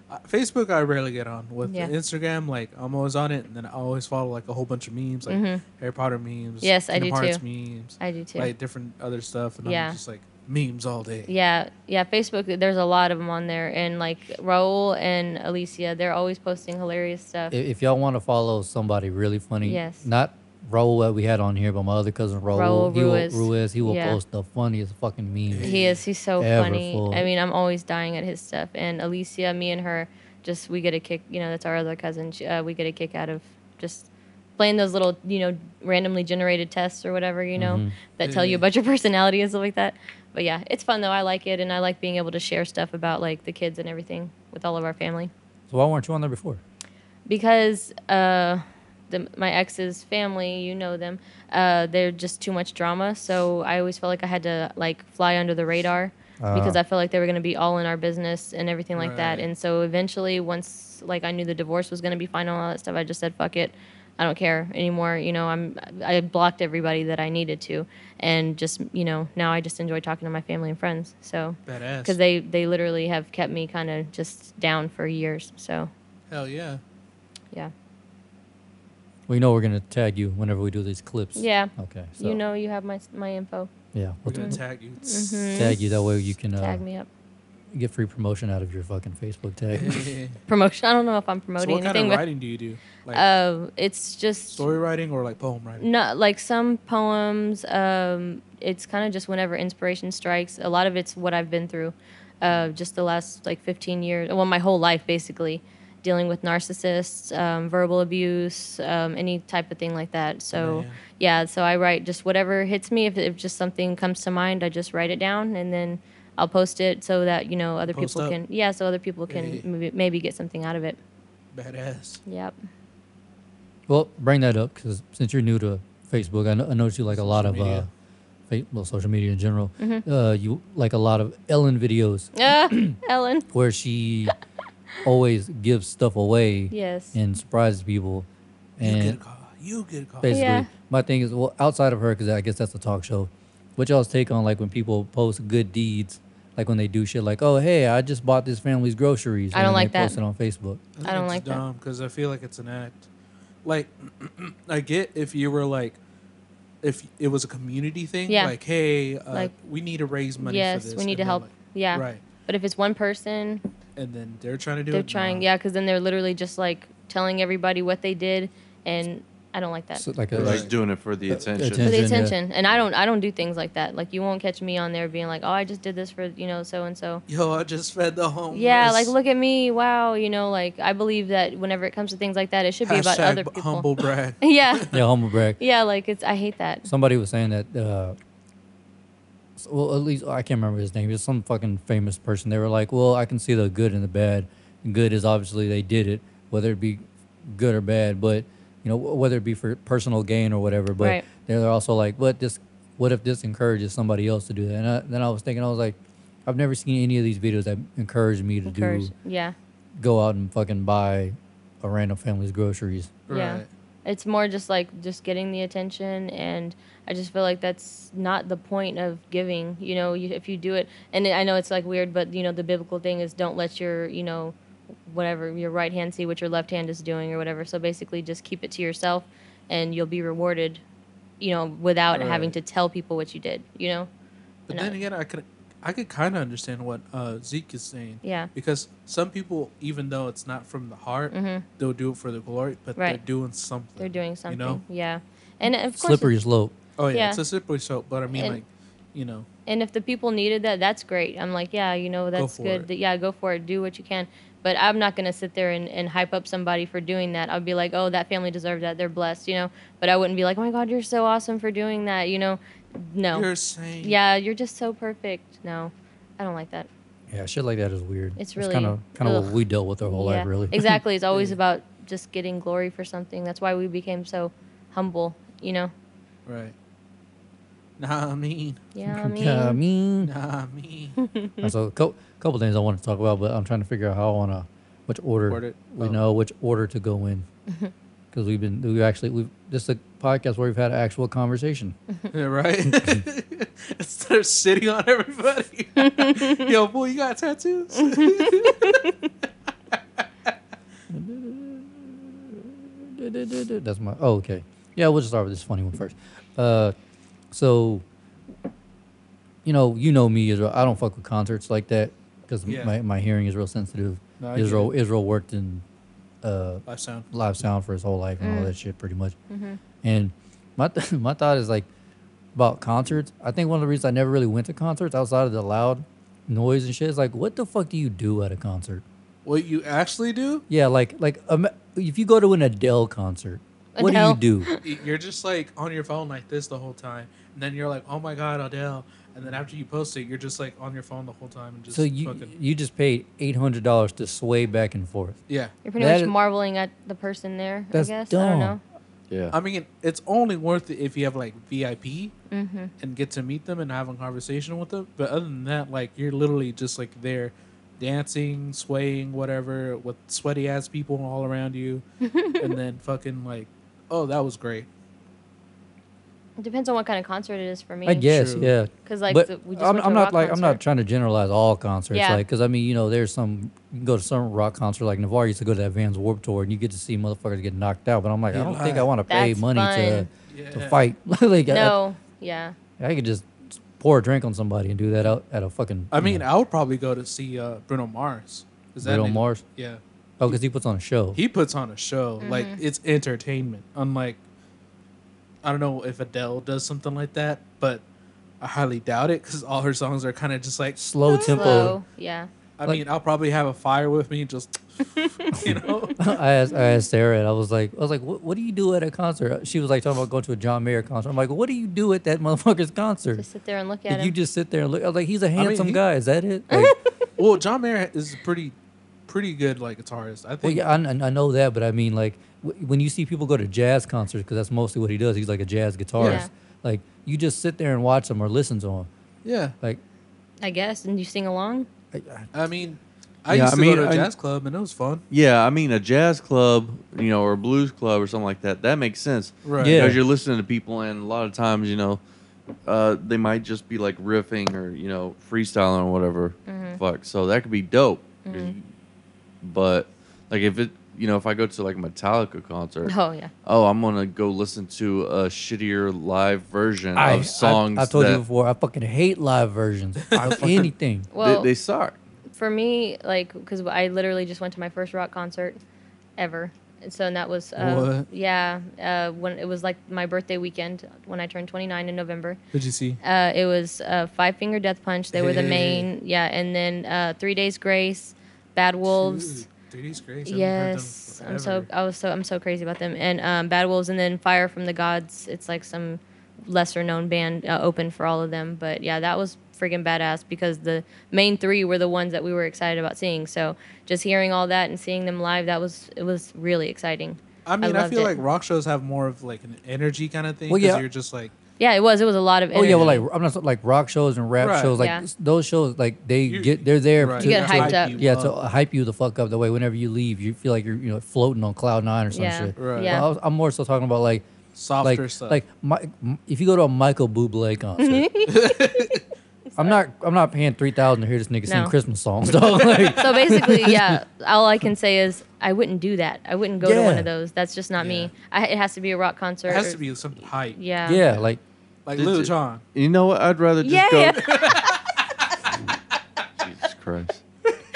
Speaker 6: uh, Facebook, I rarely get on. With
Speaker 5: Yeah.
Speaker 6: Instagram, like I'm always on it, and then I always follow like a whole bunch of memes, like Harry Potter
Speaker 5: Mm-hmm.
Speaker 6: memes,
Speaker 5: Yes, I
Speaker 6: Kingdom
Speaker 5: do
Speaker 6: Hearts
Speaker 5: too.
Speaker 6: memes,
Speaker 5: I do too.
Speaker 6: like different other stuff, and
Speaker 5: Yeah.
Speaker 6: I'm just like memes all day.
Speaker 5: Yeah, yeah. Facebook, there's a lot of them on there, and like Raul and Alicia, they're always posting hilarious stuff.
Speaker 1: I- If y'all want to follow somebody really funny,
Speaker 5: Yes.
Speaker 1: Not Raul that we had on here, but my other cousin Raul.
Speaker 5: Raul
Speaker 1: he will,
Speaker 5: Ruiz.
Speaker 1: Ruiz. He will
Speaker 5: Yeah.
Speaker 1: post the funniest fucking memes.
Speaker 5: he is. He's so
Speaker 1: Ever
Speaker 5: funny.
Speaker 1: full.
Speaker 5: I mean, I'm always dying at his stuff. And Alicia, me and her, just we get a kick. You know, that's our other cousin. She, uh, we get a kick out of just playing those little, you know, randomly generated tests or whatever, you
Speaker 1: Mm-hmm.
Speaker 5: know, that tell you
Speaker 6: Yeah.
Speaker 5: about your personality and stuff like that. But yeah, it's fun though. I like it, and I like being able to share stuff about like the kids and everything with all of our family.
Speaker 1: So why weren't you on there before?
Speaker 5: because uh, the, my ex's family, you know them, uh, they're just too much drama. So I always felt like I had to like fly under the radar because I felt like they were going to be all in our business and everything like that.
Speaker 6: Right.
Speaker 5: And so eventually, once like I knew the divorce was going to be final, and all that stuff, I just said fuck it. I don't care anymore. You know, I'm I blocked everybody that I needed to, and just you know now I just enjoy talking to my family and friends. So
Speaker 6: Badass.
Speaker 5: because they they literally have kept me kind of just down for years. So
Speaker 6: Hell yeah.
Speaker 5: yeah.
Speaker 1: We know we're gonna tag you whenever we do these clips.
Speaker 5: Yeah.
Speaker 1: Okay. So,
Speaker 5: You know, you have my my info.
Speaker 1: Yeah.
Speaker 6: We're
Speaker 1: We'll
Speaker 6: gonna tag you.
Speaker 1: tag you that way you can uh,
Speaker 5: Tag me up.
Speaker 1: get free promotion out of your fucking Facebook tag. [LAUGHS]
Speaker 6: so
Speaker 5: Promotion. I don't know if I'm promoting [LAUGHS]
Speaker 6: what kind
Speaker 5: anything,
Speaker 6: of writing do you do?
Speaker 5: but
Speaker 6: Like
Speaker 5: uh, Mm, it's just
Speaker 6: story writing or like poem writing?
Speaker 5: not like some poems. Um, it's kind of just whenever inspiration strikes. A lot of it's what I've been through, uh, just the last like 15 years. Well, my whole life basically, dealing with narcissists, um, verbal abuse, um, any type of thing like that. So
Speaker 6: Man.
Speaker 5: yeah, so I write just whatever hits me. If, if just something comes to mind, I just write it down and then I'll post it so that you know other
Speaker 6: Post
Speaker 5: people
Speaker 6: up.
Speaker 5: can yeah, so other people can
Speaker 6: Hey.
Speaker 5: maybe, maybe get something out of it.
Speaker 6: Badass.
Speaker 5: Yep.
Speaker 1: Well, bring that up because since you're new to Facebook, I know, I noticed you like a lot
Speaker 6: Social
Speaker 1: of uh,
Speaker 6: media.
Speaker 1: fa- well, social media in general.
Speaker 5: Mm-hmm.
Speaker 1: Uh, you like a lot of Ellen videos
Speaker 6: [COUGHS]
Speaker 5: Ah, Ellen.
Speaker 1: where
Speaker 5: [LAUGHS]
Speaker 1: she always gives stuff away
Speaker 5: Yes.
Speaker 1: and surprises people.
Speaker 6: you
Speaker 1: And
Speaker 6: get a call. You get a call.
Speaker 1: basically,
Speaker 5: Yeah.
Speaker 1: my thing is well, outside of her because I guess that's a talk show. What y'all's take on like when people post good deeds, like when they do shit like, oh hey, I just bought this family's groceries.
Speaker 5: I don't
Speaker 1: and then
Speaker 5: like
Speaker 1: they
Speaker 5: that.
Speaker 1: Post it on Facebook.
Speaker 5: I don't like that.
Speaker 6: because I feel like it's an act. Like, [CLEARS THROAT] I get if you were like, if it was a community thing,
Speaker 5: Yeah.
Speaker 6: like, hey, uh,
Speaker 5: Like-
Speaker 6: we need to raise money. for
Speaker 5: yes,
Speaker 6: this.
Speaker 5: we
Speaker 6: and
Speaker 5: need to
Speaker 6: then,
Speaker 5: help.
Speaker 6: like-
Speaker 5: yeah.
Speaker 6: Right,
Speaker 5: But if it's one person,
Speaker 6: and then they're trying to do
Speaker 5: they're
Speaker 6: it.
Speaker 5: trying.
Speaker 6: nah.
Speaker 5: Yeah, because then they're literally just like telling everybody what they did, and I don't like that.
Speaker 1: So, like a,
Speaker 7: They're
Speaker 1: like,
Speaker 7: just doing it for the attention.
Speaker 5: for the
Speaker 1: Uh, Attention, yeah.
Speaker 5: attention, and I don't. I don't do things like that. Like you won't catch me on there being like, "Oh, I just did this for you know so and so."
Speaker 6: Yo, I just fed the homeless.
Speaker 5: Yeah, like look at me, wow. You know, like I believe that whenever it comes to things like that, it should be about
Speaker 6: Hashtag
Speaker 5: other
Speaker 6: b-
Speaker 5: people.
Speaker 6: humble brag.
Speaker 5: [LAUGHS] yeah,
Speaker 1: yeah, humble brag.
Speaker 5: yeah. Like it's. I hate that.
Speaker 1: somebody was saying that uh s- well at least i can't remember his name It's some fucking famous person they were like well i can see the good and the bad good is obviously they did it whether it be good or bad but you know wh- whether it be for personal gain or whatever but
Speaker 5: Right.
Speaker 1: they're they're also like what this what if this encourages somebody else to do that and I, then i was thinking i was like i've never seen any of these videos that encourage me to
Speaker 5: Encourage.
Speaker 1: do
Speaker 5: Yeah,
Speaker 1: go out and fucking buy a random family's groceries
Speaker 5: yeah.
Speaker 6: Right.
Speaker 5: It's more just like just getting the attention, and I just feel like that's not the point of giving. You know, you, if you do it, and I know it's like weird, but you know, the biblical thing is don't let your you know whatever your right hand see what your left hand is doing or whatever. So basically, just keep it to yourself, and you'll be rewarded. You know, without having
Speaker 6: Right.
Speaker 5: to tell people what you did. You know.
Speaker 6: But
Speaker 5: And I-
Speaker 6: then again, I could, I could kind of understand what uh, Zeke is saying.
Speaker 5: Yeah.
Speaker 6: Because some people, even though it's not from the heart, they'll do it for the glory, but they're
Speaker 5: Mm-hmm. Right.
Speaker 6: doing something.
Speaker 5: They're doing something.
Speaker 6: You know?
Speaker 5: Yeah. And of course,
Speaker 1: slippery slope
Speaker 6: Oh yeah,
Speaker 5: Yeah.
Speaker 6: it's a slippery slope, but I mean,
Speaker 5: And-
Speaker 6: like, you know,
Speaker 5: and if the people needed that, that's great. I'm like, yeah, you know, that's
Speaker 6: for
Speaker 5: good.
Speaker 6: it.
Speaker 5: Th- Yeah, go for it. Do what you can. But I'm not gonna sit there and, and hype up somebody for doing that. I'll be like, oh, that family deserved that. They're blessed, you know. But I wouldn't be like, oh my God, you're so awesome for doing that, you know. No.
Speaker 6: you're saying,
Speaker 5: yeah, you're just so perfect. No, I don't like that.
Speaker 1: yeah shit like that is weird
Speaker 5: It's really-
Speaker 1: kind of kind of what
Speaker 5: ugh.
Speaker 1: we dealt with our whole
Speaker 5: yeah.
Speaker 1: life really [LAUGHS]
Speaker 5: exactly. It's
Speaker 6: [LAUGHS]
Speaker 5: always about just getting glory for something. That's why we became so humble, you know.
Speaker 6: right. Nah, I mean,
Speaker 5: Yeah, I mean,
Speaker 1: Yeah, um, I mean.
Speaker 5: [LAUGHS]
Speaker 6: nah, I mean. [LAUGHS]
Speaker 1: And so a couple, couple things I want to talk about, but I'm trying to figure out how I want to, which order,
Speaker 6: Order-
Speaker 1: we
Speaker 6: oh.
Speaker 1: know which order to go
Speaker 5: [LAUGHS]
Speaker 1: in, because we've been we've actually we've this is a podcast where we've had an actual
Speaker 5: [LAUGHS]
Speaker 1: conversation.
Speaker 6: Yeah, right? [LAUGHS] Instead of shitting on everybody. [LAUGHS] Yo, boy, you got tattoos? [LAUGHS]
Speaker 1: That's my oh okay yeah we'll just start with this funny one first. Uh, so you know you know me Israel. I don't fuck with concerts like that because
Speaker 6: Yeah.
Speaker 1: my, my hearing is real sensitive.
Speaker 6: No, I get
Speaker 1: Israel Israel worked in uh,
Speaker 6: Life sound.
Speaker 1: live sound for his whole life and all that shit, pretty much. And my th- [LAUGHS] my thought is like about concerts. I think one of the reasons I never really went to concerts outside of the loud noise and shit is like, what the fuck do you do at a concert?
Speaker 6: What you actually do?
Speaker 1: Yeah, like like um, if you go to an Adele concert,
Speaker 5: Adele.
Speaker 1: what do you
Speaker 6: [LAUGHS]
Speaker 1: do?
Speaker 6: y- You're just like on your phone like this the whole time. And then you're like, oh my God, Adele. And then after you post it, you're just like on your phone the whole time and just
Speaker 1: So you
Speaker 6: fucking.
Speaker 1: you just paid eight hundred dollars to sway back and forth.
Speaker 6: Yeah.
Speaker 5: you're pretty
Speaker 1: That
Speaker 5: much
Speaker 1: is-
Speaker 5: marveling at the person there.
Speaker 1: That's
Speaker 5: I guess I
Speaker 1: dumb.
Speaker 5: don't know.
Speaker 7: yeah.
Speaker 6: I mean, it's only worth it if you have like VIP and get to meet them and have a conversation with them. But other than that, like you're literally just like there, dancing, swaying, whatever, with sweaty ass people all around you, and then fucking like, oh, that was great.
Speaker 5: It depends on what kind of concert it is for me.
Speaker 1: I guess,
Speaker 6: True.
Speaker 1: yeah.
Speaker 5: 'Cause, like,
Speaker 1: but
Speaker 5: the- we just
Speaker 1: I'm,
Speaker 5: went to
Speaker 1: I'm
Speaker 5: a
Speaker 1: not
Speaker 5: rock
Speaker 1: like I'm not
Speaker 5: concert.
Speaker 1: trying to generalize all concerts,
Speaker 5: Yeah.
Speaker 1: like, because I mean, you know, there's some you can go to some rock concert, like Navarre used to go to that Vans Warp Tour, and you get to see motherfuckers get knocked out. But I'm like, I
Speaker 6: Yeah,
Speaker 1: don't think
Speaker 6: right.
Speaker 1: I want to pay
Speaker 5: That's
Speaker 1: money to
Speaker 6: fun.
Speaker 1: to
Speaker 6: Yeah.
Speaker 1: fight. [LAUGHS] like,
Speaker 5: No, yeah.
Speaker 1: I, I could just pour a drink on somebody and do that out at a fucking.
Speaker 6: I
Speaker 1: you
Speaker 6: mean,
Speaker 1: know,
Speaker 6: I would probably go to see uh, Bruno Mars. Is
Speaker 1: Bruno
Speaker 6: nigga-
Speaker 1: Mars?
Speaker 6: Yeah,
Speaker 1: oh, because he puts on a show.
Speaker 6: he puts on a show. Like
Speaker 5: Mm-hmm.
Speaker 6: it's entertainment. Unlike, I don't know if Adele does something like that, but. I highly doubt it because all her songs are kind of just like
Speaker 1: slow tempo.
Speaker 5: Slow. Yeah.
Speaker 6: I
Speaker 1: Like-
Speaker 5: [LAUGHS]
Speaker 6: mean, I'll probably have a fire with me, just [LAUGHS] you know?
Speaker 1: [LAUGHS] I asked, I asked Sarah, and I was like, I was like, what, what do you do at a concert? She was like talking about going to a John Mayer concert. I'm like, what do you do at that motherfucker's concert?
Speaker 5: Just sit there and look at
Speaker 1: Did
Speaker 5: him.
Speaker 1: you just sit there and look? I was like, he's a handsome
Speaker 6: he-
Speaker 1: guy. Is that
Speaker 5: [LAUGHS]
Speaker 1: it? Like,
Speaker 6: Well, John Mayer is a pretty, pretty good like guitarist. I
Speaker 1: well,
Speaker 6: think.
Speaker 1: yeah, I, I know that, but I mean, like, w- when you see people go to jazz concerts, because that's mostly what he does. He's like a jazz guitarist.
Speaker 5: Yeah.
Speaker 1: Like, you just sit there and watch him or listen to him.
Speaker 6: yeah.
Speaker 1: Like,
Speaker 5: I guess, and you sing along. [LAUGHS]
Speaker 6: I mean, I
Speaker 7: Yeah,
Speaker 6: used
Speaker 7: I
Speaker 6: to
Speaker 7: mean,
Speaker 6: go to a
Speaker 7: I-
Speaker 6: jazz club and it was fun.
Speaker 7: Yeah, I mean a jazz club, you know, or a blues club or something like that. That makes sense.
Speaker 6: Right.
Speaker 1: Yeah.
Speaker 7: Because you're listening to people and a lot of times, you know, uh, they might just be like riffing or, you know, freestyling or whatever.
Speaker 5: Mm-hmm.
Speaker 7: Fuck. So that could be dope. 'Cause you- But like if it you know, if I go to like a Metallica concert,
Speaker 5: Oh yeah.
Speaker 7: oh, I'm gonna go listen to a shittier live version
Speaker 1: I,
Speaker 7: of songs
Speaker 1: I, I told
Speaker 7: that
Speaker 1: you before, I fucking hate live
Speaker 6: [LAUGHS]
Speaker 1: versions of anything.
Speaker 7: they-
Speaker 5: Well,
Speaker 7: they, suck.
Speaker 5: for me, like, because I literally just went to my first rock concert ever. And so and that was, uh,
Speaker 6: What?
Speaker 5: yeah, uh, when it was like my birthday weekend when I turned 29 in November.
Speaker 6: Did you see?
Speaker 5: Uh, it was uh, Five Finger Death Punch. They were the main, yeah, and then uh, Three Days Grace, Bad Wolves.
Speaker 6: Three's Grace. I haven't heard them
Speaker 5: Yes, I'm so
Speaker 6: forever.
Speaker 5: I was so I'm so crazy about them and um, Bad Wolves and then Fire from the Gods. It's like some lesser known band uh, open for all of them, but yeah, that was friggin' badass because the main three were the ones that we were excited about seeing. So just hearing all that and seeing them live, that was it was really exciting.
Speaker 6: I mean, I,
Speaker 5: loved
Speaker 6: feel
Speaker 5: it.
Speaker 6: like rock shows have more of like an energy kind of thing.
Speaker 1: Well,
Speaker 6: 'cause
Speaker 1: yeah.
Speaker 6: You're just like,
Speaker 5: yeah, it was it was a lot of
Speaker 1: Oh
Speaker 5: energy.
Speaker 1: yeah, well, like I'm not talking- like rock shows and rap
Speaker 6: Right.
Speaker 1: shows, like
Speaker 5: Yeah.
Speaker 1: s- those shows, like they
Speaker 6: You-
Speaker 1: get they're there
Speaker 6: right, Uh,
Speaker 1: to,
Speaker 5: get
Speaker 1: to-
Speaker 5: hyped up.
Speaker 6: you
Speaker 1: yeah to hype you the fuck up. That way, whenever you leave, you feel like you're you know floating on cloud nine or some
Speaker 5: Yeah,
Speaker 1: shit.
Speaker 6: Right.
Speaker 5: yeah.
Speaker 1: But I was, I'm more so talking about like
Speaker 6: softer
Speaker 1: like
Speaker 6: stuff.
Speaker 1: like my, m- if you go to a Michael Bublé concert.
Speaker 5: [LAUGHS]
Speaker 1: I'm not. I'm not paying three thousand to hear this nigga sing
Speaker 5: No.
Speaker 1: Christmas songs. [LAUGHS] Dog. Like,
Speaker 5: so basically, yeah, all I can say is I wouldn't do that. I wouldn't go to one
Speaker 1: Yeah.
Speaker 5: of those. That's just not
Speaker 6: Yeah.
Speaker 5: me. I, it has to be a rock concert.
Speaker 6: it has to
Speaker 5: or-
Speaker 6: be something hype.
Speaker 5: Yeah.
Speaker 1: yeah, like
Speaker 6: Like
Speaker 7: Did
Speaker 6: Lil
Speaker 7: you-
Speaker 6: Jon.
Speaker 7: You know what? I'd rather just
Speaker 5: Yeah.
Speaker 7: go
Speaker 6: [LAUGHS]
Speaker 7: Jesus Christ.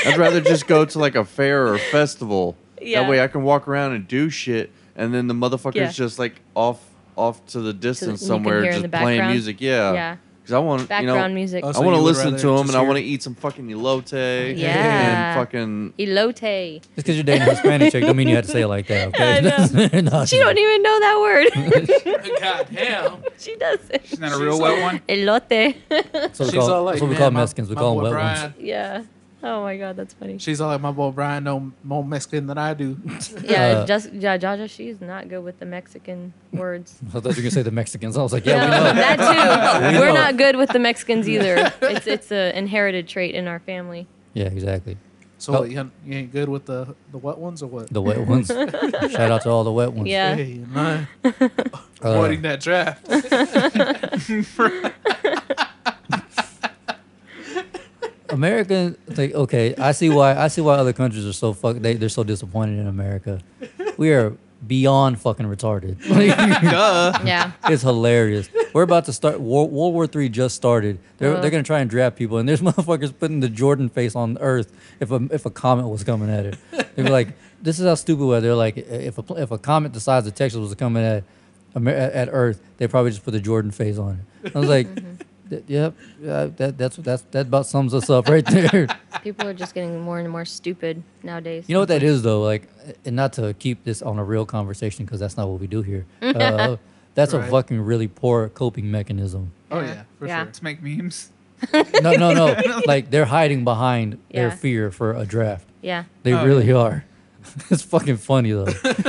Speaker 7: I'd rather just go to like a fair or a festival.
Speaker 5: Yeah.
Speaker 7: That way I can walk around and do shit and then the motherfucker's
Speaker 5: Yeah.
Speaker 7: just like off off to the distance
Speaker 5: you can
Speaker 7: somewhere
Speaker 5: hear in
Speaker 7: just
Speaker 5: the
Speaker 7: playing
Speaker 5: background.
Speaker 7: music. Yeah.
Speaker 5: Yeah.
Speaker 7: Cuz I want you know
Speaker 5: Background music.
Speaker 6: Oh,
Speaker 7: I
Speaker 6: So
Speaker 7: want to
Speaker 6: you would
Speaker 7: listen
Speaker 6: rather
Speaker 7: to him
Speaker 6: just
Speaker 7: and I
Speaker 6: hear-
Speaker 7: want to eat some fucking elote
Speaker 5: Yeah.
Speaker 7: and fucking
Speaker 5: Elote.
Speaker 1: just because you're dating a Hispanic chick, don't mean you had to say it like that. Okay,
Speaker 5: [LAUGHS]
Speaker 1: [LAUGHS]
Speaker 5: I know.
Speaker 1: No,
Speaker 5: She don't even know that word.
Speaker 1: [LAUGHS]
Speaker 6: God damn.
Speaker 5: [LAUGHS] she doesn't.
Speaker 4: She's not a real wet one.
Speaker 5: Elote. [LAUGHS]
Speaker 1: That's what we
Speaker 6: She's all
Speaker 1: call,
Speaker 6: like,
Speaker 1: that's what we
Speaker 6: "Man,
Speaker 1: call
Speaker 6: my-
Speaker 1: Mexicans. We
Speaker 6: my
Speaker 1: call
Speaker 6: boy
Speaker 1: them wet ones.
Speaker 6: Brian-
Speaker 5: yeah. Oh my god, that's funny.
Speaker 6: She's all like, my boy Brian, no more Mexican than I do.
Speaker 5: Yeah,
Speaker 1: Uh,
Speaker 5: just yeah, Jaja, she's not good with the Mexican words.
Speaker 1: I thought you were gonna say the Mexicans. I was like,
Speaker 5: No,
Speaker 1: yeah, we know. [LAUGHS]
Speaker 5: that
Speaker 1: We
Speaker 5: too. We're
Speaker 1: know.
Speaker 5: not good with the
Speaker 1: [LAUGHS]
Speaker 5: Mexicans either. It's it's an inherited trait in our family.
Speaker 1: Yeah, exactly.
Speaker 6: So
Speaker 1: Oh.
Speaker 6: what, you, you ain't good with the the wet ones or what?
Speaker 1: The wet
Speaker 5: [LAUGHS]
Speaker 1: ones. Shout out to all the wet ones.
Speaker 5: Yeah.
Speaker 6: Hey, man.
Speaker 1: [LAUGHS] Uh,
Speaker 6: Avoiding that draft.
Speaker 1: America, like, okay, I see why. I see why other countries are so fuck. They they're so disappointed in America. We are beyond fucking retarded. [LAUGHS] Like,
Speaker 4: Duh.
Speaker 5: Yeah.
Speaker 1: [LAUGHS] it's hilarious. We're about to start. War, World War Three just started. They're
Speaker 5: Uh.
Speaker 1: they're gonna try and draft people, and there's [LAUGHS] motherfuckers putting the Jordan face on Earth if a if a comet was coming at it. They'd be like, "This is how stupid we are." They're like, if a pl- if a comet the size of Texas was coming at Amer- at at Earth, they probably just put the Jordan face on it. I was like, "Th- "Yep, yeah, that that's that's that about sums us up right there."
Speaker 5: People are just getting more and more stupid nowadays.
Speaker 1: You know what that is though, like, and not to keep this on a real conversation because that's not what we do here. Uh, that's
Speaker 6: Right.
Speaker 1: a fucking really poor coping mechanism.
Speaker 6: Oh, yeah, for
Speaker 5: Yeah.
Speaker 6: sure.
Speaker 4: Let's make memes.
Speaker 1: No, no,
Speaker 5: [LAUGHS]
Speaker 1: no. like they're hiding behind their
Speaker 5: Yeah.
Speaker 1: fear for a draft.
Speaker 5: Yeah.
Speaker 1: They
Speaker 4: Oh,
Speaker 1: really are. [LAUGHS] it's fucking funny
Speaker 5: [LAUGHS]
Speaker 1: though,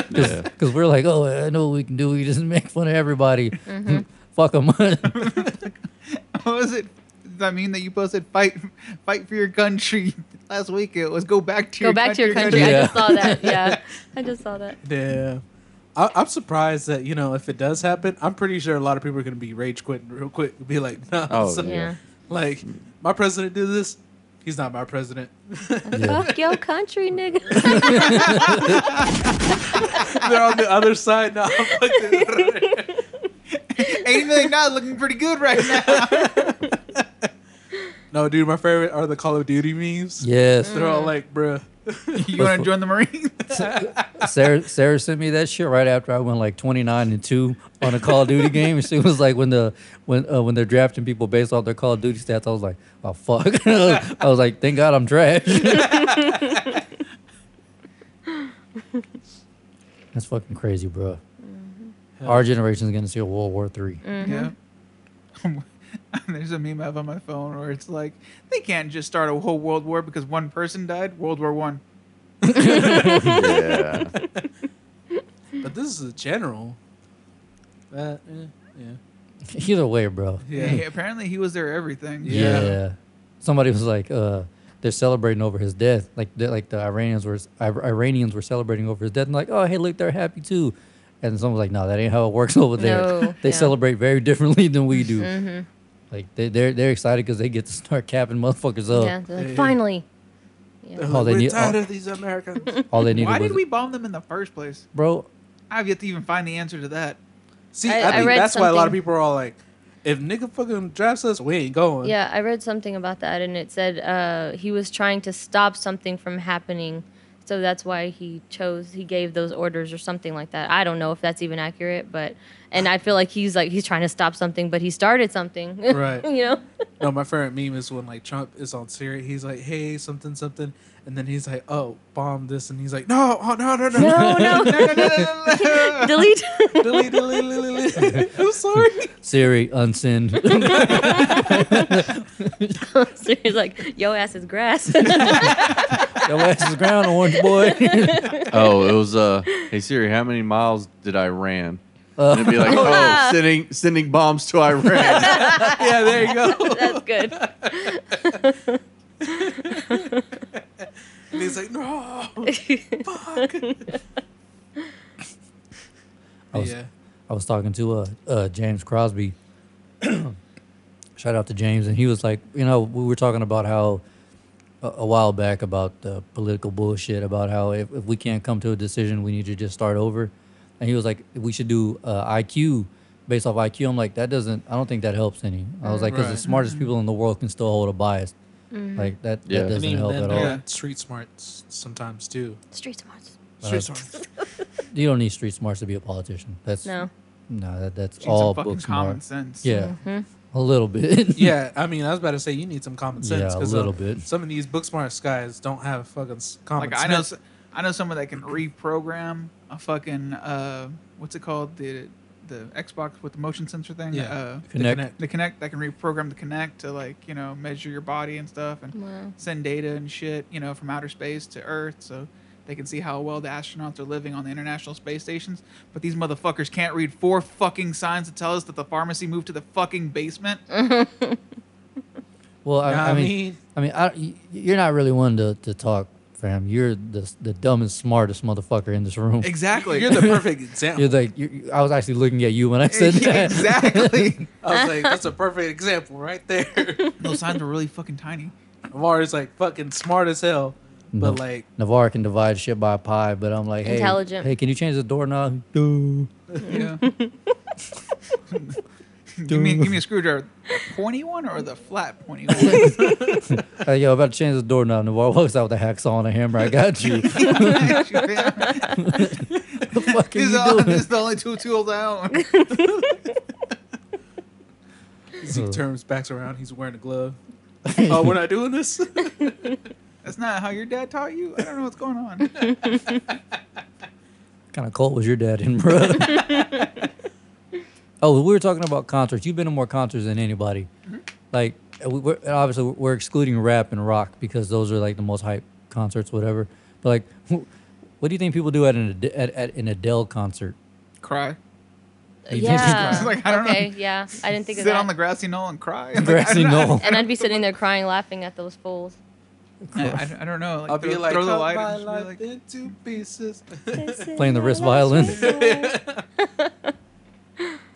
Speaker 7: yeah.
Speaker 1: because we're like, oh, I know what we can do. We just [LAUGHS] make fun of everybody.
Speaker 5: Mm-hmm.
Speaker 1: [LAUGHS] Fuck them.
Speaker 4: What was it? Does that mean that you posted fight fight for your country last week? It was go back to
Speaker 5: Go
Speaker 4: your
Speaker 5: back to your country. I just saw
Speaker 1: [LAUGHS]
Speaker 5: that. Yeah. I just saw that.
Speaker 6: Yeah. I, I'm surprised that, you know, if it does happen, I'm pretty sure a lot of people are going to be rage quitting real quick and be like, [LAUGHS] no.
Speaker 7: Oh,
Speaker 6: so-
Speaker 7: Yeah.
Speaker 5: Yeah.
Speaker 6: Like, my president did this. He's not my president. [LAUGHS]
Speaker 1: Yeah.
Speaker 5: Fuck your country, nigga.
Speaker 1: [LAUGHS]
Speaker 6: They're on the other side [LAUGHS] now. Fuck
Speaker 5: [LAUGHS]
Speaker 6: this.
Speaker 4: Anything not looking pretty good right now.
Speaker 6: no, dude, my favorite are the Call of Duty memes.
Speaker 5: Mm.
Speaker 1: Yes.
Speaker 6: They're all
Speaker 1: [LAUGHS]
Speaker 6: like, bruh.
Speaker 4: you want to join the
Speaker 5: [LAUGHS]
Speaker 4: Marines?
Speaker 1: Sarah, Sarah sent me that shit right after I went like 29 and 2 on a Call of Duty game. And she was like, when the when uh, when they're drafting people based off their Call of Duty stats, I was [LAUGHS] like, oh, fuck. I was like, thank God I'm trash. [LAUGHS] That's fucking crazy, bro. Our generation's gonna see a World War Three.
Speaker 5: Mm-hmm.
Speaker 4: Yeah. [LAUGHS] There's a meme I have on my phone where it's like they can't just start a whole world war because one person died. World War One.
Speaker 7: yeah.
Speaker 6: But this is a general. That, eh, yeah.
Speaker 1: Either way, bro.
Speaker 6: Yeah.
Speaker 4: apparently he was their everything.
Speaker 6: Yeah.
Speaker 1: Somebody was like, uh, they're celebrating over his death. Like, they're, like the Iranians were Ir- Iranians were celebrating over his death. And like, oh hey, look, they're happy too. And someone's like, no, that ain't how it works [LAUGHS] over there.
Speaker 5: No,
Speaker 1: they
Speaker 5: yeah. Mm-hmm.
Speaker 1: celebrate very differently than we do. Like they, they're they're excited because they get to start capping motherfuckers up.
Speaker 5: yeah. they're like,
Speaker 6: Hey.
Speaker 5: Finally.
Speaker 6: They're
Speaker 1: Oh, they
Speaker 6: like, We're
Speaker 1: need-
Speaker 6: tired
Speaker 1: oh.
Speaker 6: of
Speaker 5: [LAUGHS]
Speaker 6: these Americans.
Speaker 1: All
Speaker 4: [LAUGHS]
Speaker 1: they needed
Speaker 4: Why
Speaker 1: was
Speaker 4: did we bomb them in the first place?
Speaker 1: bro.
Speaker 4: I've yet to even find the answer to that.
Speaker 6: See,
Speaker 5: I-
Speaker 6: I,
Speaker 5: I
Speaker 6: think
Speaker 5: read
Speaker 6: that's why a lot of
Speaker 5: something-
Speaker 6: people are all like, if nigga fucking drafts us, we ain't going.
Speaker 5: Yeah, I read something about that, and it said uh, he was trying to stop something from happening, so that's why he chose he gave those orders or something like that. I don't know if that's even accurate, but and I feel like he's like he's trying to stop something, but he started something, [LAUGHS]
Speaker 6: [LAUGHS] Right.
Speaker 5: you
Speaker 4: [LAUGHS]
Speaker 5: know,
Speaker 6: No, my favorite meme is when like Trump is on Siri. He's like, "Hey, something, something," and then he's like, "Oh, bomb this," and he's like, "No, oh, no, no, no,
Speaker 5: No, no.
Speaker 6: no, no, no, no, no."
Speaker 5: delete.
Speaker 6: [LAUGHS]
Speaker 5: [LAUGHS]
Speaker 6: Delete, delete, delete,
Speaker 1: [LAUGHS]
Speaker 6: delete. [LAUGHS] I'm sorry.
Speaker 1: Siri unsend. [LAUGHS]
Speaker 5: so he's like, "Yo, ass is grass." [LAUGHS]
Speaker 1: Your ass is ground, orange boy.
Speaker 5: [LAUGHS]
Speaker 7: Oh, it was uh. Hey Siri, how many miles did I ran?
Speaker 1: Uh,
Speaker 7: And it'd
Speaker 5: [LAUGHS]
Speaker 7: be like, oh, sending sending bombs to Iran.
Speaker 6: Yeah, there you go.
Speaker 5: that's
Speaker 4: [LAUGHS]
Speaker 5: good.
Speaker 6: And he's like, "No, fuck."
Speaker 1: I was-
Speaker 6: yeah,
Speaker 1: I was talking to uh, uh James Crosby. [CLEARS THROAT] Shout out to James, and he was like, you know, we were talking about how a, a while back about the political bullshit about how if, if we can't come to a decision, we need to just start over. And he was like, we should do uh, IQ based off IQ. I'm like, that doesn't. I don't think that helps any. I was like, because the
Speaker 6: Right.
Speaker 1: smartest people in the world can still hold a bias. Like that,
Speaker 7: Yeah. I
Speaker 1: that
Speaker 6: Mm-hmm. I
Speaker 1: doesn't
Speaker 6: mean,
Speaker 1: help
Speaker 6: then
Speaker 1: at all.
Speaker 6: they're
Speaker 4: Yeah.
Speaker 6: street smarts sometimes too.
Speaker 5: Street smarts.
Speaker 1: Uh,
Speaker 6: Street smarts.
Speaker 1: [LAUGHS] You don't need street smarts to be a politician. That's
Speaker 5: No.
Speaker 1: no, that, that's
Speaker 4: Using
Speaker 1: all
Speaker 4: fucking
Speaker 1: book
Speaker 4: common
Speaker 1: smart.
Speaker 4: sense.
Speaker 1: Yeah,
Speaker 6: Mm-hmm.
Speaker 1: a little bit. [LAUGHS]
Speaker 6: Yeah, I mean, I was about to say you need some common sense
Speaker 1: Yeah, a
Speaker 6: 'cause, uh,
Speaker 1: little bit.
Speaker 6: Some of these book smart guys don't have fucking s- common
Speaker 4: Like
Speaker 6: sense.
Speaker 4: I know, s- I know someone that can reprogram a fucking uh, what's it called the the Xbox with the motion sensor thing.
Speaker 6: Yeah.
Speaker 4: Uh,
Speaker 6: They
Speaker 1: Connect.
Speaker 4: the Connect that can reprogram the Connect to like you know measure your body and stuff and
Speaker 5: Wow.
Speaker 4: send data and shit you know from outer space to Earth so they can see how well the astronauts are living on the International Space Stations. But these motherfuckers can't read four fucking signs to tell us that the pharmacy moved to the fucking basement.
Speaker 1: Well, I,
Speaker 6: Nah,
Speaker 1: I
Speaker 6: I
Speaker 1: mean,
Speaker 6: mean-
Speaker 1: I mean, I, y- you're not really one to, to talk, fam. You're the the dumbest, smartest motherfucker in this room.
Speaker 4: Exactly. [LAUGHS]
Speaker 6: You're the perfect example.
Speaker 1: You're like, you- you I was actually looking at you when I said
Speaker 4: [LAUGHS]
Speaker 1: that.
Speaker 4: exactly.
Speaker 6: I
Speaker 1: [LAUGHS]
Speaker 6: was [LAUGHS] like, that's a perfect example right there. [LAUGHS]
Speaker 4: Those signs were really fucking tiny.
Speaker 6: Navarre's like fucking smart as hell, but like
Speaker 1: Navarre can divide shit by pi, but I'm like, hey,
Speaker 5: Intelligent.
Speaker 1: Hey, can you change the doorknob? No.
Speaker 4: Yeah. give me
Speaker 1: [LAUGHS]
Speaker 4: give me a screwdriver, the pointy one or the flat pointy one. [LAUGHS]
Speaker 1: Hey, yo, about to change the doorknob. Navarre walks out with a hacksaw and a hammer. I got you. [LAUGHS] the fuck are
Speaker 4: These
Speaker 1: you
Speaker 4: are
Speaker 1: doing?
Speaker 4: this is the only two tools I own. [LAUGHS]
Speaker 6: Zeke turns backs around. He's wearing a
Speaker 1: [LAUGHS]
Speaker 6: glove. oh, we're not doing this. [LAUGHS]
Speaker 4: That's not how your dad taught you. I don't know what's going on. [LAUGHS]
Speaker 1: kind of cold was your dad in, bro? oh, we were talking about concerts. You've been to more concerts than anybody. Like, uh, we- we're, and obviously, we're excluding rap and rock because those are like the most hype concerts, whatever. But like, wh- what do you think people do at an Ad- at, at an Adele concert?
Speaker 4: Cry.
Speaker 1: You
Speaker 5: Uh, Yeah.
Speaker 4: [LAUGHS] Like, I don't know.
Speaker 5: okay. Yeah. I didn't think
Speaker 4: Sit
Speaker 5: of that.
Speaker 4: on the grassy knoll and cry.
Speaker 5: [LAUGHS]
Speaker 1: [LAUGHS]
Speaker 4: Like,
Speaker 1: Grassy
Speaker 4: I don't know.
Speaker 1: knoll.
Speaker 5: and I'd be sitting there crying, laughing at those fools.
Speaker 4: Yeah, I, don't- I don't know. Like,
Speaker 6: I'll be
Speaker 4: throw,
Speaker 6: like,
Speaker 4: throw the
Speaker 6: cut
Speaker 4: light.
Speaker 6: my
Speaker 4: and
Speaker 6: life
Speaker 4: just be like,
Speaker 6: into pieces.
Speaker 1: Playing the [LAUGHS] wrist
Speaker 5: [LAUGHS]
Speaker 1: violin.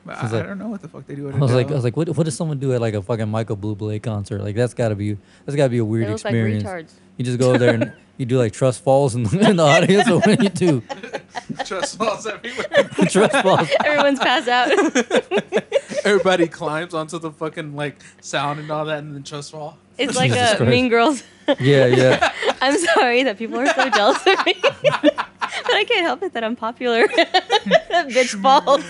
Speaker 4: "But
Speaker 1: She's
Speaker 4: I, I
Speaker 1: like-
Speaker 4: don't know what the fuck they do. At
Speaker 1: I was like, I
Speaker 4: Adele."
Speaker 1: was like, what, what does someone do at like a fucking Michael Bublé concert? Like, that's gotta be that's gotta be a weird
Speaker 5: They look like
Speaker 1: experience.
Speaker 5: retards.
Speaker 1: you just go over there and you do like trust falls in the, in the audience, or what do you
Speaker 5: [LAUGHS]
Speaker 1: do?
Speaker 6: Trust falls everywhere.
Speaker 1: Trust falls.
Speaker 5: Everyone's
Speaker 1: [LAUGHS]
Speaker 5: passed out.
Speaker 6: Everybody climbs onto the fucking like sound and all that, and then trust fall.
Speaker 5: It's like
Speaker 1: Jesus
Speaker 5: a
Speaker 1: Christ.
Speaker 5: Mean Girls.
Speaker 1: Yeah, yeah. [LAUGHS]
Speaker 5: [LAUGHS] I'm sorry that people are so jealous of me, [LAUGHS] but I can't help it that I'm popular. [LAUGHS] Bitch balls.
Speaker 4: [LAUGHS]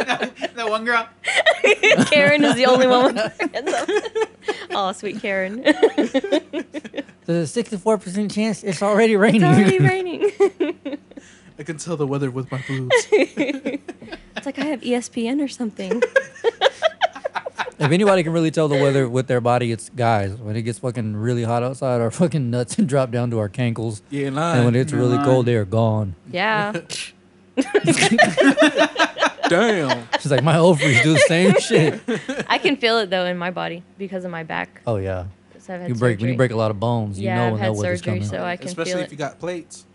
Speaker 4: that one girl.
Speaker 5: [LAUGHS] Karen is the only one with her hands up.
Speaker 1: [LAUGHS]
Speaker 5: Oh, sweet Karen.
Speaker 1: The sixty-four percent chance it's already [LAUGHS]
Speaker 5: It's
Speaker 1: raining.
Speaker 5: already raining.
Speaker 6: Like can tell the weather with my
Speaker 5: [LAUGHS]
Speaker 6: boobs.
Speaker 5: It's like I have E ESPN or something.
Speaker 1: If anybody can really tell the weather with their body, it's guys. When it gets fucking really hot outside, our fucking nuts [LAUGHS] and drop down to our cankles.
Speaker 6: Yeah, ain't lying.
Speaker 1: And when it's
Speaker 4: You're
Speaker 1: really
Speaker 4: lying.
Speaker 1: cold, they are gone.
Speaker 5: Yeah.
Speaker 6: Damn.
Speaker 1: She's like, my ovaries
Speaker 5: [LAUGHS]
Speaker 1: do the same shit.
Speaker 5: I can feel it though in my body because of my back.
Speaker 1: Oh yeah,
Speaker 5: 'cause I've had
Speaker 1: you break when
Speaker 5: surgery.
Speaker 1: you break a lot of bones.
Speaker 5: Yeah,
Speaker 1: you know
Speaker 5: I've
Speaker 1: when
Speaker 5: had
Speaker 1: that weather's
Speaker 5: surgery,
Speaker 1: coming.
Speaker 5: so I can
Speaker 6: Especially
Speaker 5: feel
Speaker 6: if
Speaker 5: it.
Speaker 6: you got plates.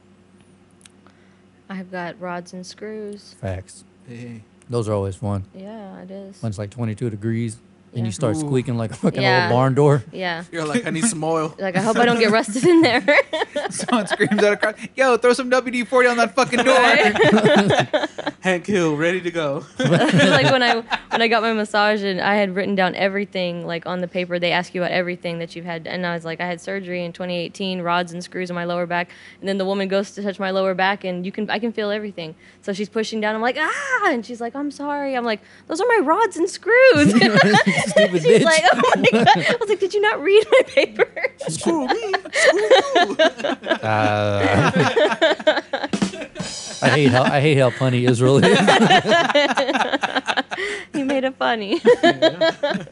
Speaker 5: I've got rods and screws.
Speaker 1: Facts.
Speaker 6: Hey.
Speaker 1: Those are always fun.
Speaker 5: Yeah, it is.
Speaker 1: When it's like 22 degrees and
Speaker 5: Yeah.
Speaker 1: you start
Speaker 6: Ooh.
Speaker 1: squeaking like a fucking
Speaker 5: Yeah.
Speaker 1: old barn
Speaker 5: [LAUGHS]
Speaker 1: door. [LAUGHS]
Speaker 5: Yeah.
Speaker 6: You're like, I need some oil.
Speaker 5: [LAUGHS] Like I hope I don't get rusted in there. [LAUGHS]
Speaker 4: Someone screams out across, "Yo, throw some WD forty on that fucking
Speaker 5: [LAUGHS]
Speaker 4: door!"
Speaker 6: Hank Hill, ready to go. [LAUGHS]
Speaker 5: [LAUGHS] like when I when I got my massage and I had written down everything like on the paper. They ask you about everything that you've had, and I was like, I had surgery in 2018, rods and screws in my lower back, and then the woman goes to touch my lower back, and you can I can feel everything. So she's pushing down. I'm like ah, and she's like, I'm sorry. I'm like, those are my rods and screws.
Speaker 1: [LAUGHS]
Speaker 5: [LAUGHS] she's
Speaker 1: Stupid bitch.
Speaker 5: like,
Speaker 1: [LAUGHS]
Speaker 5: [LAUGHS] oh my god. I was like, did you not read my paper? [LAUGHS]
Speaker 6: Screw me. Screw you.
Speaker 1: Ah. I hate how I hate how punny Israel is.
Speaker 5: you made it
Speaker 1: [LAUGHS]
Speaker 5: funny.
Speaker 1: I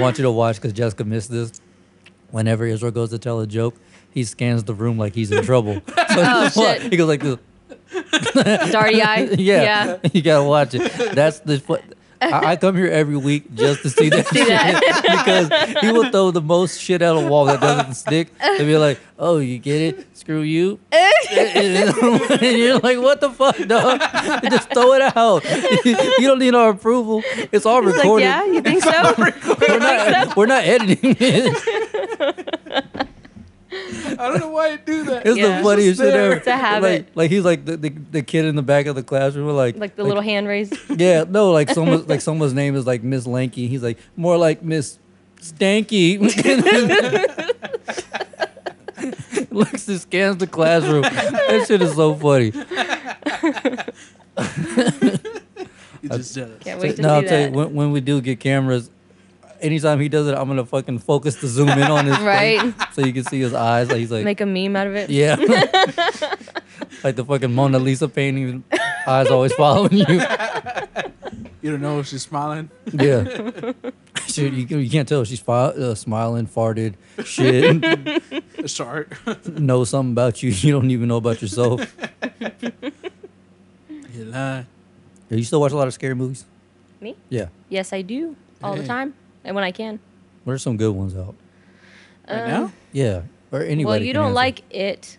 Speaker 1: want you to watch because Jessica missed this. Whenever Israel goes to tell a joke, he scans the room like he's in trouble.
Speaker 5: [LAUGHS]
Speaker 1: So just wa-
Speaker 5: Oh, shit.
Speaker 1: He goes like this.
Speaker 5: Darty eye.
Speaker 1: [LAUGHS] yeah, you gotta watch it. That's the. fu- I, I come here every week just to see that,
Speaker 5: [LAUGHS] See
Speaker 1: shit [LAUGHS] because he will throw the most shit at a wall that doesn't stick and be like, "Oh, you get it? Screw you!" [LAUGHS] and [LAUGHS] you're like, "What the fuck, dog? [LAUGHS] Just throw it out. [LAUGHS] you don't need our approval. It's all
Speaker 5: He's [LAUGHS] like,
Speaker 1: recorded.
Speaker 5: yeah, you
Speaker 1: [LAUGHS]
Speaker 5: think so?
Speaker 1: we're not. We're not editing it.
Speaker 6: I don't know why you do that.
Speaker 1: It's
Speaker 5: Yeah.
Speaker 1: the funniest shit ever.
Speaker 5: It's a habit.
Speaker 1: Like, like he's like the, the, the kid in the back of the classroom. We're like,
Speaker 5: [LAUGHS] like the little hand raised.
Speaker 1: [LAUGHS] yeah, no,
Speaker 5: [LAUGHS]
Speaker 1: like someone, like someone's name is like Miss Lanky. He's like more like Miss Stanky. [LAUGHS] Looks and scans the classroom. That shit is so funny.
Speaker 6: You just does.
Speaker 5: Can't wait to
Speaker 1: no, I'll
Speaker 5: see
Speaker 1: tell you
Speaker 5: that.
Speaker 1: when, when we do get cameras. Anytime he does it, I'm gonna fucking focus to zoom in
Speaker 5: [LAUGHS]
Speaker 1: on his face
Speaker 5: Right.
Speaker 1: so you can see his eyes. Like he's like,
Speaker 5: Make a meme out of it. [LAUGHS]
Speaker 1: Yeah. like the fucking Mona Lisa painting, eyes always following you.
Speaker 6: You don't know if she's smiling.
Speaker 1: Yeah. She, you, can- you can't tell. She's fi- uh, smiling, farted, shit. [LAUGHS]
Speaker 6: A shark. [LAUGHS]
Speaker 1: know something about you you don't even know about yourself.
Speaker 6: you lying.
Speaker 1: Yeah, you still watch a lot of scary movies?
Speaker 5: Me?
Speaker 1: Yeah.
Speaker 5: Yes, I do all
Speaker 6: Hey.
Speaker 5: the time and when I can.
Speaker 1: What are some good ones out?
Speaker 6: Right
Speaker 5: Uh,
Speaker 6: now?
Speaker 1: Yeah. Or anybody.
Speaker 5: well, you
Speaker 1: can
Speaker 5: don't
Speaker 1: answer.
Speaker 5: like it,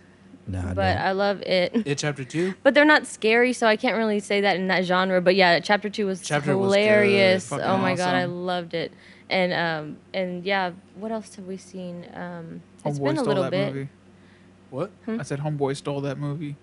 Speaker 1: Nah, I
Speaker 5: but uh,
Speaker 1: don't.
Speaker 5: I love it. [LAUGHS]
Speaker 6: It chapter two.
Speaker 5: But they're not scary, so I can't really say that in that genre. But yeah, chapter two was
Speaker 6: Chapter was good.
Speaker 5: hilarious.
Speaker 6: Fucking
Speaker 5: oh my god, I
Speaker 6: awesome.
Speaker 5: loved it. And um and yeah, what else have we seen? Um, it's
Speaker 4: Homeboy
Speaker 5: been a
Speaker 4: stole
Speaker 5: little
Speaker 4: that
Speaker 5: bit. Hmm?
Speaker 4: movie.
Speaker 6: What? Oh,
Speaker 4: I said, "Homeboy stole that movie."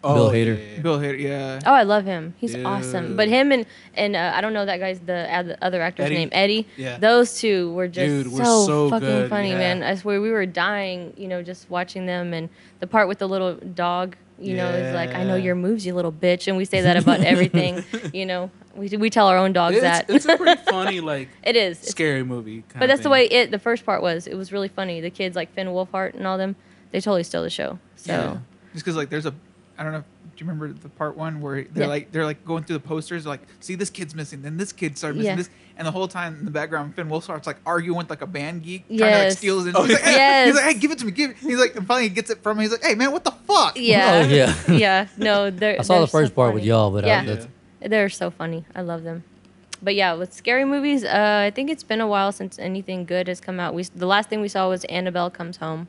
Speaker 1: Bill
Speaker 6: yeah,
Speaker 1: Hader.
Speaker 6: yeah, yeah.
Speaker 4: Bill Hader, yeah.
Speaker 5: Oh, I love him. He's
Speaker 6: Yeah.
Speaker 5: awesome. But him and and uh, I don't know that guy's the ad- other actor's
Speaker 6: Eddie.
Speaker 5: name, Eddie.
Speaker 6: Yeah.
Speaker 5: Those two were just
Speaker 6: Dude,
Speaker 5: so,
Speaker 6: we're so
Speaker 5: fucking
Speaker 6: good,
Speaker 5: funny,
Speaker 6: yeah.
Speaker 5: man. I swear we were dying, you know, just watching them and the part with the little dog, you know, is like, I know
Speaker 6: Yeah.
Speaker 5: your moves, you little bitch, and we say that about
Speaker 6: [LAUGHS]
Speaker 5: everything, [LAUGHS] you know. We we tell our own dogs
Speaker 6: It's,
Speaker 5: that.
Speaker 6: it's
Speaker 5: [LAUGHS]
Speaker 6: a pretty funny, like
Speaker 5: it is. It's-
Speaker 6: scary movie. kinda
Speaker 5: but that's the
Speaker 6: thing.
Speaker 5: way it the first part was. It was really funny. The kids like Finn Wolfhart and all them, they totally stole the show. So
Speaker 6: Yeah.
Speaker 4: Just because like there's a, I don't know. Do you remember the part one where they're
Speaker 5: Yeah.
Speaker 4: like they're like going through the posters like see this kid's missing then this kid's started missing
Speaker 5: Yeah.
Speaker 4: this and the whole time in the background Finn Wolfhard's like arguing with like a band geek trying to like
Speaker 5: Yes.
Speaker 4: steal his
Speaker 6: Oh,
Speaker 4: he's, like, hey,
Speaker 5: yeah.
Speaker 4: he's like hey give it to me give it he's like and finally he gets it from him he's like hey man what the fuck
Speaker 5: Yeah.
Speaker 1: [LAUGHS] Oh, yeah.
Speaker 5: [LAUGHS] yeah. No, they're.
Speaker 1: I saw
Speaker 5: they're
Speaker 1: the first
Speaker 5: so
Speaker 1: part with
Speaker 5: funny.
Speaker 1: y'all, but I-
Speaker 5: yeah,
Speaker 1: that's-
Speaker 5: they're so funny. I love them. But yeah, with scary movies, uh, I think it's been a while since anything good has come out. We s- the last thing we saw was Annabelle Comes Home,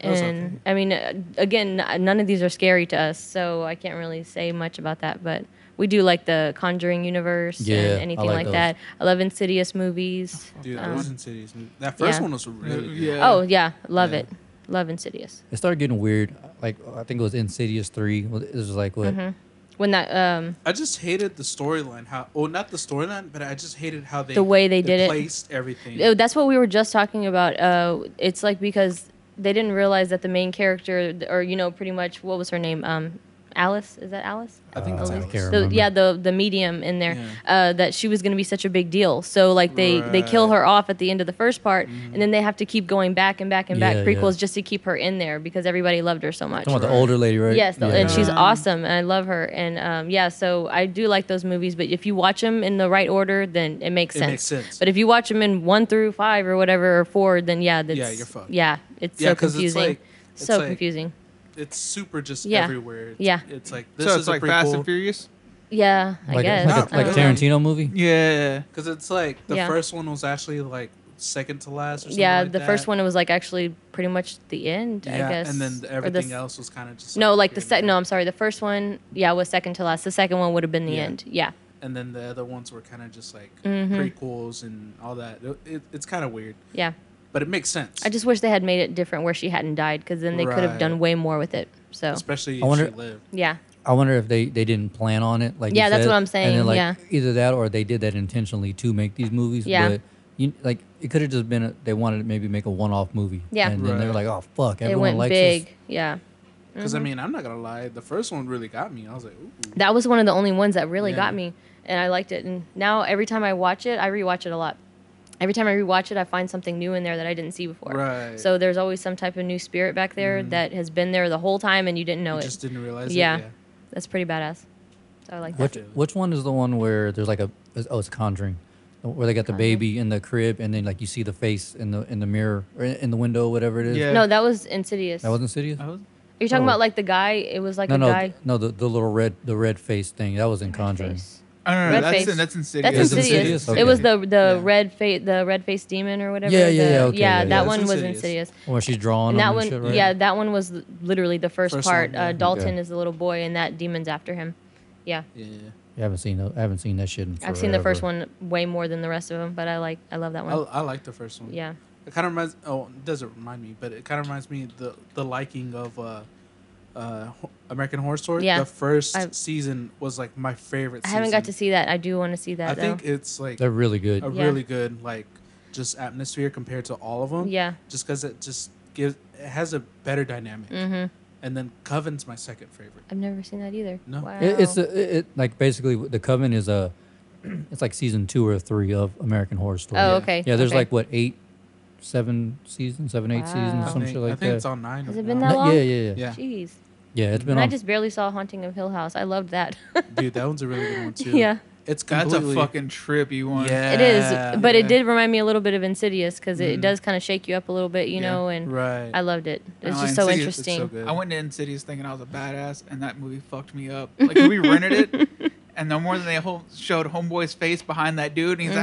Speaker 6: That was
Speaker 5: and I mean, uh, again, n- none of these are scary to us, so I can't really say much about that. But we do like the Conjuring universe
Speaker 1: Yeah, I
Speaker 5: and anything
Speaker 1: like
Speaker 5: like,
Speaker 1: those.
Speaker 5: that. I love Insidious movies.
Speaker 6: Dude,
Speaker 5: Um,
Speaker 6: that was in cities. That first
Speaker 5: yeah.
Speaker 6: one was really good.
Speaker 4: Yeah.
Speaker 5: Oh yeah, love
Speaker 6: Yeah.
Speaker 5: it. Love Insidious.
Speaker 1: It started getting weird. Like, I think it was Insidious 3. Well, It was like, what?
Speaker 5: Mm-hmm. When that um,
Speaker 6: I just hated the storyline. How? Oh, not the storyline, but I just hated how they
Speaker 5: The way they did it.
Speaker 6: placed everything.
Speaker 5: Oh, that's what we were just talking about. Uh, it's like because they didn't realize that the main character, or you know, pretty much what was her name, um, Alice. Is that Alice?
Speaker 6: I think
Speaker 1: Uh,
Speaker 6: it's
Speaker 1: I
Speaker 6: Alice.
Speaker 1: can't
Speaker 5: the,
Speaker 1: remember.
Speaker 5: yeah the the medium in there uh, that she was going to be such a big deal so like they they kill
Speaker 6: Right. Mm-hmm.
Speaker 5: her off at the end of the first part and then they have to keep going back and back and back
Speaker 1: Yeah, yeah.
Speaker 5: prequels just to keep her in there because everybody loved her so much
Speaker 1: Talking about the older lady, right?
Speaker 5: yes the- and she's
Speaker 4: Yeah.
Speaker 5: awesome and i love her and um, yeah so i do like those movies but if you watch them in the right order then it makes
Speaker 6: It
Speaker 5: sense
Speaker 6: makes sense.
Speaker 5: but if you watch them in one through five or whatever or four then yeah that's
Speaker 6: you're fucked.
Speaker 5: yeah it's
Speaker 6: Yeah,
Speaker 5: so
Speaker 6: 'cause it's
Speaker 5: confusing
Speaker 6: like- it's
Speaker 5: so
Speaker 6: like-
Speaker 5: confusing
Speaker 6: It's super just
Speaker 5: Yeah.
Speaker 6: everywhere. It's,
Speaker 5: Yeah.
Speaker 6: It's like
Speaker 4: This
Speaker 6: this
Speaker 4: so
Speaker 6: is
Speaker 4: it's like
Speaker 6: a prequel.
Speaker 4: Fast and Furious.
Speaker 5: yeah i
Speaker 1: like,
Speaker 5: guess
Speaker 1: like, a,
Speaker 5: I
Speaker 1: like
Speaker 6: Uh-uh.
Speaker 5: don't know.
Speaker 1: Tarantino movie.
Speaker 4: Yeah.
Speaker 6: Because it's like the
Speaker 5: Yeah.
Speaker 6: first one was actually like second to last or something.
Speaker 5: yeah,
Speaker 6: like
Speaker 5: the first
Speaker 6: that.
Speaker 5: one it was like actually pretty much the end, I
Speaker 6: Yeah,
Speaker 5: guess.
Speaker 6: and
Speaker 5: Or
Speaker 6: then
Speaker 5: the
Speaker 6: everything
Speaker 5: s-
Speaker 6: else was kind of just.
Speaker 5: No, like the
Speaker 6: here and
Speaker 5: second.
Speaker 6: there.
Speaker 5: No, I'm sorry. The first one, yeah, was second to last. The second one would have been the
Speaker 6: Yeah.
Speaker 5: end. Yeah,
Speaker 6: And then the other ones were kind of just like
Speaker 5: Mhm.
Speaker 6: prequels and all that. It, it- it's kind of weird,
Speaker 5: yeah.
Speaker 6: but it makes sense.
Speaker 5: I just wish they had made it different where she hadn't died, because then they could have done
Speaker 6: Right.
Speaker 5: way more with it. So
Speaker 6: especially if
Speaker 1: I wonder-
Speaker 6: she lived.
Speaker 5: yeah,
Speaker 1: I wonder if they, they didn't plan on it. Like you
Speaker 5: Yeah, that's
Speaker 1: said,
Speaker 5: what I'm
Speaker 1: and
Speaker 5: saying,
Speaker 1: then, like,
Speaker 5: yeah.
Speaker 1: either that or they did that intentionally to make these movies.
Speaker 5: Yeah.
Speaker 1: But you like it could have just been a, they wanted to maybe make a one off movie.
Speaker 5: Yeah.
Speaker 1: And then they're
Speaker 6: Right.
Speaker 1: like, oh fuck,
Speaker 5: it
Speaker 1: everyone
Speaker 5: went
Speaker 1: likes
Speaker 5: big.
Speaker 1: this.
Speaker 5: Yeah,
Speaker 6: Because
Speaker 5: Mm-hmm.
Speaker 6: I mean, I'm not gonna lie, the first one really got me. I was like, ooh,
Speaker 5: that was one of the only ones that really
Speaker 6: Yeah.
Speaker 5: got me, and I liked it. And now every time I watch it, I rewatch it a lot. Every time I rewatch it, I find something new in there that I didn't see before.
Speaker 6: Right.
Speaker 5: So there's always some type of new spirit back there
Speaker 1: Mm-hmm.
Speaker 5: that has been there the whole time and you didn't know
Speaker 6: I
Speaker 5: it.
Speaker 6: just didn't realize.
Speaker 5: Yeah.
Speaker 6: It. yeah.
Speaker 5: That's pretty badass. So I like that.
Speaker 1: Which which one is the one where there's like a oh it's Conjuring, where they got the
Speaker 5: Conjuring.
Speaker 1: baby in the crib and then like you see the face in the in the mirror or in the window whatever it is.
Speaker 4: Yeah.
Speaker 5: No, that was Insidious.
Speaker 1: That wasn't serious.
Speaker 4: I was-
Speaker 5: Are you talking
Speaker 1: oh.
Speaker 5: about like the guy? It was like
Speaker 1: no,
Speaker 5: a
Speaker 1: no,
Speaker 5: guy.
Speaker 1: th- no, the, the little red the red face thing that was in Conjuring.
Speaker 5: face.
Speaker 4: I don't know.
Speaker 5: Red
Speaker 4: That's
Speaker 5: face.
Speaker 4: that's insidious.
Speaker 5: That's
Speaker 1: Is it
Speaker 5: insidious.
Speaker 1: Insidious? Okay.
Speaker 5: It was the the
Speaker 6: Yeah.
Speaker 5: red face, the red face demon or whatever.
Speaker 1: Yeah, yeah,
Speaker 5: the-
Speaker 1: yeah, okay, yeah, yeah.
Speaker 5: that
Speaker 1: That's
Speaker 5: one was
Speaker 6: Insidious.
Speaker 5: insidious.
Speaker 1: Where she's drawing
Speaker 5: And that
Speaker 1: on
Speaker 5: one,
Speaker 1: and shit, right?
Speaker 5: yeah, that one was l- literally the first,
Speaker 6: First
Speaker 5: part.
Speaker 6: one, yeah.
Speaker 5: uh, Dalton
Speaker 1: Okay.
Speaker 5: is the little boy, and that demon's after him. Yeah,
Speaker 6: Yeah.
Speaker 1: I haven't seen tho- I haven't seen that shit. In
Speaker 5: I've seen the first
Speaker 1: forever.
Speaker 5: one way more than the rest of them, but I like, I love that
Speaker 6: I,
Speaker 5: one.
Speaker 6: I like the first one.
Speaker 5: Yeah,
Speaker 6: It kind of reminds. Oh, it doesn't remind me, but it kind of reminds me the the liking of uh, uh, Ho- American Horror Story.
Speaker 5: Yeah.
Speaker 6: The 1st
Speaker 5: I've-
Speaker 6: season was like my favorite.
Speaker 5: I
Speaker 6: Season.
Speaker 5: haven't got to see that. I do want to see that
Speaker 6: I
Speaker 5: though.
Speaker 6: think it's like
Speaker 1: They're
Speaker 6: a
Speaker 1: really good.
Speaker 5: Yeah.
Speaker 6: really good like just atmosphere compared to all of them.
Speaker 5: Yeah.
Speaker 6: Just because it just gives it has a better dynamic.
Speaker 5: Mm-hmm.
Speaker 6: And then Coven's my second favorite.
Speaker 5: I've never seen that either.
Speaker 6: No.
Speaker 5: Wow. Oh,
Speaker 1: It, it's a, it, it like basically the Coven is a [CLEARS THROAT] it's like season two or three of American Horror Story.
Speaker 5: Oh, okay,
Speaker 1: Yeah, there's
Speaker 5: okay.
Speaker 1: like what eight, seven seasons, seven eight
Speaker 5: Wow.
Speaker 1: seasons, some
Speaker 6: I
Speaker 1: shit
Speaker 6: think,
Speaker 1: like
Speaker 6: I think
Speaker 1: that.
Speaker 6: it's on nine.
Speaker 5: Has
Speaker 6: right
Speaker 5: it been
Speaker 6: now.
Speaker 5: that
Speaker 1: No,
Speaker 5: long?
Speaker 1: Yeah, yeah, yeah, yeah.
Speaker 6: Yeah,
Speaker 5: Jeez.
Speaker 1: it's been
Speaker 5: And I
Speaker 1: on.
Speaker 5: just barely saw Haunting of Hill House. I loved that. [LAUGHS]
Speaker 6: dude, that one's a really good one too.
Speaker 5: Yeah.
Speaker 6: it's
Speaker 4: That's a
Speaker 6: completely-
Speaker 4: fucking trippy one.
Speaker 6: Yeah,
Speaker 5: It is, but it
Speaker 4: Yeah.
Speaker 5: did remind me a little bit of Insidious because it does kind of shake you up a little bit, you
Speaker 4: Yeah,
Speaker 5: know. And
Speaker 6: right.
Speaker 5: I loved it. It's
Speaker 4: No,
Speaker 5: just so
Speaker 4: Insidious is so
Speaker 5: interesting.
Speaker 6: good.
Speaker 4: I went to Insidious thinking I was a badass, and that movie fucked me up. Like we rented it,
Speaker 5: [LAUGHS]
Speaker 4: and no more than they whole, showed Homeboy's face behind that dude, and he's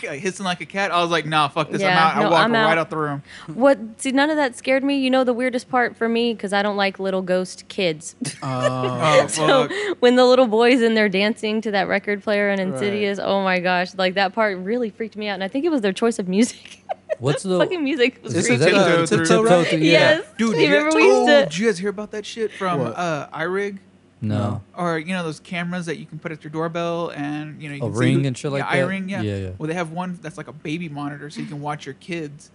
Speaker 4: [LAUGHS] like, like hissing like a cat. I was like, nah, fuck this,
Speaker 5: Mm-hmm. Yeah,
Speaker 4: I'm out.
Speaker 5: no,
Speaker 4: I walked
Speaker 5: I'm
Speaker 4: right
Speaker 5: out.
Speaker 4: out the
Speaker 5: [LAUGHS]
Speaker 4: room.
Speaker 5: What? See, none of that scared me. You know, the weirdest part for me because I don't like little ghost kids. [LAUGHS]
Speaker 6: Oh,
Speaker 4: Oh fuck!
Speaker 5: when the little boys in there dancing to that record player and Insidious, oh my gosh, like that part really freaked me out. And I think it was their choice of music. [LAUGHS]
Speaker 1: What's the
Speaker 5: Fucking music was
Speaker 1: is
Speaker 5: freaking.
Speaker 1: that
Speaker 4: Tiptoe
Speaker 1: the
Speaker 4: through.
Speaker 1: tiptoe
Speaker 6: Tiptoe
Speaker 1: through-
Speaker 5: Yes.
Speaker 4: Dude,
Speaker 5: you
Speaker 4: did you,
Speaker 5: remember we
Speaker 4: oh,
Speaker 5: used to?
Speaker 4: did you guys hear about that shit from
Speaker 6: What?
Speaker 4: uh, iRig?
Speaker 1: No.
Speaker 4: or you know those cameras that you can put at your doorbell and you know you
Speaker 1: A
Speaker 4: can see
Speaker 1: ring
Speaker 4: who-
Speaker 1: and shit like
Speaker 4: yeah,
Speaker 1: that?
Speaker 4: iRing, yeah.
Speaker 1: Yeah, yeah.
Speaker 4: Well, they have one that's like a baby monitor, so you can watch your kids.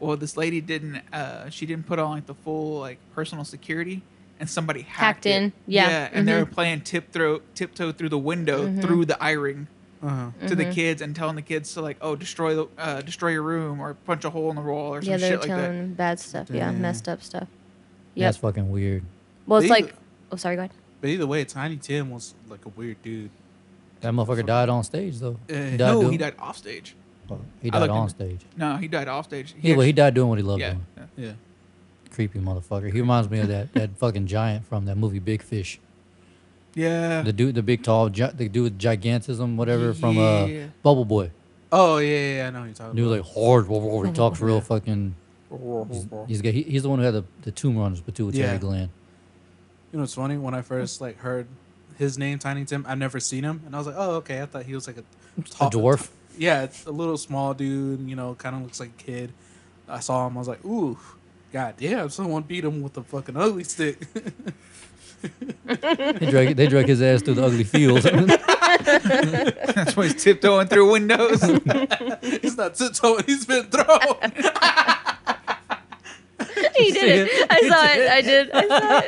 Speaker 4: Well, this lady didn't. Uh, she didn't put on like the full like personal security, and somebody hacked,
Speaker 5: Hacked
Speaker 4: it.
Speaker 5: in, yeah, Mm-hmm.
Speaker 4: and they were playing tip throw, tiptoe through the window through the iRing
Speaker 6: uh-huh.
Speaker 4: to
Speaker 5: Mm-hmm.
Speaker 4: the kids and telling the kids to like, oh, destroy the uh, destroy your room or punch a hole in the wall or some
Speaker 5: Yeah, they
Speaker 4: shit
Speaker 5: were
Speaker 4: like that.
Speaker 5: telling bad stuff. Yeah,
Speaker 6: Damn.
Speaker 5: messed up stuff. Yep.
Speaker 1: That's fucking weird.
Speaker 5: well, it's
Speaker 6: They-
Speaker 1: [LAUGHS]
Speaker 5: like. Oh, sorry. Go ahead. [LAUGHS]
Speaker 6: But either way, Tiny Tim was like a weird dude.
Speaker 1: That motherfucker died on stage though.
Speaker 6: Eh,
Speaker 1: He died
Speaker 4: No,
Speaker 1: doing-
Speaker 4: he died off stage.
Speaker 1: oh, he
Speaker 4: I
Speaker 1: died
Speaker 4: looked
Speaker 1: on
Speaker 4: into-
Speaker 1: stage.
Speaker 4: No, he died off stage.
Speaker 1: Yeah, well, he died doing what he loved [LAUGHS]
Speaker 4: yeah.
Speaker 1: doing.
Speaker 4: yeah.
Speaker 6: Yeah.
Speaker 1: Creepy motherfucker. He reminds me of that that fucking giant from that movie Big Fish.
Speaker 4: Yeah.
Speaker 1: The dude, the big tall, gi- the dude with gigantism, whatever, from uh,
Speaker 4: Yeah.
Speaker 1: Bubble Boy.
Speaker 6: Oh yeah, yeah, yeah, I know who you're talking
Speaker 1: He was like hard. whoa, whoa, whoa, He talks real fucking.
Speaker 6: about.
Speaker 1: He's got. He, he's the one who had the, the tumor on his pituitary
Speaker 6: Yeah.
Speaker 1: gland.
Speaker 6: You know, it's funny when I first like heard his name, Tiny Tim. I've never seen him, and I was like, oh okay, I thought he was like a, [LAUGHS]
Speaker 1: A
Speaker 6: tall-
Speaker 1: dwarf.
Speaker 6: Yeah, it's a little small dude. You know, kind of looks like a kid. I saw him. I was like, ooh, goddamn, someone beat him with a fucking ugly stick. [LAUGHS]
Speaker 1: They drag, they drag his ass through the ugly fields. [LAUGHS]
Speaker 4: That's why he's tiptoeing through
Speaker 1: [LAUGHS]
Speaker 4: windows.
Speaker 6: he's not tiptoeing. [LAUGHS] He's been thrown. [LAUGHS]
Speaker 5: he did it. I saw it. I did. I saw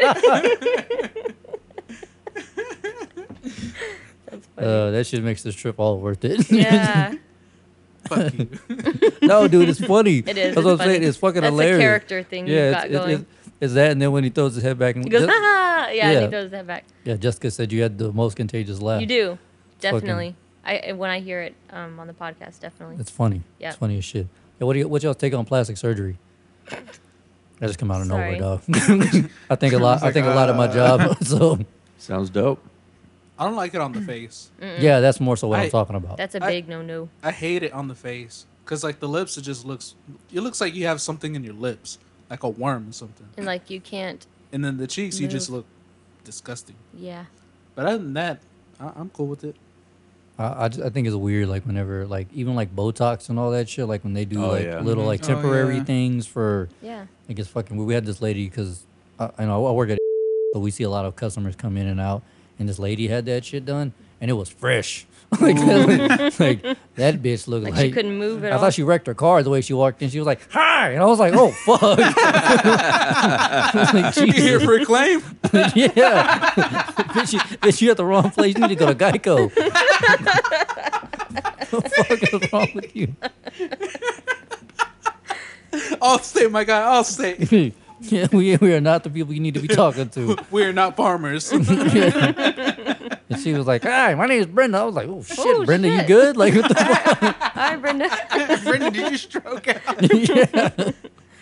Speaker 5: it. funny.
Speaker 1: Uh, that shit makes this trip all worth it.
Speaker 5: [LAUGHS] yeah,
Speaker 6: Fuck you.
Speaker 1: [LAUGHS] no, dude, it's funny.
Speaker 5: it is.
Speaker 1: That's
Speaker 5: it's
Speaker 1: what I'm
Speaker 5: funny.
Speaker 1: saying. It's fucking
Speaker 5: That's
Speaker 1: hilarious.
Speaker 5: a character thing you've
Speaker 1: yeah,
Speaker 5: got
Speaker 1: it's, it's,
Speaker 5: going.
Speaker 1: it's, it's that, and then when he throws his head back and
Speaker 5: he goes, "Ah."
Speaker 1: Ju-
Speaker 5: ha ha. Yeah, and
Speaker 1: yeah.
Speaker 5: he throws that back.
Speaker 1: yeah, Jessica said you had the most contagious laugh.
Speaker 5: You do,
Speaker 1: fucking-
Speaker 5: definitely. I when I hear it um, on the podcast, definitely.
Speaker 1: It's funny.
Speaker 5: Yeah.
Speaker 1: It's funny as shit. Yeah, what do you, what y'all take on plastic surgery? That just come out of
Speaker 5: Sorry.
Speaker 1: nowhere, dog. [LAUGHS] I think a lot. I think a lot of my job. [LAUGHS] So
Speaker 7: Sounds dope.
Speaker 6: I don't like it on the face.
Speaker 5: Mm.
Speaker 1: yeah, that's more so what I,
Speaker 6: I-
Speaker 1: am talking about.
Speaker 5: That's a
Speaker 6: I-
Speaker 5: big no no.
Speaker 6: I hate it on the face because like the lips, it just looks. It looks like you have something in your lips, like a worm or something.
Speaker 5: And like you can't.
Speaker 6: And then the cheeks, you just
Speaker 5: Move.
Speaker 6: look disgusting.
Speaker 5: Yeah.
Speaker 6: But other than that, I, I'm cool
Speaker 1: [LAUGHS]
Speaker 6: with it.
Speaker 1: I, I, just- I think it's weird, like whenever, like even like Botox and all that shit, like when they do
Speaker 7: Oh,
Speaker 1: like
Speaker 7: yeah.
Speaker 1: little like
Speaker 4: Oh,
Speaker 1: temporary
Speaker 4: yeah.
Speaker 1: things for,
Speaker 5: Yeah.
Speaker 1: I guess fucking. We had this lady because I, I know I work at, so we see a lot of customers come in and out, and this lady had that shit done, and it was fresh. [LAUGHS] like,
Speaker 5: [LAUGHS]
Speaker 1: like that bitch looked
Speaker 5: Like,
Speaker 1: like,
Speaker 5: she couldn't move at
Speaker 1: I
Speaker 5: all. [LAUGHS]
Speaker 1: thought she wrecked her car the way she walked in. She was like, "Hi," and I was like, "Oh fuck!" [LAUGHS] I was like,
Speaker 6: You here
Speaker 1: Jesus.
Speaker 6: for a claim?
Speaker 1: [LAUGHS] yeah, bitch, you, bitch, you at the wrong place. You need to go to Geico. [LAUGHS] the fuck is wrong with you? [LAUGHS]
Speaker 6: I'll stay, my guy. I'll stay. [LAUGHS]
Speaker 1: yeah, we, we are not the people you need to be talking to. [LAUGHS]
Speaker 6: We are not farmers. [LAUGHS]
Speaker 1: and she was like, "Hi, my name is Brenda." I was like, "Oh shit,
Speaker 5: Oh,
Speaker 1: Brenda, you
Speaker 5: shit."
Speaker 1: good?" Like,
Speaker 5: [LAUGHS]
Speaker 1: what the
Speaker 5: Hi, Brenda.
Speaker 4: Brendan, did you [LAUGHS] stroke out?
Speaker 1: fuck? [LAUGHS] yeah.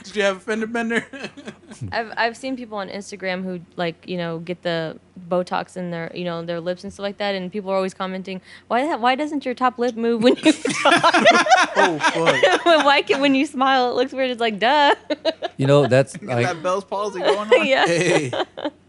Speaker 6: Did you have a fender bender?
Speaker 5: [LAUGHS]
Speaker 6: [LAUGHS]
Speaker 5: I've I've seen people on Instagram who like you know get the Botox in their you know their lips and stuff like that, and people are always commenting, why the- why doesn't your top lip move when you [LAUGHS]
Speaker 6: [LAUGHS] oh fuck!
Speaker 5: why can when you smile it looks weird? It's like duh. [LAUGHS]
Speaker 1: You know, that's
Speaker 4: Got
Speaker 1: like
Speaker 4: that Bell's palsy going on.
Speaker 5: yeah.
Speaker 6: Hey,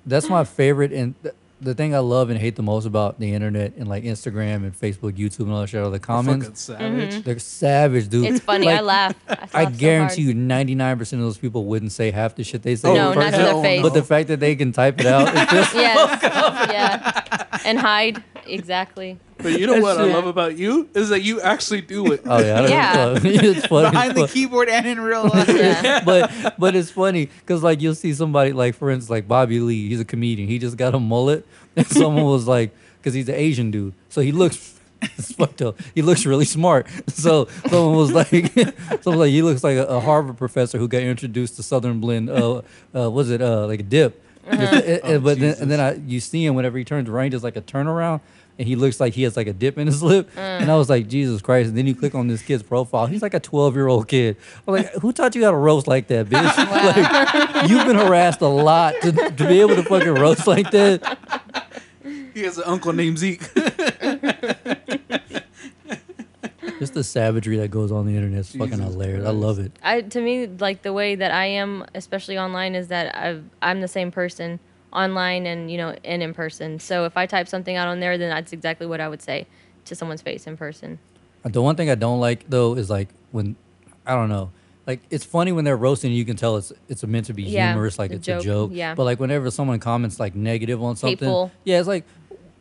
Speaker 1: that's my favorite and th- the thing I love and hate the most about the internet and like Instagram and Facebook, YouTube, and all that shit are the
Speaker 6: fucking
Speaker 1: comments.
Speaker 6: savage.
Speaker 5: Mm-hmm.
Speaker 1: They're savage, dude.
Speaker 5: It's funny. I
Speaker 1: Like,
Speaker 5: laugh. I,
Speaker 1: I
Speaker 5: laugh so
Speaker 1: guarantee [LAUGHS] you,
Speaker 5: hard.
Speaker 1: ninety nine percent of those people wouldn't say half the shit they say.
Speaker 6: Oh,
Speaker 5: No, not to
Speaker 6: hell
Speaker 5: their face.
Speaker 1: But the fact that they can type it out, it's just
Speaker 6: [LAUGHS]
Speaker 5: Yes.
Speaker 6: Oh,
Speaker 5: yeah. And hide. Exactly.
Speaker 6: But you know
Speaker 1: That's
Speaker 6: what I
Speaker 1: it.
Speaker 6: love about you is that you actually do it.
Speaker 1: oh yeah, I don't
Speaker 5: Yeah.
Speaker 1: know. [LAUGHS] it's funny. as
Speaker 4: Behind the
Speaker 1: fuck.
Speaker 4: keyboard and in real
Speaker 1: [LAUGHS]
Speaker 4: life.
Speaker 5: Yeah.
Speaker 1: but but it's funny because like you'll see somebody like for instance like Bobby Lee, he's a comedian. He just got a mullet, and [LAUGHS] someone was like, because he's an Asian dude, so he looks. [LAUGHS] It's fucked up. He looks really smart. [LAUGHS] So someone was like, [LAUGHS] someone like he looks like a, a Harvard professor who got introduced to Southern Blend. Uh, uh was it uh like a dip?
Speaker 5: Uh-huh.
Speaker 1: Just- and- and- but then, and then I, you see him whenever he turns around, he does like a turnaround, and he looks like he has like a dip in his [LAUGHS] lip. And I was like, Jesus Christ! And then you click on this kid's profile. He's like a twelve-year-old kid. I'm like, who taught you how to roast like that, bitch? [LAUGHS] Like, you've been harassed a lot to, to be able to fucking roast like that.
Speaker 6: [LAUGHS] He has an uncle named Zeke.
Speaker 1: Just the savagery that goes on the internet is fucking
Speaker 6: Jesus
Speaker 1: hilarious. I love it.
Speaker 5: I to me like the way that I am, especially online, is that I've, I'm the same person online and you know and in person. So if I type something out on there, then that's exactly what I would say to someone's face in person.
Speaker 1: The one thing I don't like though is like when I don't know. Like it's funny when they're roasting, you can tell it's it's meant to be
Speaker 5: Yeah,
Speaker 1: humorous, like
Speaker 5: the
Speaker 1: it's a
Speaker 5: joke,
Speaker 1: joke.
Speaker 5: yeah.
Speaker 1: But like whenever someone comments like negative on something,
Speaker 5: Hateful.
Speaker 1: yeah, it's like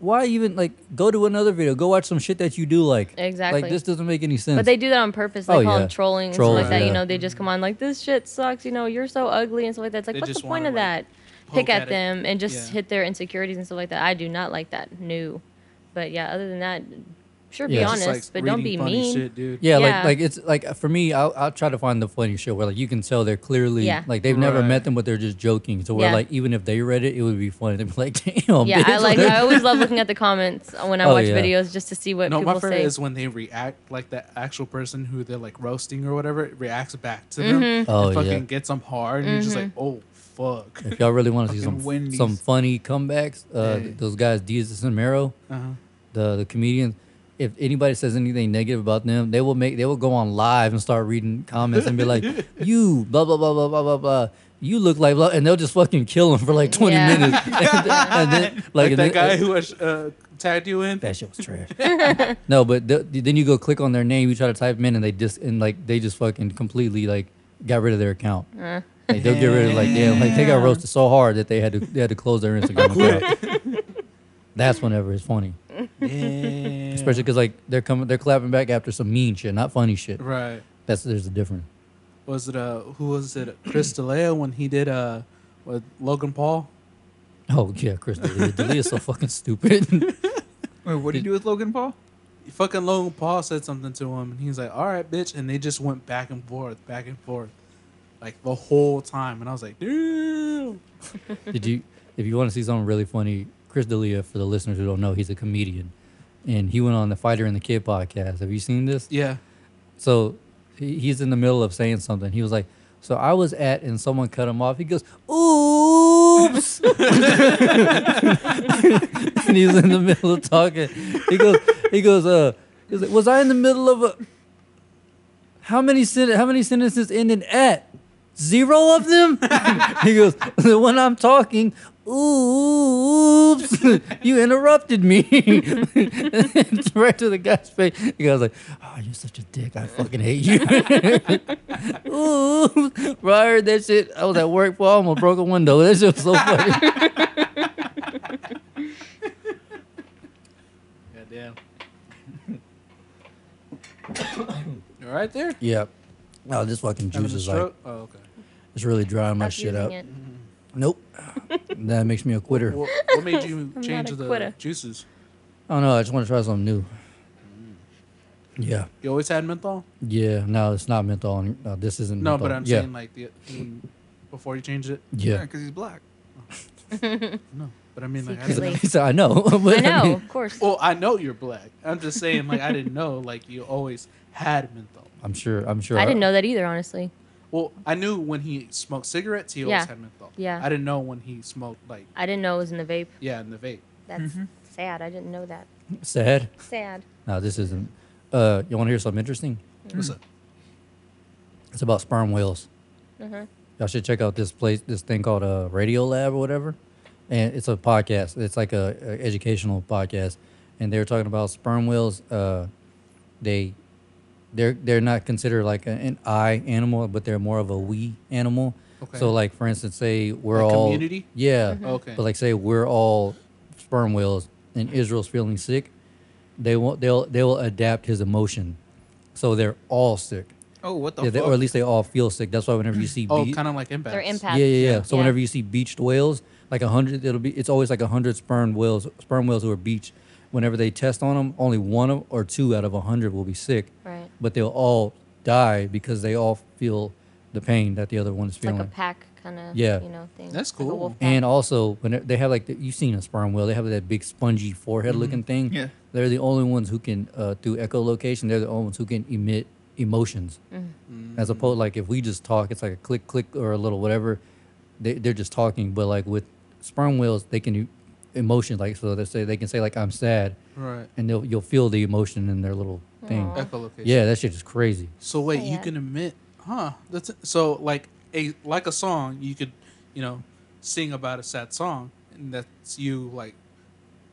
Speaker 1: why even like go to another video, go watch some shit that you do like.
Speaker 5: Exactly.
Speaker 1: Like this doesn't make any sense.
Speaker 5: But they do that on purpose. They
Speaker 1: Oh,
Speaker 5: call
Speaker 1: yeah.
Speaker 5: them trolling and
Speaker 1: Trolls,
Speaker 5: stuff like that.
Speaker 1: yeah.
Speaker 5: You know, they just come on like this shit sucks. You know, you're so ugly and stuff like that. It's like
Speaker 6: They
Speaker 5: what's the
Speaker 6: just
Speaker 5: point
Speaker 6: wanna,
Speaker 5: of
Speaker 6: like,
Speaker 5: that? Pick
Speaker 6: poke
Speaker 5: at,
Speaker 6: at it.
Speaker 5: them and just
Speaker 6: Yeah.
Speaker 5: hit their insecurities and stuff like that. I do not like that. No. But yeah, other than that, sure be
Speaker 1: Yeah.
Speaker 6: Just,
Speaker 5: honest,
Speaker 6: like,
Speaker 5: but don't be
Speaker 6: reading funny
Speaker 5: mean.
Speaker 6: shit, dude.
Speaker 1: yeah,
Speaker 5: yeah.
Speaker 1: like like it's like for me, I'll, I'll try to find the funny shit where like you can tell they're clearly
Speaker 5: Yeah.
Speaker 1: like they've never
Speaker 6: Right.
Speaker 1: met them, but they're just joking. So where
Speaker 5: Yeah.
Speaker 1: like even if they read it, it would be funny. [LAUGHS] They'd be like, damn.
Speaker 5: Yeah, I
Speaker 1: bitch."
Speaker 5: like. I always love looking at the comments when
Speaker 1: [LAUGHS]
Speaker 5: I
Speaker 1: Oh,
Speaker 5: watch
Speaker 1: yeah.
Speaker 5: videos just to see what
Speaker 6: No,
Speaker 5: people
Speaker 6: my favorite
Speaker 5: say.
Speaker 6: is when they react like that actual person who they're like roasting or whatever it reacts back to them.
Speaker 5: Mm-hmm.
Speaker 6: and
Speaker 1: Oh, yeah.
Speaker 6: fucking gets them hard, and you're just like, oh
Speaker 1: [LAUGHS]
Speaker 6: fuck.
Speaker 1: If y'all really want to see some
Speaker 4: Fucking Wendy's.
Speaker 1: some funny comebacks, uh,
Speaker 6: Yeah.
Speaker 1: th- those guys Jesus and Mero,
Speaker 6: Uh-huh.
Speaker 1: the the comedians, if anybody says anything negative about them, they will make they will go on live and start reading comments and be
Speaker 6: [LAUGHS]
Speaker 1: like, "You blah blah blah blah blah blah blah." You look like blah, and they'll just fucking kill him for like twenty
Speaker 5: Yeah.
Speaker 1: minutes. [LAUGHS] and then,
Speaker 6: Like,
Speaker 1: and then-
Speaker 6: that guy who was, uh, tagged you in.
Speaker 1: that shit was trash. no, but th- then you go click on their name, you try to type 'em in, and they just and like they just fucking completely like got rid of their account. Like they'll get rid of like damn, like they got roasted so hard that they had to they had to close their Instagram account. That's whenever it's funny,
Speaker 6: Especially
Speaker 1: especially because like they're coming, they're clapping back after some mean shit, not funny shit.
Speaker 6: right.
Speaker 1: That's there's a difference.
Speaker 6: Was it uh who was it Chris D'Elia when he did uh with Logan Paul?
Speaker 1: Oh yeah, Chris D'Elia. D'Elia's so fucking stupid. [LAUGHS]
Speaker 4: Wait, what do you do with Logan Paul?
Speaker 6: Fucking Logan Paul said something to him, and he's like, "All right, bitch," and they just went back and forth, back and forth, like the whole time. And I was like, "Dude,
Speaker 1: Did you? If you want to see something really funny, Chris D'Elia, for the listeners who don't know, he's a comedian, and he went on the Fighter and the Kid podcast. Have you seen this?
Speaker 6: yeah,
Speaker 1: So he- he's in the middle of saying something. He was like, "So I was at," and someone cut him off. He goes, "Oops!" and he's in the middle of talking. He goes, "He goes, uh, he's like, was I in the middle of a? How many sen- How many sentences end in at? Zero of them?" [LAUGHS] he goes, "When I'm talking." Oops! [LAUGHS] you interrupted me. [LAUGHS] right to the guy's face. The guy's like, "Oh, you're such a dick. I fucking hate you." [LAUGHS] Oops! Bro, I heard that shit. I was at work for almost broke a window. That shit was so funny.
Speaker 6: [LAUGHS] [COUGHS] goddamn." All right, there.
Speaker 1: Yeah. No, Oh, this fucking
Speaker 6: Having a
Speaker 1: juice is like
Speaker 6: stroke? oh, okay.
Speaker 1: it's really drying my
Speaker 5: Stop
Speaker 1: shit
Speaker 5: using
Speaker 1: up.
Speaker 5: it.
Speaker 1: Nope. that makes me a quitter.
Speaker 6: What, what made you
Speaker 5: [LAUGHS] I'm
Speaker 6: change
Speaker 5: not a
Speaker 6: the
Speaker 5: quitter.
Speaker 6: juices?
Speaker 1: I don't know. Oh, I just want to try something new. Yeah.
Speaker 6: You always had menthol?
Speaker 1: Yeah. No, it's not menthol. and- No, this isn't.
Speaker 6: No,
Speaker 1: Mm, menthol.
Speaker 6: but I'm
Speaker 1: yeah.
Speaker 6: saying like the mm, before you changed it.
Speaker 1: Yeah. [LAUGHS]
Speaker 4: because he's black.
Speaker 6: No, but I mean like I
Speaker 5: Secretly.
Speaker 6: didn't-
Speaker 1: He said, I know. [LAUGHS]
Speaker 5: I
Speaker 1: but
Speaker 5: know,
Speaker 6: [LAUGHS]
Speaker 1: mean,
Speaker 5: of course.
Speaker 6: Well, I know you're black. I'm just saying like I didn't know like you always had menthol.
Speaker 1: I'm sure. I'm sure.
Speaker 5: I didn't know that either, honestly.
Speaker 6: Well, I knew when he smoked cigarettes, he always
Speaker 5: Yeah.
Speaker 6: had menthol.
Speaker 5: Yeah.
Speaker 6: I didn't know when he smoked like
Speaker 5: I didn't know it was in the vape.
Speaker 6: yeah in the vape.
Speaker 5: That's
Speaker 1: Mm-hmm.
Speaker 5: sad. I didn't know that.
Speaker 1: Sad.
Speaker 5: Sad.
Speaker 1: No, this isn't. Uh, you want to hear something interesting?
Speaker 6: What's up?
Speaker 1: It's about sperm whales.
Speaker 5: Uh-huh.
Speaker 1: y'all should check out this place this thing called uh, radio lab or whatever and it's a podcast it's like a, a educational podcast and they were talking about sperm whales uh, they they're they're not considered like a- an i animal but they're more of a we animal
Speaker 6: Okay.
Speaker 1: so like for instance say we're
Speaker 6: Like
Speaker 1: all
Speaker 6: community? Oh,
Speaker 1: yeah
Speaker 6: Okay.
Speaker 1: but like say we're all sperm whales and israel's feeling sick they won't they'll they will adapt his emotion so they're all sick
Speaker 4: Oh, what the
Speaker 1: yeah, they,
Speaker 4: fuck?
Speaker 1: or at least they all feel sick that's why whenever you see
Speaker 6: oh,
Speaker 1: be-
Speaker 6: kind of like impact.
Speaker 5: They're impact.
Speaker 1: yeah, yeah, yeah. So whenever you see beached whales, like a hundred, it'll be it's always like a hundred sperm whales, sperm whales who are beached. Whenever they test on them, only one of, or two out of a hundred will be sick,
Speaker 5: Right.
Speaker 1: but they'll all die because they all feel the pain that the other one is
Speaker 5: It's
Speaker 1: feeling.
Speaker 5: like a pack kind of,
Speaker 1: Yeah.
Speaker 5: you know, thing.
Speaker 6: That's
Speaker 5: Like a
Speaker 6: cool.
Speaker 5: wolf pack.
Speaker 1: and also, when they- they have like the, you've seen a sperm whale, they have that big spongy forehead-looking thing.
Speaker 4: Yeah.
Speaker 1: they're the only ones who can uh, through echolocation. They're the only ones who can emit emotions, as opposed like if we just talk, it's like a click, click, or a little whatever. They they're just talking, but like with sperm whales, they can do emotions. Like so, they say they can say like I'm sad,
Speaker 6: Right.
Speaker 1: and they'll you'll feel the emotion in their little thing.
Speaker 5: Aw.
Speaker 6: Echolocation.
Speaker 1: Yeah, that shit is crazy.
Speaker 6: So wait, you
Speaker 5: Yeah.
Speaker 6: can emit, huh? That's so like a like a song. You could, you know, sing about a sad song, and that's you like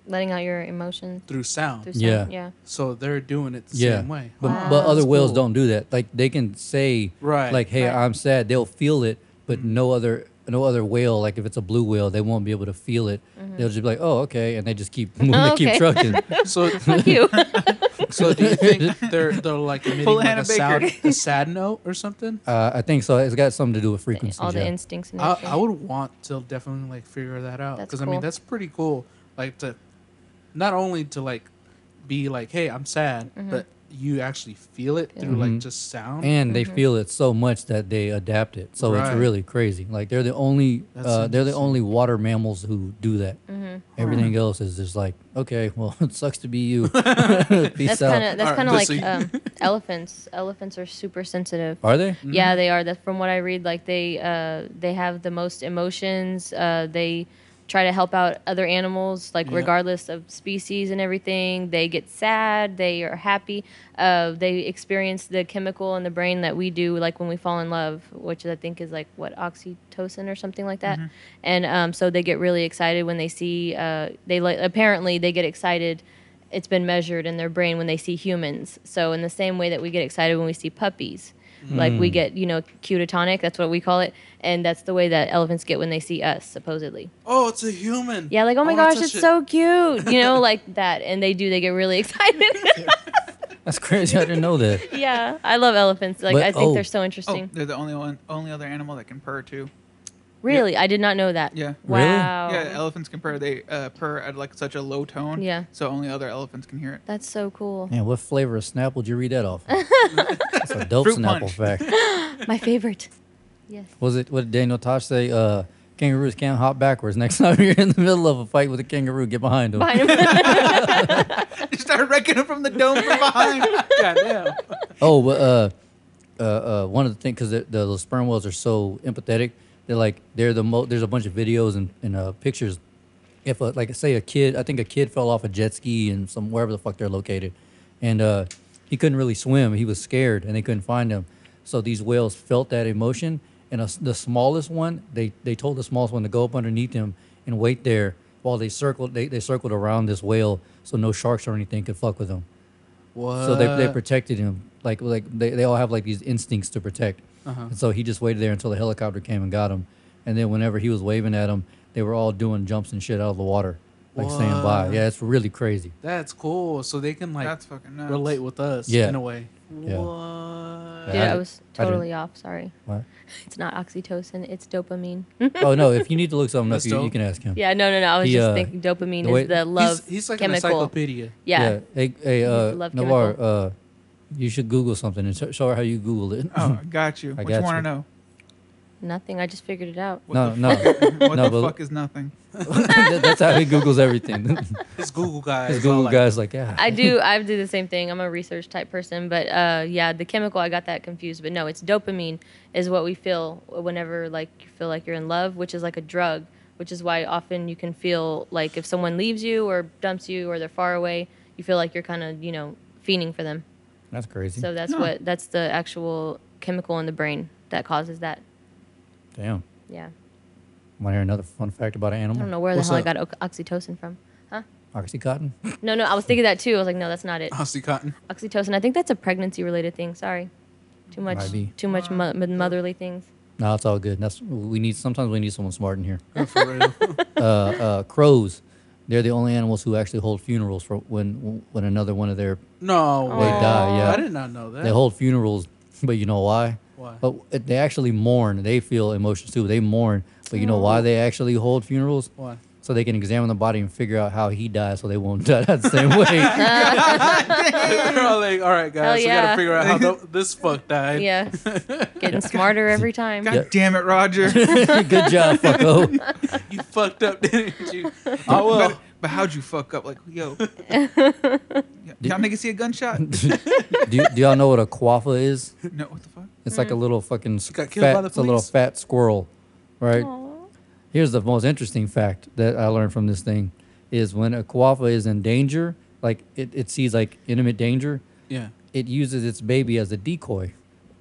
Speaker 5: Letting out your emotions
Speaker 6: through sound.
Speaker 5: through sound.
Speaker 1: Yeah.
Speaker 5: Yeah.
Speaker 1: [LAUGHS]
Speaker 6: So they're doing it the
Speaker 1: yeah,
Speaker 6: same way.
Speaker 1: but
Speaker 5: Wow.
Speaker 1: but other
Speaker 6: That's
Speaker 1: whales
Speaker 6: cool.
Speaker 1: don't do that. Like they can say
Speaker 6: Right.
Speaker 1: like hey
Speaker 5: Right.
Speaker 1: I'm sad. They'll feel it, but
Speaker 5: Mm-hmm.
Speaker 1: no other no other whale like if it's a blue whale they won't be able to feel it. They'll just be like oh okay, and they just keep [LAUGHS] moving, they keep
Speaker 5: Mm-hmm. Okay.
Speaker 1: trucking.
Speaker 5: [LAUGHS]
Speaker 6: So
Speaker 1: [LAUGHS]
Speaker 5: Fuck you. [LAUGHS]
Speaker 6: so do
Speaker 4: [LAUGHS]
Speaker 6: you think they're they're like emitting
Speaker 4: Pull
Speaker 6: like
Speaker 4: Hannah
Speaker 6: a, sad,
Speaker 4: Baker.
Speaker 6: a sad note or something?
Speaker 1: Uh, I think so. It's got something to do with frequency.
Speaker 5: All the
Speaker 1: yeah.
Speaker 5: instincts and
Speaker 6: I,
Speaker 5: everything.
Speaker 6: I would want to definitely like figure that out
Speaker 5: That's
Speaker 6: because I mean
Speaker 5: cool.
Speaker 6: that's pretty cool. Like to not only to like be like, hey, I'm sad,
Speaker 5: Mm-hmm.
Speaker 6: but you actually feel it through
Speaker 4: Mm-hmm.
Speaker 6: like just sound.
Speaker 1: and
Speaker 5: mm-hmm.
Speaker 1: they feel it so much that they adapt it. So
Speaker 6: Right.
Speaker 1: it's really crazy. Like they're the only
Speaker 6: That's
Speaker 1: uh, they're the
Speaker 6: interesting.
Speaker 1: only water mammals who do that.
Speaker 5: Mm-hmm.
Speaker 1: Everything else is just like okay, well [LAUGHS] it sucks to be
Speaker 5: [LAUGHS]
Speaker 1: you. Peace out.
Speaker 5: that's kind of that's
Speaker 6: Alright,
Speaker 5: kind of
Speaker 6: let's
Speaker 5: like
Speaker 6: see.
Speaker 5: um, [LAUGHS] elephants. Elephants are super sensitive.
Speaker 1: Are they?
Speaker 5: Yeah, they are. That from what I read, like they uh, they have the most emotions. Uh, they try to help out other animals, like
Speaker 6: Yeah.
Speaker 5: regardless of species and everything. They get sad. They are happy. Uh, they experience the chemical in the brain that we do, like when we fall in love, which I think is like what oxytocin or something like that. And um, so they get really excited when they see. Uh, they like apparently they get excited it's been measured in their brain when they see humans. So in the same way that we get excited when we see puppies, like
Speaker 1: Hmm.
Speaker 5: we get you know cutatonic, that's what we call it, and that's the way that elephants get when they see us, supposedly.
Speaker 6: oh, it's a human.
Speaker 5: Yeah, like oh
Speaker 6: I
Speaker 5: my
Speaker 6: wanna
Speaker 5: gosh,
Speaker 6: touch
Speaker 5: it's
Speaker 6: it. [LAUGHS]
Speaker 5: so cute, you know, like that, and they do, they get really [LAUGHS]
Speaker 6: [LAUGHS]
Speaker 5: excited.
Speaker 1: That's crazy. I didn't know that.
Speaker 5: yeah, I love elephants. Like
Speaker 1: But-
Speaker 5: I think
Speaker 1: oh.
Speaker 5: they're so
Speaker 4: Oh,
Speaker 5: interesting.
Speaker 4: they're the only one, only other animal that can purr too.
Speaker 5: Really, I did not know that.
Speaker 4: Yeah.
Speaker 1: Really?
Speaker 5: Wow.
Speaker 4: Yeah, elephants can purr. They uh, purr at like such a low tone.
Speaker 5: Yeah.
Speaker 4: So only other elephants can hear it. [LAUGHS]
Speaker 5: That's so cool.
Speaker 1: Man, what flavor of Snapple did you read that off? of? That's a dope
Speaker 4: Fruit
Speaker 1: Snapple
Speaker 4: punch.
Speaker 1: fact.
Speaker 5: My favorite. [LAUGHS] Yes.
Speaker 1: Was it what did Daniel Tosh say? Uh, kangaroos can't hop backwards. Next time you're in the middle of a fight with a kangaroo, get behind him.
Speaker 5: Behind him.
Speaker 4: They start wrecking them from the dome from
Speaker 1: [LAUGHS]
Speaker 4: behind.
Speaker 5: [LAUGHS]
Speaker 6: Goddamn.
Speaker 1: Oh, but, uh, uh, uh, one of the things because the, the sperm whales are so empathetic, they're like they're the mo- there's a bunch of videos and, and uh, pictures. If a, like say a kid, I think a kid fell off a jet ski and some wherever the fuck they're located, and uh, he couldn't really swim. He was scared and they couldn't find him. So these whales felt that emotion, and a s the smallest one, they they told the smallest one to go up underneath him and wait there while they circled they, they circled around this whale so no sharks or anything could fuck with him.
Speaker 6: What?
Speaker 1: So they, they protected him. Like like they, they all have like these instincts to protect. And so he just waited there until the helicopter came and got him. And then whenever he was waving at him, they were all doing jumps and shit out of the water, like staying by.
Speaker 6: What?
Speaker 1: Yeah, it's really crazy.
Speaker 6: That's cool. So they can like
Speaker 4: That's fucking nuts.
Speaker 6: relate with us
Speaker 1: Yeah.
Speaker 6: in a way.
Speaker 1: Yeah.
Speaker 6: What?
Speaker 5: Dude,
Speaker 1: I-
Speaker 5: I,
Speaker 1: I
Speaker 5: was
Speaker 1: didn't-
Speaker 5: totally off. Sorry.
Speaker 1: What?
Speaker 5: It's not oxytocin. It's dopamine.
Speaker 1: [LAUGHS]
Speaker 5: [LAUGHS]
Speaker 1: oh no! If you need to look something up,
Speaker 6: That's
Speaker 1: you, you
Speaker 6: dope.
Speaker 1: can ask him.
Speaker 5: yeah. No. No. No. I was
Speaker 1: He,
Speaker 5: just
Speaker 1: uh,
Speaker 5: thinking dopamine
Speaker 1: the way-
Speaker 5: is the love
Speaker 6: He's, he's like an
Speaker 5: chemical.
Speaker 6: encyclopedia.
Speaker 5: yeah.
Speaker 1: Hey, hey uh,
Speaker 5: love
Speaker 1: Navar,
Speaker 5: chemical.
Speaker 1: uh, you should Google something and sh- show her how you Google it. [LAUGHS]
Speaker 4: Oh, I got you.
Speaker 1: I
Speaker 4: what
Speaker 1: got
Speaker 4: you want
Speaker 1: you. [LAUGHS]
Speaker 4: to know?
Speaker 5: Nothing. I just figured it out.
Speaker 1: no, no,
Speaker 4: What
Speaker 1: No,
Speaker 4: the
Speaker 1: but-
Speaker 4: fuck is nothing?
Speaker 1: [LAUGHS] That- that's how he Googles everything. [LAUGHS]
Speaker 6: His Google guy.
Speaker 1: His
Speaker 6: is all
Speaker 1: Google
Speaker 6: like,
Speaker 1: guy's like, yeah.
Speaker 5: I do. I do the same thing. I'm a research type person, but uh, yeah, the chemical I got that confused. But no, it's dopamine is what we feel whenever like you feel like you're in love, which is like a drug, which is why often you can feel like if someone leaves you or dumps you or they're far away, you feel like you're kind of you know fiending for them.
Speaker 1: That's crazy.
Speaker 5: So that's
Speaker 4: Huh.
Speaker 5: what that's the actual chemical in the brain that causes that.
Speaker 1: Damn.
Speaker 5: Yeah,
Speaker 1: Want to hear another fun fact about an animal?
Speaker 5: I don't know where the
Speaker 6: What's
Speaker 5: hell I
Speaker 6: up?
Speaker 5: got o- oxytocin from.
Speaker 1: Oxycontin.
Speaker 5: No, no, I was thinking that too. I was like, no, that's not it.
Speaker 6: Oxycontin.
Speaker 1: [LAUGHS]
Speaker 5: Oxytocin. I think that's a pregnancy related thing. Sorry, too much,
Speaker 1: Might be.
Speaker 5: too much mo- motherly things.
Speaker 1: No, it's all good. That's we need. Sometimes we need someone smart in here.
Speaker 6: For real.
Speaker 1: Uh, uh, crows, they're the only animals who actually hold funerals for when when another one of their
Speaker 6: no
Speaker 5: Oh.
Speaker 1: they
Speaker 6: way.
Speaker 1: die. Yeah,
Speaker 6: I did not know that.
Speaker 1: they hold funerals, but you know why?
Speaker 6: Why?
Speaker 1: But it- they actually mourn. They feel emotions too. They mourn, but you know
Speaker 6: Oh.
Speaker 1: why they actually hold funerals?
Speaker 5: [LAUGHS]
Speaker 6: Why? [LAUGHS]
Speaker 1: So they can examine the body and figure out how he died, so they won't [LAUGHS] die that same way. [LAUGHS]
Speaker 6: They're all like, all right, guys, we
Speaker 5: yeah.
Speaker 6: gotta figure out
Speaker 5: [LAUGHS]
Speaker 6: how th- this fuck died. [LAUGHS]
Speaker 5: Yeah. Getting smarter every time.
Speaker 4: God damn
Speaker 1: [LAUGHS]
Speaker 4: it, Roger. [LAUGHS]
Speaker 1: good job, fucko.
Speaker 6: You fucked up, [LAUGHS] didn't
Speaker 5: [LAUGHS]
Speaker 6: you? Oh well.
Speaker 4: But, but how'd you fuck up? Like, yo. Y- y'all niggas see
Speaker 1: [LAUGHS]
Speaker 4: a gunshot?
Speaker 1: do, do y'all know what a quaffa is?
Speaker 4: No, what the fuck?
Speaker 1: It's like a little fucking s-
Speaker 6: Mm. Got killed by
Speaker 1: fat,
Speaker 6: the
Speaker 1: it's a little
Speaker 6: police.
Speaker 1: fat squirrel, right?
Speaker 5: Aw.
Speaker 1: Here's the most interesting fact that I learned from this thing is when a coafa is in danger, like it, it sees like intimate danger,
Speaker 6: Yeah.
Speaker 1: it uses its baby as a decoy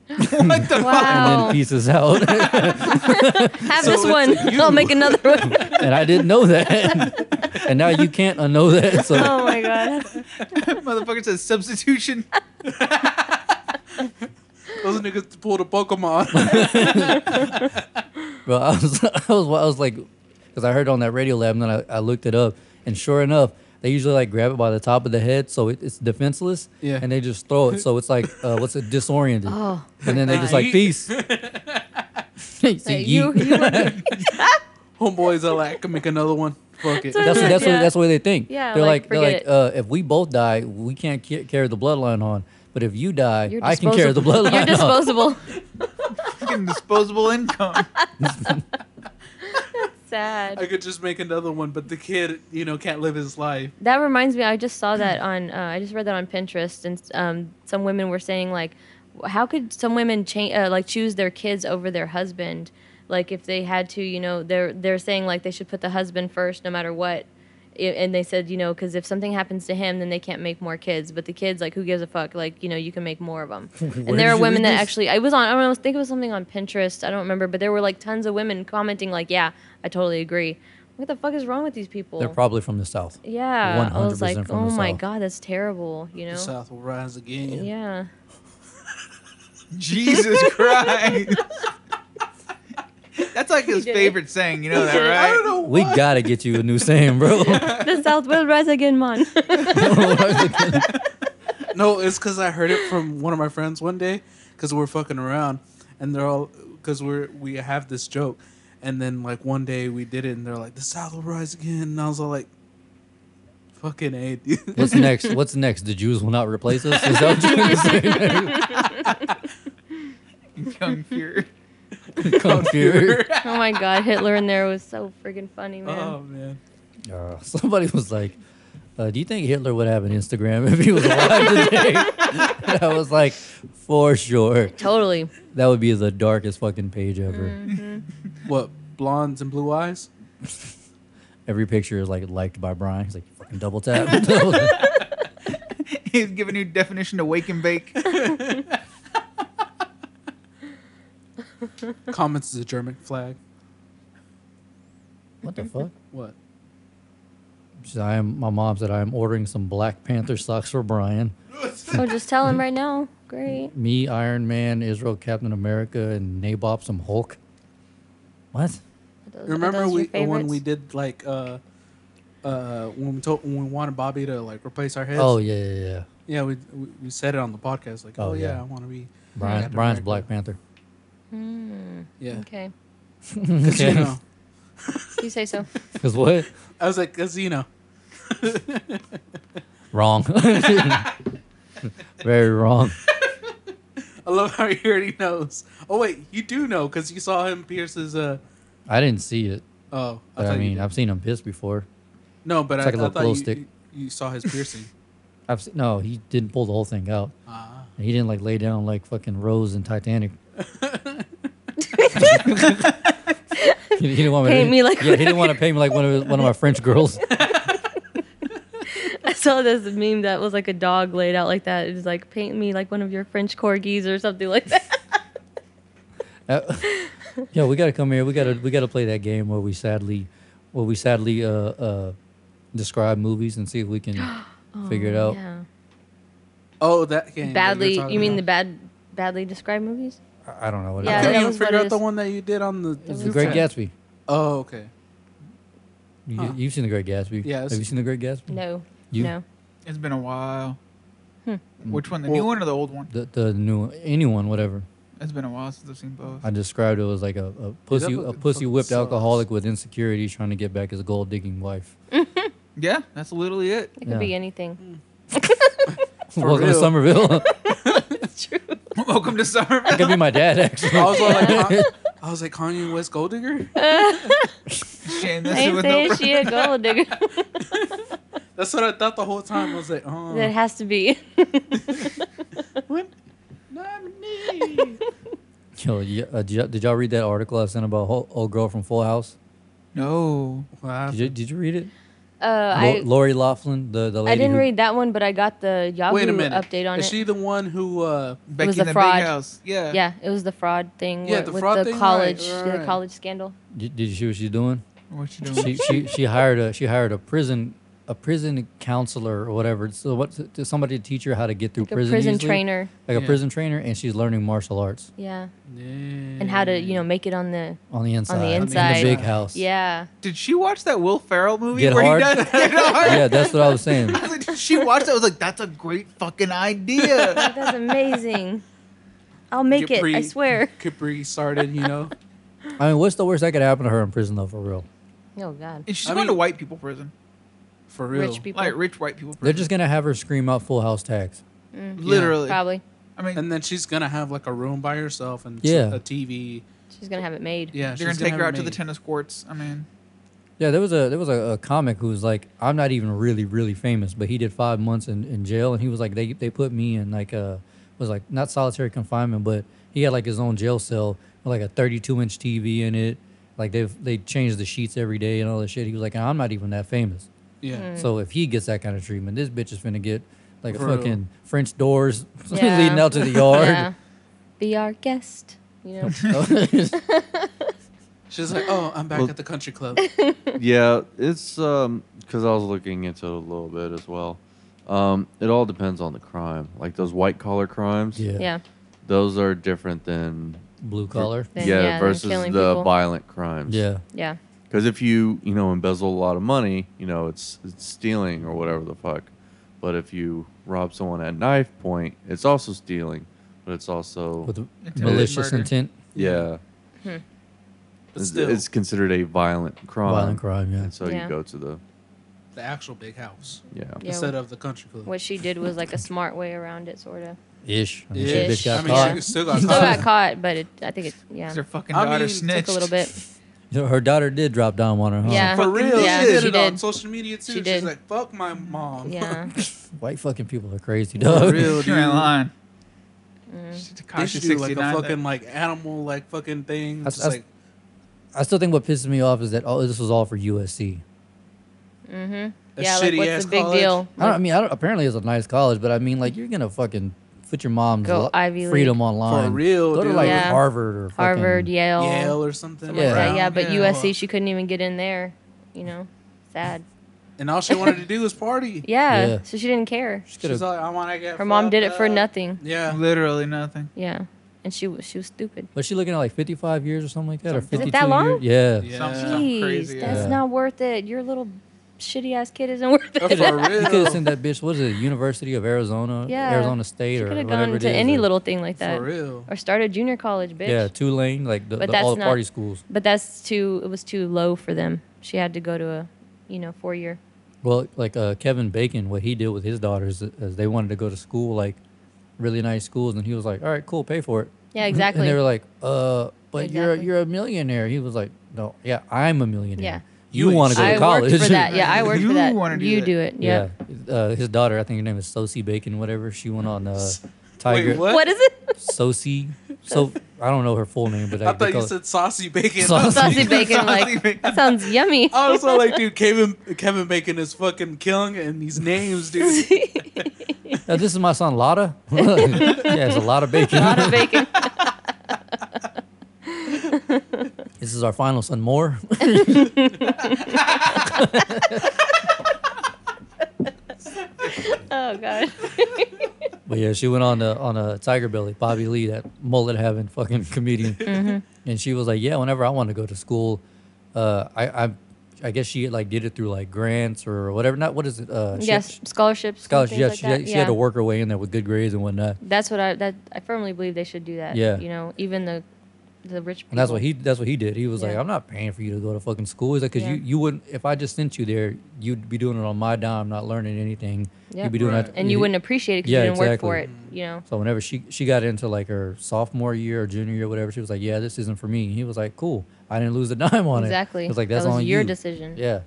Speaker 1: and
Speaker 5: Wow.
Speaker 1: then pieces out. [LAUGHS]
Speaker 5: Have
Speaker 6: So
Speaker 5: this
Speaker 6: it's
Speaker 5: one.
Speaker 6: you.
Speaker 5: I'll make another one.
Speaker 1: [LAUGHS] and I didn't know that. [LAUGHS] and now you can't unknow that. So
Speaker 5: Oh my god.
Speaker 4: [LAUGHS] Motherfucker says substitution.
Speaker 6: [LAUGHS] Those niggas pulled
Speaker 1: [LAUGHS]
Speaker 6: a Pokemon.
Speaker 1: Bro, I was, [LAUGHS] I was, I was like, because I heard on that radio lab, and then I, I looked it up, and sure enough, they usually like grab it by the top of the head, so it, it's defenseless,
Speaker 6: Yeah.
Speaker 1: and they just throw it, so it's like, uh, what's it,
Speaker 5: [LAUGHS]
Speaker 1: disoriented,
Speaker 5: Oh.
Speaker 1: and then they just like
Speaker 5: [LAUGHS]
Speaker 6: Yeet.
Speaker 1: peace. [LAUGHS] See,
Speaker 5: Hey, you,
Speaker 1: yeet.
Speaker 5: you were-
Speaker 6: Homeboys are like, I can make another one. Fuck it.
Speaker 5: That's
Speaker 1: that's what, that's
Speaker 5: Yeah.
Speaker 1: what that's what they think.
Speaker 5: Yeah,
Speaker 1: they're
Speaker 5: like,
Speaker 1: like, they're
Speaker 5: forget
Speaker 1: like,
Speaker 5: it.
Speaker 1: uh, if we both die, we can't ca- carry the bloodline on. But if you die, [LAUGHS]
Speaker 5: You're
Speaker 1: I can carry the
Speaker 5: disposable. [LAUGHS]
Speaker 1: bloodline. [LAUGHS]
Speaker 5: You're
Speaker 1: on.
Speaker 5: disposable.
Speaker 4: Fucking [LAUGHS] disposable
Speaker 6: [LAUGHS]
Speaker 4: income.
Speaker 6: I
Speaker 5: Sad.
Speaker 6: could just make another one, but the kid, you know, can't live his life.
Speaker 5: That reminds me. I just saw that on. Uh, I just read that on Pinterest, and um, some women were saying like, how could some women change uh, like choose their kids over their husband? Like if they had to, you know, they're they're saying like they should put the husband first no matter what. I- and they said, you know, because if something happens to him, then they can't make more kids. But the kids, like, who gives a fuck? Like, you know, you can make more
Speaker 1: [LAUGHS]
Speaker 5: of them. and there
Speaker 1: did
Speaker 5: are
Speaker 1: you
Speaker 5: women
Speaker 1: read
Speaker 5: that
Speaker 1: this?
Speaker 5: actually, I was on, I don't know, I think it was something on Pinterest. I don't remember, but there were like tons of women commenting, like, yeah, I totally agree. What the fuck is wrong with these people?
Speaker 1: They're probably from the south.
Speaker 5: yeah. I was
Speaker 1: 100%
Speaker 5: like,
Speaker 1: from
Speaker 5: oh
Speaker 1: the
Speaker 5: my
Speaker 1: South.
Speaker 5: God, that's terrible, you know?
Speaker 6: The South will rise again.
Speaker 5: Yeah.
Speaker 4: Jesus
Speaker 5: [LAUGHS]
Speaker 4: Christ. That's like his
Speaker 5: did it.
Speaker 4: favorite saying. You
Speaker 5: [LAUGHS]
Speaker 4: know that,
Speaker 5: did it.
Speaker 4: right?
Speaker 6: I don't know
Speaker 1: We
Speaker 6: why.
Speaker 1: gotta get you a new saying,
Speaker 5: [LAUGHS]
Speaker 1: bro.
Speaker 5: the South will rise again, man. [LAUGHS]
Speaker 6: No, it's because I heard it from one of my friends one day because we're fucking around and they're all because we're we have this joke And then like one day we did it, and they're like, "The South will rise again," and I was all like, "Fucking a, dude."
Speaker 1: What's next? What's next? The Jews will not replace us. Is that what you're
Speaker 5: [LAUGHS]
Speaker 1: saying?
Speaker 4: Young fear.
Speaker 1: Come here.
Speaker 5: Oh my God, Hitler in there was so friggin' funny, man.
Speaker 6: [LAUGHS] Oh man,
Speaker 1: Uh, somebody was like, uh, "Do you think Hitler would have an Instagram if he was alive today?" [LAUGHS] And I was like, "For sure,
Speaker 5: Totally.
Speaker 1: that would be the darkest fucking page ever."
Speaker 6: what blondes and blue eyes?
Speaker 1: Every picture is like liked by Brian. He's like, "Fucking double tap." [LAUGHS]
Speaker 4: He's giving you definition to wake and bake.
Speaker 6: Comments is a German flag.
Speaker 1: what the fuck?
Speaker 6: What?
Speaker 1: She said, I am. My mom said I am ordering some Black Panther socks for Brian.
Speaker 5: Oh, just tell him right now. Great.
Speaker 1: Me, Iron Man, Israel, Captain America, and Nabob some Hulk. What?
Speaker 5: Are those- are
Speaker 6: Remember
Speaker 5: those your
Speaker 6: we uh, when
Speaker 5: favorites?
Speaker 6: we did like uh uh when we told when we wanted Bobby to like replace our heads.
Speaker 1: Oh yeah, yeah, yeah.
Speaker 6: yeah, we we, we said it on the podcast like,
Speaker 1: Oh,
Speaker 6: oh, yeah,
Speaker 1: yeah.
Speaker 6: I want to be
Speaker 1: Brian,
Speaker 6: Captain
Speaker 1: Brian's
Speaker 6: America."
Speaker 1: Black
Speaker 6: [LAUGHS]
Speaker 1: Panther. [LAUGHS]
Speaker 6: Yeah,
Speaker 5: Okay.
Speaker 6: 'Cause, you
Speaker 1: [LAUGHS]
Speaker 6: know,
Speaker 5: You say so. [LAUGHS]
Speaker 1: Cause what?
Speaker 6: I was like, cause you know,
Speaker 1: Wrong. [LAUGHS] Very wrong.
Speaker 6: I love how he already knows. Oh wait, you do know because you saw him pierce his uh.
Speaker 1: I didn't see it.
Speaker 6: Oh,
Speaker 1: But
Speaker 6: thought
Speaker 1: I,
Speaker 6: you
Speaker 1: mean,
Speaker 6: did.
Speaker 1: I've seen him piss before.
Speaker 6: no, but I,
Speaker 1: it's like a
Speaker 6: I
Speaker 1: little
Speaker 6: thought
Speaker 1: glow
Speaker 6: you,
Speaker 1: stick.
Speaker 6: you you saw his piercing. [LAUGHS]
Speaker 1: I've seen, no, he didn't pull the whole thing out.
Speaker 6: Ah.
Speaker 1: He didn't like lay down like fucking Rose in
Speaker 6: [LAUGHS]
Speaker 1: Titanic. he, he didn't want
Speaker 5: Paint
Speaker 1: to,
Speaker 5: me like
Speaker 1: yeah. He didn't want to pay me like one of his- one of my French
Speaker 5: [LAUGHS]
Speaker 1: girls.
Speaker 5: I saw this meme that was like a dog laid out like that. It was like, paint me like one of your French corgis or something like that.
Speaker 1: Uh, yo, we gotta come here. We gotta we gotta play that game where we sadly, where we sadly uh, uh, describe movies and see if we
Speaker 5: [GASPS]
Speaker 1: can figure it out.
Speaker 5: Yeah.
Speaker 6: Oh, that game. that
Speaker 5: Badly,
Speaker 6: you're
Speaker 5: you mean the
Speaker 6: talking
Speaker 5: bad, badly described movies?
Speaker 1: I, I don't know what.
Speaker 5: Yeah,
Speaker 1: it is.
Speaker 5: that
Speaker 6: [LAUGHS] about. Couldn't you
Speaker 5: was what
Speaker 6: figure
Speaker 5: it
Speaker 6: out the
Speaker 5: is.
Speaker 6: one that you did on the.
Speaker 5: was
Speaker 1: The Great
Speaker 5: Yeah.
Speaker 1: Gatsby.
Speaker 6: Oh, okay. [LAUGHS]
Speaker 1: You,
Speaker 6: Huh.
Speaker 1: You've seen The Great Gatsby.
Speaker 6: Yes.
Speaker 1: Have you seen The Great Gatsby?
Speaker 5: No.
Speaker 1: You-
Speaker 5: No.
Speaker 4: It's been a while.
Speaker 5: Hmm.
Speaker 4: Which one, the new
Speaker 6: Well-
Speaker 4: one or the old one?
Speaker 1: The the new anyone whatever.
Speaker 4: It's been a while since I've seen both.
Speaker 1: I described it as like a, a pussy a
Speaker 6: fucking
Speaker 1: pussy whipped
Speaker 6: sucks.
Speaker 1: alcoholic with insecurities trying to get back his gold digging
Speaker 6: [LAUGHS]
Speaker 1: wife.
Speaker 4: Yeah, that's literally it.
Speaker 5: It could
Speaker 1: Yeah.
Speaker 5: be anything.
Speaker 1: Welcome to
Speaker 6: real.
Speaker 1: Somerville. [LAUGHS]
Speaker 4: Welcome
Speaker 1: that
Speaker 4: to Somerville.
Speaker 1: could be my
Speaker 6: [LAUGHS]
Speaker 1: dad actually.
Speaker 6: I was
Speaker 5: [LAUGHS]
Speaker 6: all like, Con- I was like Kanye West Gold Digger.
Speaker 4: Shane,
Speaker 5: I
Speaker 4: that's it
Speaker 5: ain't
Speaker 4: with no
Speaker 5: saying she a gold digger.
Speaker 6: That's what I thought the whole time. I was like, [LAUGHS] oh,
Speaker 5: That has to be.
Speaker 6: what? Nominee.
Speaker 1: Yo, y- uh, did, y'all, did y'all read that article I sent about ho- old girl from Full House?
Speaker 4: No.
Speaker 6: Wow.
Speaker 1: Did you, did you read it?
Speaker 5: Uh, I,
Speaker 1: Lo- Lori Laughlin, the the lady.
Speaker 5: I didn't
Speaker 1: who-
Speaker 5: read that one, but I got the Yahoo
Speaker 6: Wait a minute.
Speaker 5: update on
Speaker 6: Is
Speaker 5: it.
Speaker 6: she the one who? uh
Speaker 4: Becky
Speaker 5: a
Speaker 4: in the
Speaker 5: fraud.
Speaker 4: big house. Yeah.
Speaker 5: yeah, it was the fraud thing
Speaker 6: Yeah,
Speaker 5: wi-
Speaker 6: the
Speaker 5: with
Speaker 6: fraud
Speaker 5: the
Speaker 6: thing, right,
Speaker 5: college,
Speaker 6: right.
Speaker 5: the college scandal.
Speaker 1: Did, did you see what she's
Speaker 6: [LAUGHS]
Speaker 1: doing?
Speaker 4: What you doing?
Speaker 1: she, she she hired a she hired a prison a prison counselor or whatever. So what to somebody to teach her how to get through
Speaker 5: Like a
Speaker 1: prison.
Speaker 5: prison
Speaker 1: easily.
Speaker 5: trainer.
Speaker 1: Like a
Speaker 6: Yeah.
Speaker 1: prison trainer, and she's learning martial arts
Speaker 5: Yeah,
Speaker 6: And
Speaker 5: and how to you know make it on the
Speaker 1: on the inside.
Speaker 5: inside.
Speaker 1: in the big house.
Speaker 5: yeah.
Speaker 4: Did she watch that Will Ferrell movie
Speaker 1: Get
Speaker 4: where
Speaker 1: hard?
Speaker 4: he
Speaker 6: [LAUGHS]
Speaker 4: does get hard? [LAUGHS]
Speaker 1: yeah, that's what I was saying.
Speaker 4: I was like, did she watched that. I was like, that's a great fucking
Speaker 5: [LAUGHS]
Speaker 4: idea.
Speaker 5: That's amazing. [LAUGHS] I'll make it. I
Speaker 6: Capri-
Speaker 5: swear.
Speaker 6: Capri started, you know.
Speaker 1: I mean, what's the worst that could happen to her in prison though? For real,
Speaker 5: [LAUGHS] Oh God.
Speaker 4: And she's
Speaker 6: I
Speaker 4: going to
Speaker 6: mean-
Speaker 4: white people prison,
Speaker 6: For real.
Speaker 5: Rich people.
Speaker 4: like rich white people prison.
Speaker 1: they're just gonna have her scream out "Full House" tags.
Speaker 5: Mm.
Speaker 4: literally.
Speaker 5: Probably.
Speaker 4: I mean,
Speaker 6: And then she's gonna have like a room by herself and s-
Speaker 1: Yeah.
Speaker 6: a TV.
Speaker 5: She's gonna have it made.
Speaker 6: Yeah,
Speaker 4: they're gonna
Speaker 6: she's
Speaker 4: take her
Speaker 6: have
Speaker 4: out to
Speaker 6: it
Speaker 4: the
Speaker 6: made.
Speaker 4: tennis courts. I mean,
Speaker 1: Yeah, there was a there was a, a comic who was like, I'm not even really really famous, but he did five months in, in jail, and he was like, they they put me in like a was like not solitary confinement, but he had like his own jail cell with like a 32 inch TV in it. Like they've they changed the sheets every day and all this shit. He was like, and I'm not even that famous.
Speaker 6: Yeah.
Speaker 5: Hmm.
Speaker 1: So if he gets that kind of treatment, this bitch is finna get like
Speaker 6: For real.
Speaker 1: fucking French doors [LAUGHS]
Speaker 5: Yeah.
Speaker 1: leading out to the yard.
Speaker 5: Yeah. Be our guest. You know.
Speaker 6: She's like, oh, I'm back
Speaker 7: Well-
Speaker 6: at the
Speaker 5: [LAUGHS]
Speaker 6: country club.
Speaker 7: yeah, it's um because I was looking into it a little bit as well. Um, it all depends on the crime. Like those white collar
Speaker 1: [LAUGHS]
Speaker 7: crimes,
Speaker 1: Yeah.
Speaker 5: yeah.
Speaker 7: those are different than
Speaker 1: Blue collar.
Speaker 5: Then,
Speaker 7: yeah,
Speaker 5: yeah, then
Speaker 7: versus the
Speaker 5: killing people.
Speaker 7: violent crimes.
Speaker 1: Yeah.
Speaker 5: Yeah.
Speaker 7: because if you you know embezzle a lot of money, you know it's it's stealing or whatever the fuck. But if you rob someone at knife point, it's also stealing, but it's also
Speaker 1: With
Speaker 4: Attempted
Speaker 1: malicious
Speaker 4: murder.
Speaker 1: intent.
Speaker 7: yeah.
Speaker 6: But
Speaker 7: It's,
Speaker 6: still,
Speaker 7: it's considered a violent crime.
Speaker 1: Violent crime, yeah.
Speaker 7: And so
Speaker 5: Yeah.
Speaker 7: you go to the
Speaker 6: the actual big house
Speaker 7: yeah.
Speaker 5: Yeah.
Speaker 6: instead of the country club.
Speaker 5: What she did was like a smart way around it, sort
Speaker 6: [LAUGHS]
Speaker 5: of.
Speaker 1: Ish. I mean, shit,
Speaker 6: Ish.
Speaker 1: bitch got
Speaker 6: I mean,
Speaker 1: caught.
Speaker 6: she still got
Speaker 5: Still got
Speaker 6: caught.
Speaker 5: caught, but it, I think it, yeah,
Speaker 4: Because her
Speaker 5: took
Speaker 4: fucking
Speaker 6: I
Speaker 4: daughter
Speaker 6: mean, took a
Speaker 4: snitched.
Speaker 5: a little bit.
Speaker 1: You know, her daughter did drop down on her. Huh?
Speaker 5: Yeah.
Speaker 6: For real,
Speaker 5: Yeah,
Speaker 6: she did
Speaker 5: she
Speaker 6: it on
Speaker 5: did.
Speaker 6: social media
Speaker 5: She
Speaker 6: too. She's
Speaker 5: did.
Speaker 6: like, "Fuck my mom."
Speaker 5: Yeah.
Speaker 1: White fucking people are crazy,
Speaker 6: For
Speaker 1: dog.
Speaker 4: [LAUGHS]
Speaker 6: real,
Speaker 4: You're in
Speaker 6: dude.
Speaker 4: line.
Speaker 5: Mm.
Speaker 6: They
Speaker 4: Takashi
Speaker 6: should do like a
Speaker 4: 69. that-
Speaker 6: fucking like animal like fucking thing.
Speaker 1: That's-
Speaker 6: Just
Speaker 1: that's-
Speaker 6: like
Speaker 1: [LAUGHS] I still think what pisses me off is that all this was all for USC.
Speaker 6: a
Speaker 5: yeah, like
Speaker 6: shitty
Speaker 5: what's
Speaker 6: ass
Speaker 5: the big
Speaker 6: college.
Speaker 5: deal?
Speaker 1: I, don't, I mean, I don't, apparently it's a nice college, but I mean, like you're gonna fucking put your mom's
Speaker 5: Go
Speaker 1: lo-
Speaker 5: Ivy League.
Speaker 1: freedom online
Speaker 6: real,
Speaker 1: Go to
Speaker 6: dude.
Speaker 1: like
Speaker 5: Yeah.
Speaker 1: Harvard or
Speaker 5: Harvard,
Speaker 1: fucking-
Speaker 5: Yale,
Speaker 6: Yale or something.
Speaker 5: something like that.
Speaker 1: Yeah.
Speaker 5: Yeah, but
Speaker 4: Yeah.
Speaker 5: USC, she couldn't even get in there. You know, sad.
Speaker 6: And all she wanted to do
Speaker 5: [LAUGHS]
Speaker 6: was party.
Speaker 5: Yeah,
Speaker 1: Yeah.
Speaker 5: so she didn't care.
Speaker 1: She
Speaker 6: She's
Speaker 1: could've-
Speaker 6: like, I want to get.
Speaker 5: Her mom did it
Speaker 6: fucked
Speaker 5: for
Speaker 6: up."
Speaker 5: nothing.
Speaker 6: Yeah.
Speaker 5: [LAUGHS]
Speaker 4: Literally nothing.
Speaker 5: Yeah, and she was she was stupid.
Speaker 1: was she looking at like 55 years or something like that, or
Speaker 5: Is
Speaker 1: 52
Speaker 5: it that long?
Speaker 1: years? Yeah.
Speaker 6: Yeah.
Speaker 4: Some, something
Speaker 5: Jeez,
Speaker 4: crazy.
Speaker 5: that's
Speaker 1: Yeah.
Speaker 5: not worth it. Your little shitty ass kid isn't [LAUGHS] worth
Speaker 6: Oh,
Speaker 5: it.
Speaker 6: for
Speaker 1: You could have
Speaker 6: real.
Speaker 1: sent that bitch. What is it? University of Arizona,
Speaker 5: Yeah.
Speaker 1: Arizona State,
Speaker 5: She
Speaker 1: or
Speaker 5: could have
Speaker 1: whatever
Speaker 5: gone
Speaker 1: it
Speaker 5: to
Speaker 1: is,
Speaker 5: any
Speaker 1: or-
Speaker 5: little thing like that,
Speaker 6: For real.
Speaker 5: or started junior college, bitch.
Speaker 1: Yeah, Tulane, like the,
Speaker 5: But
Speaker 1: the, all
Speaker 5: that's
Speaker 1: the
Speaker 5: not-
Speaker 1: party schools.
Speaker 5: But that's too. It was too low for them. She had to go to a, you know, four year.
Speaker 1: Well, like uh, Kevin Bacon, what he did with his daughters is is they wanted to go to school, like really nice schools, and he was like, "All right, cool, pay for it."
Speaker 5: Yeah,
Speaker 1: Mm-hmm. And
Speaker 5: exactly.
Speaker 1: they were like, "Uh, but you're
Speaker 5: Exactly.
Speaker 1: you're a millionaire." He was like, "No, yeah, I'm a millionaire.
Speaker 5: Yeah.
Speaker 1: You,
Speaker 6: You
Speaker 1: want to go
Speaker 5: I
Speaker 1: to college?"
Speaker 5: worked for that. Yeah, I worked
Speaker 4: You
Speaker 5: for that.
Speaker 4: wanna do
Speaker 5: you
Speaker 4: that.
Speaker 5: do it. Yeah.
Speaker 1: [LAUGHS] Yeah. Uh, his daughter, I think her name is Sosie Bacon, whatever. She went on uh, Tiger.
Speaker 6: Wait, what?
Speaker 5: What is it?
Speaker 1: Sosie. So I don't know her full name, but
Speaker 6: [LAUGHS] I
Speaker 1: they
Speaker 6: thought you
Speaker 1: call it-
Speaker 6: said saucy bacon.
Speaker 1: [LAUGHS] Saucy- Oh.
Speaker 5: Sausage
Speaker 6: [LAUGHS]
Speaker 5: bacon. Like that sounds yummy.
Speaker 6: I was all like, dude, Kevin Kevin Bacon is fucking killing it in these
Speaker 5: [LAUGHS]
Speaker 6: names, dude.
Speaker 1: "Uh, "This is my son, Lotta." [LAUGHS] yeah, it's a lot of bacon.
Speaker 5: [LAUGHS]
Speaker 6: [LAUGHS]
Speaker 5: Lot
Speaker 1: [LAUGHS]
Speaker 5: of bacon.
Speaker 1: This is our final son, Moore.
Speaker 5: Oh god.
Speaker 1: But yeah, she went on a on a Tiger Belly,
Speaker 5: Mm-hmm.
Speaker 1: Bobby Lee, that mullet having
Speaker 5: [LAUGHS]
Speaker 1: fucking comedian, and she was like, "Yeah, whenever I want to go to school, uh, I, I I guess she like did it through like grants or whatever. Not what is it? Uh, she-
Speaker 5: yes, scholarships. and
Speaker 1: Scholarship,
Speaker 5: things
Speaker 1: yeah,
Speaker 5: like
Speaker 1: she,
Speaker 5: that.
Speaker 1: had, she had to work her way in there with good grades and whatnot,
Speaker 5: That's what I that I firmly believe they should do that.
Speaker 1: Yeah.
Speaker 5: You know, even the the rich people.
Speaker 1: and that's what he that's what he did. He was like,
Speaker 5: Mm-hmm. Yeah.
Speaker 1: "I'm not paying for you to go to fucking school." He's like, "Cause
Speaker 5: Yeah.
Speaker 1: you, you wouldn't if I just sent you there, you'd be doing it on my dime, not learning anything.
Speaker 5: Yeah.
Speaker 1: You'd be doing
Speaker 6: Right.
Speaker 1: that,
Speaker 5: and you wouldn't appreciate it because
Speaker 1: Yeah,
Speaker 5: you didn't work for it.
Speaker 1: exactly.
Speaker 5: You know.
Speaker 1: So whenever she she got into like her sophomore year or junior year, whatever, she was like, "Yeah, this isn't for me." And he was like, "Cool, I didn't lose a [LAUGHS] dime on
Speaker 5: Exactly.
Speaker 1: it." Exactly. It's like
Speaker 5: That
Speaker 1: that's
Speaker 5: was
Speaker 1: on
Speaker 5: your
Speaker 1: you."
Speaker 5: decision.
Speaker 1: Yeah,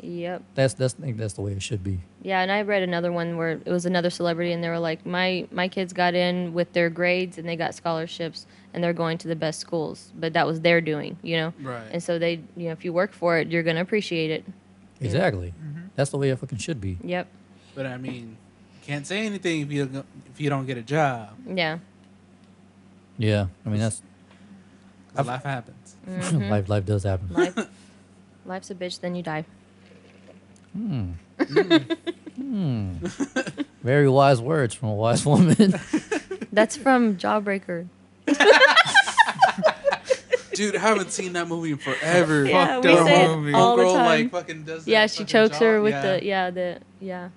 Speaker 5: Yep.
Speaker 1: that's that's I think that's the way it should be.
Speaker 5: Yeah, and I read another one where it was another celebrity, and they were like, "My my kids got in with their grades, and they got scholarships, and they're going to the best schools." But that was their doing, you know.
Speaker 6: Right.
Speaker 5: And so they, you know, if you work for it, you're gonna appreciate it.
Speaker 1: Exactly. That's the way it fucking should be.
Speaker 5: Yep.
Speaker 6: But I mean, can't say anything if you don't- if you don't get a job.
Speaker 5: Yeah.
Speaker 1: Yeah, I mean that's [CLEARS THROAT]
Speaker 6: 'Cause Life happens.
Speaker 5: Mm-hmm.
Speaker 1: life. Life does happen.
Speaker 6: [LAUGHS]
Speaker 5: Life, life's a bitch. Then you die.
Speaker 1: Very wise words from a wise [LAUGHS] woman.
Speaker 5: That's from Jawbreaker.
Speaker 6: Dude, I haven't seen that movie in forever.
Speaker 5: Yeah,
Speaker 4: fucked
Speaker 5: we
Speaker 4: up
Speaker 5: say it
Speaker 4: movie.
Speaker 5: all the
Speaker 6: Homegirl,
Speaker 5: time.
Speaker 6: Like, fucking does that
Speaker 5: yeah, she
Speaker 6: fucking
Speaker 5: chokes her
Speaker 6: job.
Speaker 5: with
Speaker 6: Yeah.
Speaker 5: the yeah the yeah.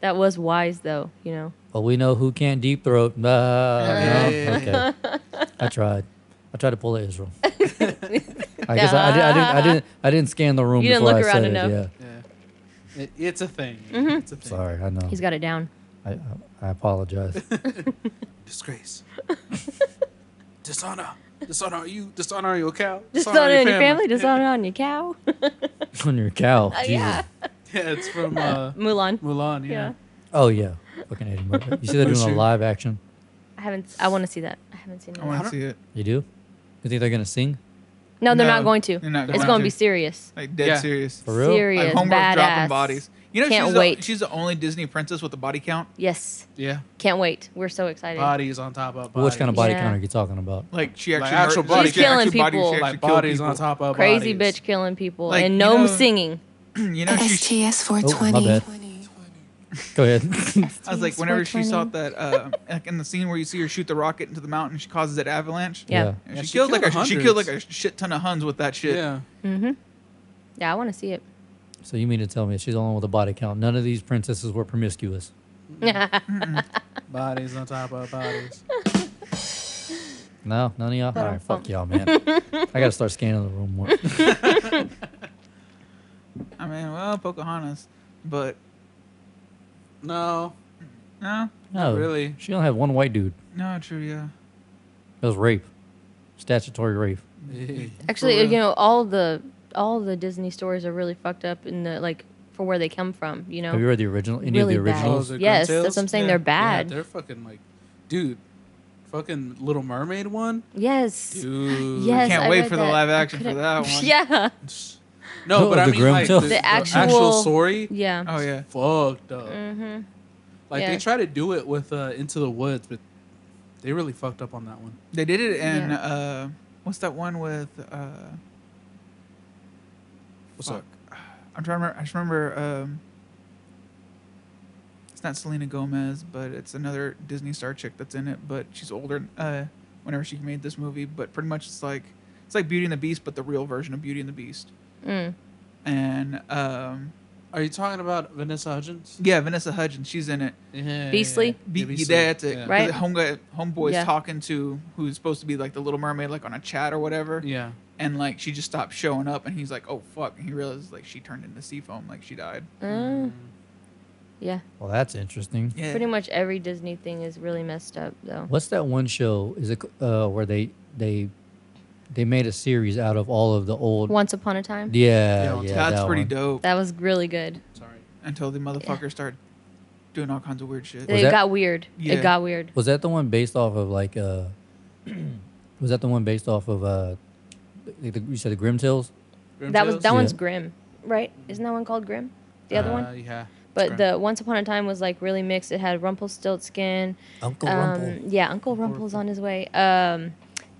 Speaker 5: That was wise though, you know.
Speaker 1: but we know who can't deep throat. Nah,
Speaker 6: Hey.
Speaker 1: no? Okay. I tried. I tried to pull an
Speaker 5: [LAUGHS]
Speaker 1: Israel. I guess I, I, did, I didn't. I didn't. I didn't scan the room
Speaker 5: You didn't
Speaker 1: before
Speaker 5: look
Speaker 1: I
Speaker 5: around
Speaker 1: said
Speaker 5: enough.
Speaker 1: it.
Speaker 6: Yeah. It, it's a thing.
Speaker 5: Mm-hmm.
Speaker 6: It's a
Speaker 1: Yeah.
Speaker 6: thing.
Speaker 1: Sorry, I know.
Speaker 5: He's got it down.
Speaker 1: I, I, I apologize.
Speaker 6: Disgrace. [LAUGHS] Dishonor. Dishonor on you. Dishonor on your cow.
Speaker 5: Dishonor on your family, dishonor on your
Speaker 6: [LAUGHS]
Speaker 5: cow.
Speaker 1: [LAUGHS] on your cow. Jesus.
Speaker 5: Oh, yeah.
Speaker 6: Yeah, it's from uh,
Speaker 5: Mulan.
Speaker 6: Mulan. Yeah.
Speaker 1: Oh yeah, fucking Eddie Murphy. You see [LAUGHS] they're doing
Speaker 6: Mushu.
Speaker 1: a live action.
Speaker 5: I haven't. I want to see that. I haven't seen
Speaker 4: I
Speaker 5: it.
Speaker 4: want to
Speaker 6: don't-
Speaker 4: see it.
Speaker 1: You do? You think they're gonna sing?
Speaker 5: No, they're
Speaker 4: No,
Speaker 5: not going to.
Speaker 4: they're not
Speaker 5: it's
Speaker 4: going
Speaker 5: going to be
Speaker 4: to.
Speaker 5: serious.
Speaker 4: Like dead
Speaker 6: Yeah.
Speaker 4: serious.
Speaker 1: For real?
Speaker 5: Serious.
Speaker 4: Like homegirls dropping
Speaker 5: badass.
Speaker 4: bodies. You know,
Speaker 5: Can't
Speaker 4: she's
Speaker 5: wait.
Speaker 4: The, she's the only Disney princess with a body count.
Speaker 5: Yes.
Speaker 6: Yeah.
Speaker 5: Can't wait. We're so excited.
Speaker 6: Bodies on top of bodies.
Speaker 1: Which kind of body
Speaker 5: Yeah.
Speaker 1: count are you talking about?
Speaker 4: Like she actually
Speaker 6: Like, actual
Speaker 4: murdered-
Speaker 6: body
Speaker 4: she
Speaker 6: count.
Speaker 4: actually
Speaker 5: Killing
Speaker 4: bodied-
Speaker 5: people.
Speaker 4: she
Speaker 6: Like
Speaker 4: actually killed
Speaker 6: bodies on
Speaker 4: people.
Speaker 6: top of
Speaker 5: Crazy
Speaker 6: bodies.
Speaker 5: bitch killing people
Speaker 4: Like,
Speaker 5: and
Speaker 4: you
Speaker 5: no
Speaker 4: know-
Speaker 5: singing.
Speaker 4: [CLEARS THROAT] You know, she,
Speaker 3: STS
Speaker 1: Oh,
Speaker 3: 420.
Speaker 1: my bad. Go ahead. [LAUGHS]
Speaker 4: I was like, whenever she saw that, uh, like in the scene where you see her shoot the rocket into the mountain, she causes that avalanche.
Speaker 5: Yeah.
Speaker 1: Yeah.
Speaker 4: And
Speaker 6: Yeah,
Speaker 4: she,
Speaker 6: she
Speaker 4: killed like
Speaker 6: killed
Speaker 4: a, she
Speaker 6: hundreds.
Speaker 4: killed like a shit ton of Huns with that shit.
Speaker 6: Yeah.
Speaker 5: Yeah, I want to see it.
Speaker 1: So you mean to tell me she's the only one with a body count? None of these princesses were promiscuous.
Speaker 6: Bodies on top of bodies.
Speaker 1: No, none of y'all. All
Speaker 5: Little
Speaker 1: right, fuck
Speaker 5: funk.
Speaker 1: y'all, man. I gotta start scanning the room
Speaker 5: [LAUGHS]
Speaker 1: more.
Speaker 4: I mean, well, Pocahontas, but
Speaker 6: No,
Speaker 4: no,
Speaker 1: No,
Speaker 6: really.
Speaker 1: She only had one white dude.
Speaker 4: no, true, yeah.
Speaker 1: It was rape, statutory rape.
Speaker 6: Eh.
Speaker 5: Actually,
Speaker 4: real.
Speaker 5: you know, all the all the Disney stories are really fucked up in the like for where they come from. You know,
Speaker 1: Have you read the original? Any
Speaker 5: Really
Speaker 1: of the
Speaker 5: bad.
Speaker 6: Oh,
Speaker 1: originals?
Speaker 6: is it
Speaker 5: Yes,
Speaker 6: Grim
Speaker 5: that's what I'm
Speaker 6: Tales?
Speaker 5: saying, they're bad.
Speaker 6: they're fucking like, dude, fucking Little Mermaid one,
Speaker 5: yes,
Speaker 6: dude.
Speaker 5: Yes,
Speaker 4: Can't
Speaker 5: I
Speaker 4: wait
Speaker 5: read
Speaker 4: for the
Speaker 5: that.
Speaker 4: live
Speaker 5: I
Speaker 4: action for
Speaker 5: couldn't- [LAUGHS]
Speaker 4: that one.
Speaker 5: yeah,
Speaker 6: No,
Speaker 1: No,
Speaker 6: but I
Speaker 1: the
Speaker 6: mean
Speaker 1: Grim
Speaker 6: like
Speaker 1: Tales.
Speaker 6: the,
Speaker 1: The
Speaker 6: the actual,
Speaker 5: actual-
Speaker 6: story.
Speaker 5: yeah.
Speaker 4: Oh yeah.
Speaker 6: Fucked up.
Speaker 5: Mm-hmm.
Speaker 6: Like
Speaker 5: yeah.
Speaker 6: they try to do it with uh, Into the Woods, but they really fucked up on that one.
Speaker 4: They did it in
Speaker 5: Yeah.
Speaker 4: uh what's that one with uh
Speaker 6: What's
Speaker 4: fuck.
Speaker 6: up?
Speaker 4: I'm trying to remember I just remember um it's not Selena Gomez, but it's another Disney star chick that's in it, but she's older uh whenever she made this movie, but pretty much it's like it's like Beauty and the Beast, but the real version of Beauty and the Beast.
Speaker 5: Mm.
Speaker 4: And um
Speaker 6: Are you talking about Vanessa Hudgens?
Speaker 4: yeah, Vanessa Hudgens, she's in it.
Speaker 6: Yeah,
Speaker 5: Beastly?
Speaker 4: Be-
Speaker 6: Yeah, Beastly.
Speaker 4: that's it.
Speaker 6: Yeah.
Speaker 4: 'Cause
Speaker 5: Right.
Speaker 4: Home guy, homeboy's
Speaker 5: Yeah.
Speaker 4: talking to who's supposed to be like the Little Mermaid, like on a chat or whatever.
Speaker 6: Yeah.
Speaker 4: and like she just stopped showing up and he's like oh fuck and he realizes like she turned into sea foam like she died
Speaker 5: Uh, yeah.
Speaker 1: Well, that's interesting.
Speaker 4: yeah
Speaker 5: Pretty much every Disney thing is really messed up, though.
Speaker 1: What's that one show? Is it uh, where they they they made a series out of all of the old?
Speaker 5: Once upon a time,
Speaker 1: Yeah, yeah,
Speaker 6: Yeah,
Speaker 4: that's
Speaker 1: that
Speaker 4: pretty
Speaker 1: one.
Speaker 4: dope
Speaker 5: that was really good.
Speaker 6: Sorry.
Speaker 4: until the motherfucker started doing all kinds of weird shit
Speaker 1: Was
Speaker 5: It
Speaker 1: that-
Speaker 5: got weird.
Speaker 4: Yeah.
Speaker 5: It got weird.
Speaker 1: Was that the one based off of like? uh [CLEARS THROAT] Was that the one based off of? uh like the, You said the Grim Tales.
Speaker 6: Grim
Speaker 5: that was
Speaker 6: Tales?
Speaker 5: that
Speaker 1: Yeah.
Speaker 5: one's grim, right? Isn't that one called Grim? The other
Speaker 6: Uh,
Speaker 5: one,
Speaker 6: yeah.
Speaker 5: but
Speaker 6: Grim.
Speaker 5: the Once Upon a Time was like really mixed. It had Rumpelstiltskin.
Speaker 1: Uncle
Speaker 5: Um,
Speaker 1: Rumpel.
Speaker 5: yeah, Uncle Rumpel's on his way. Um,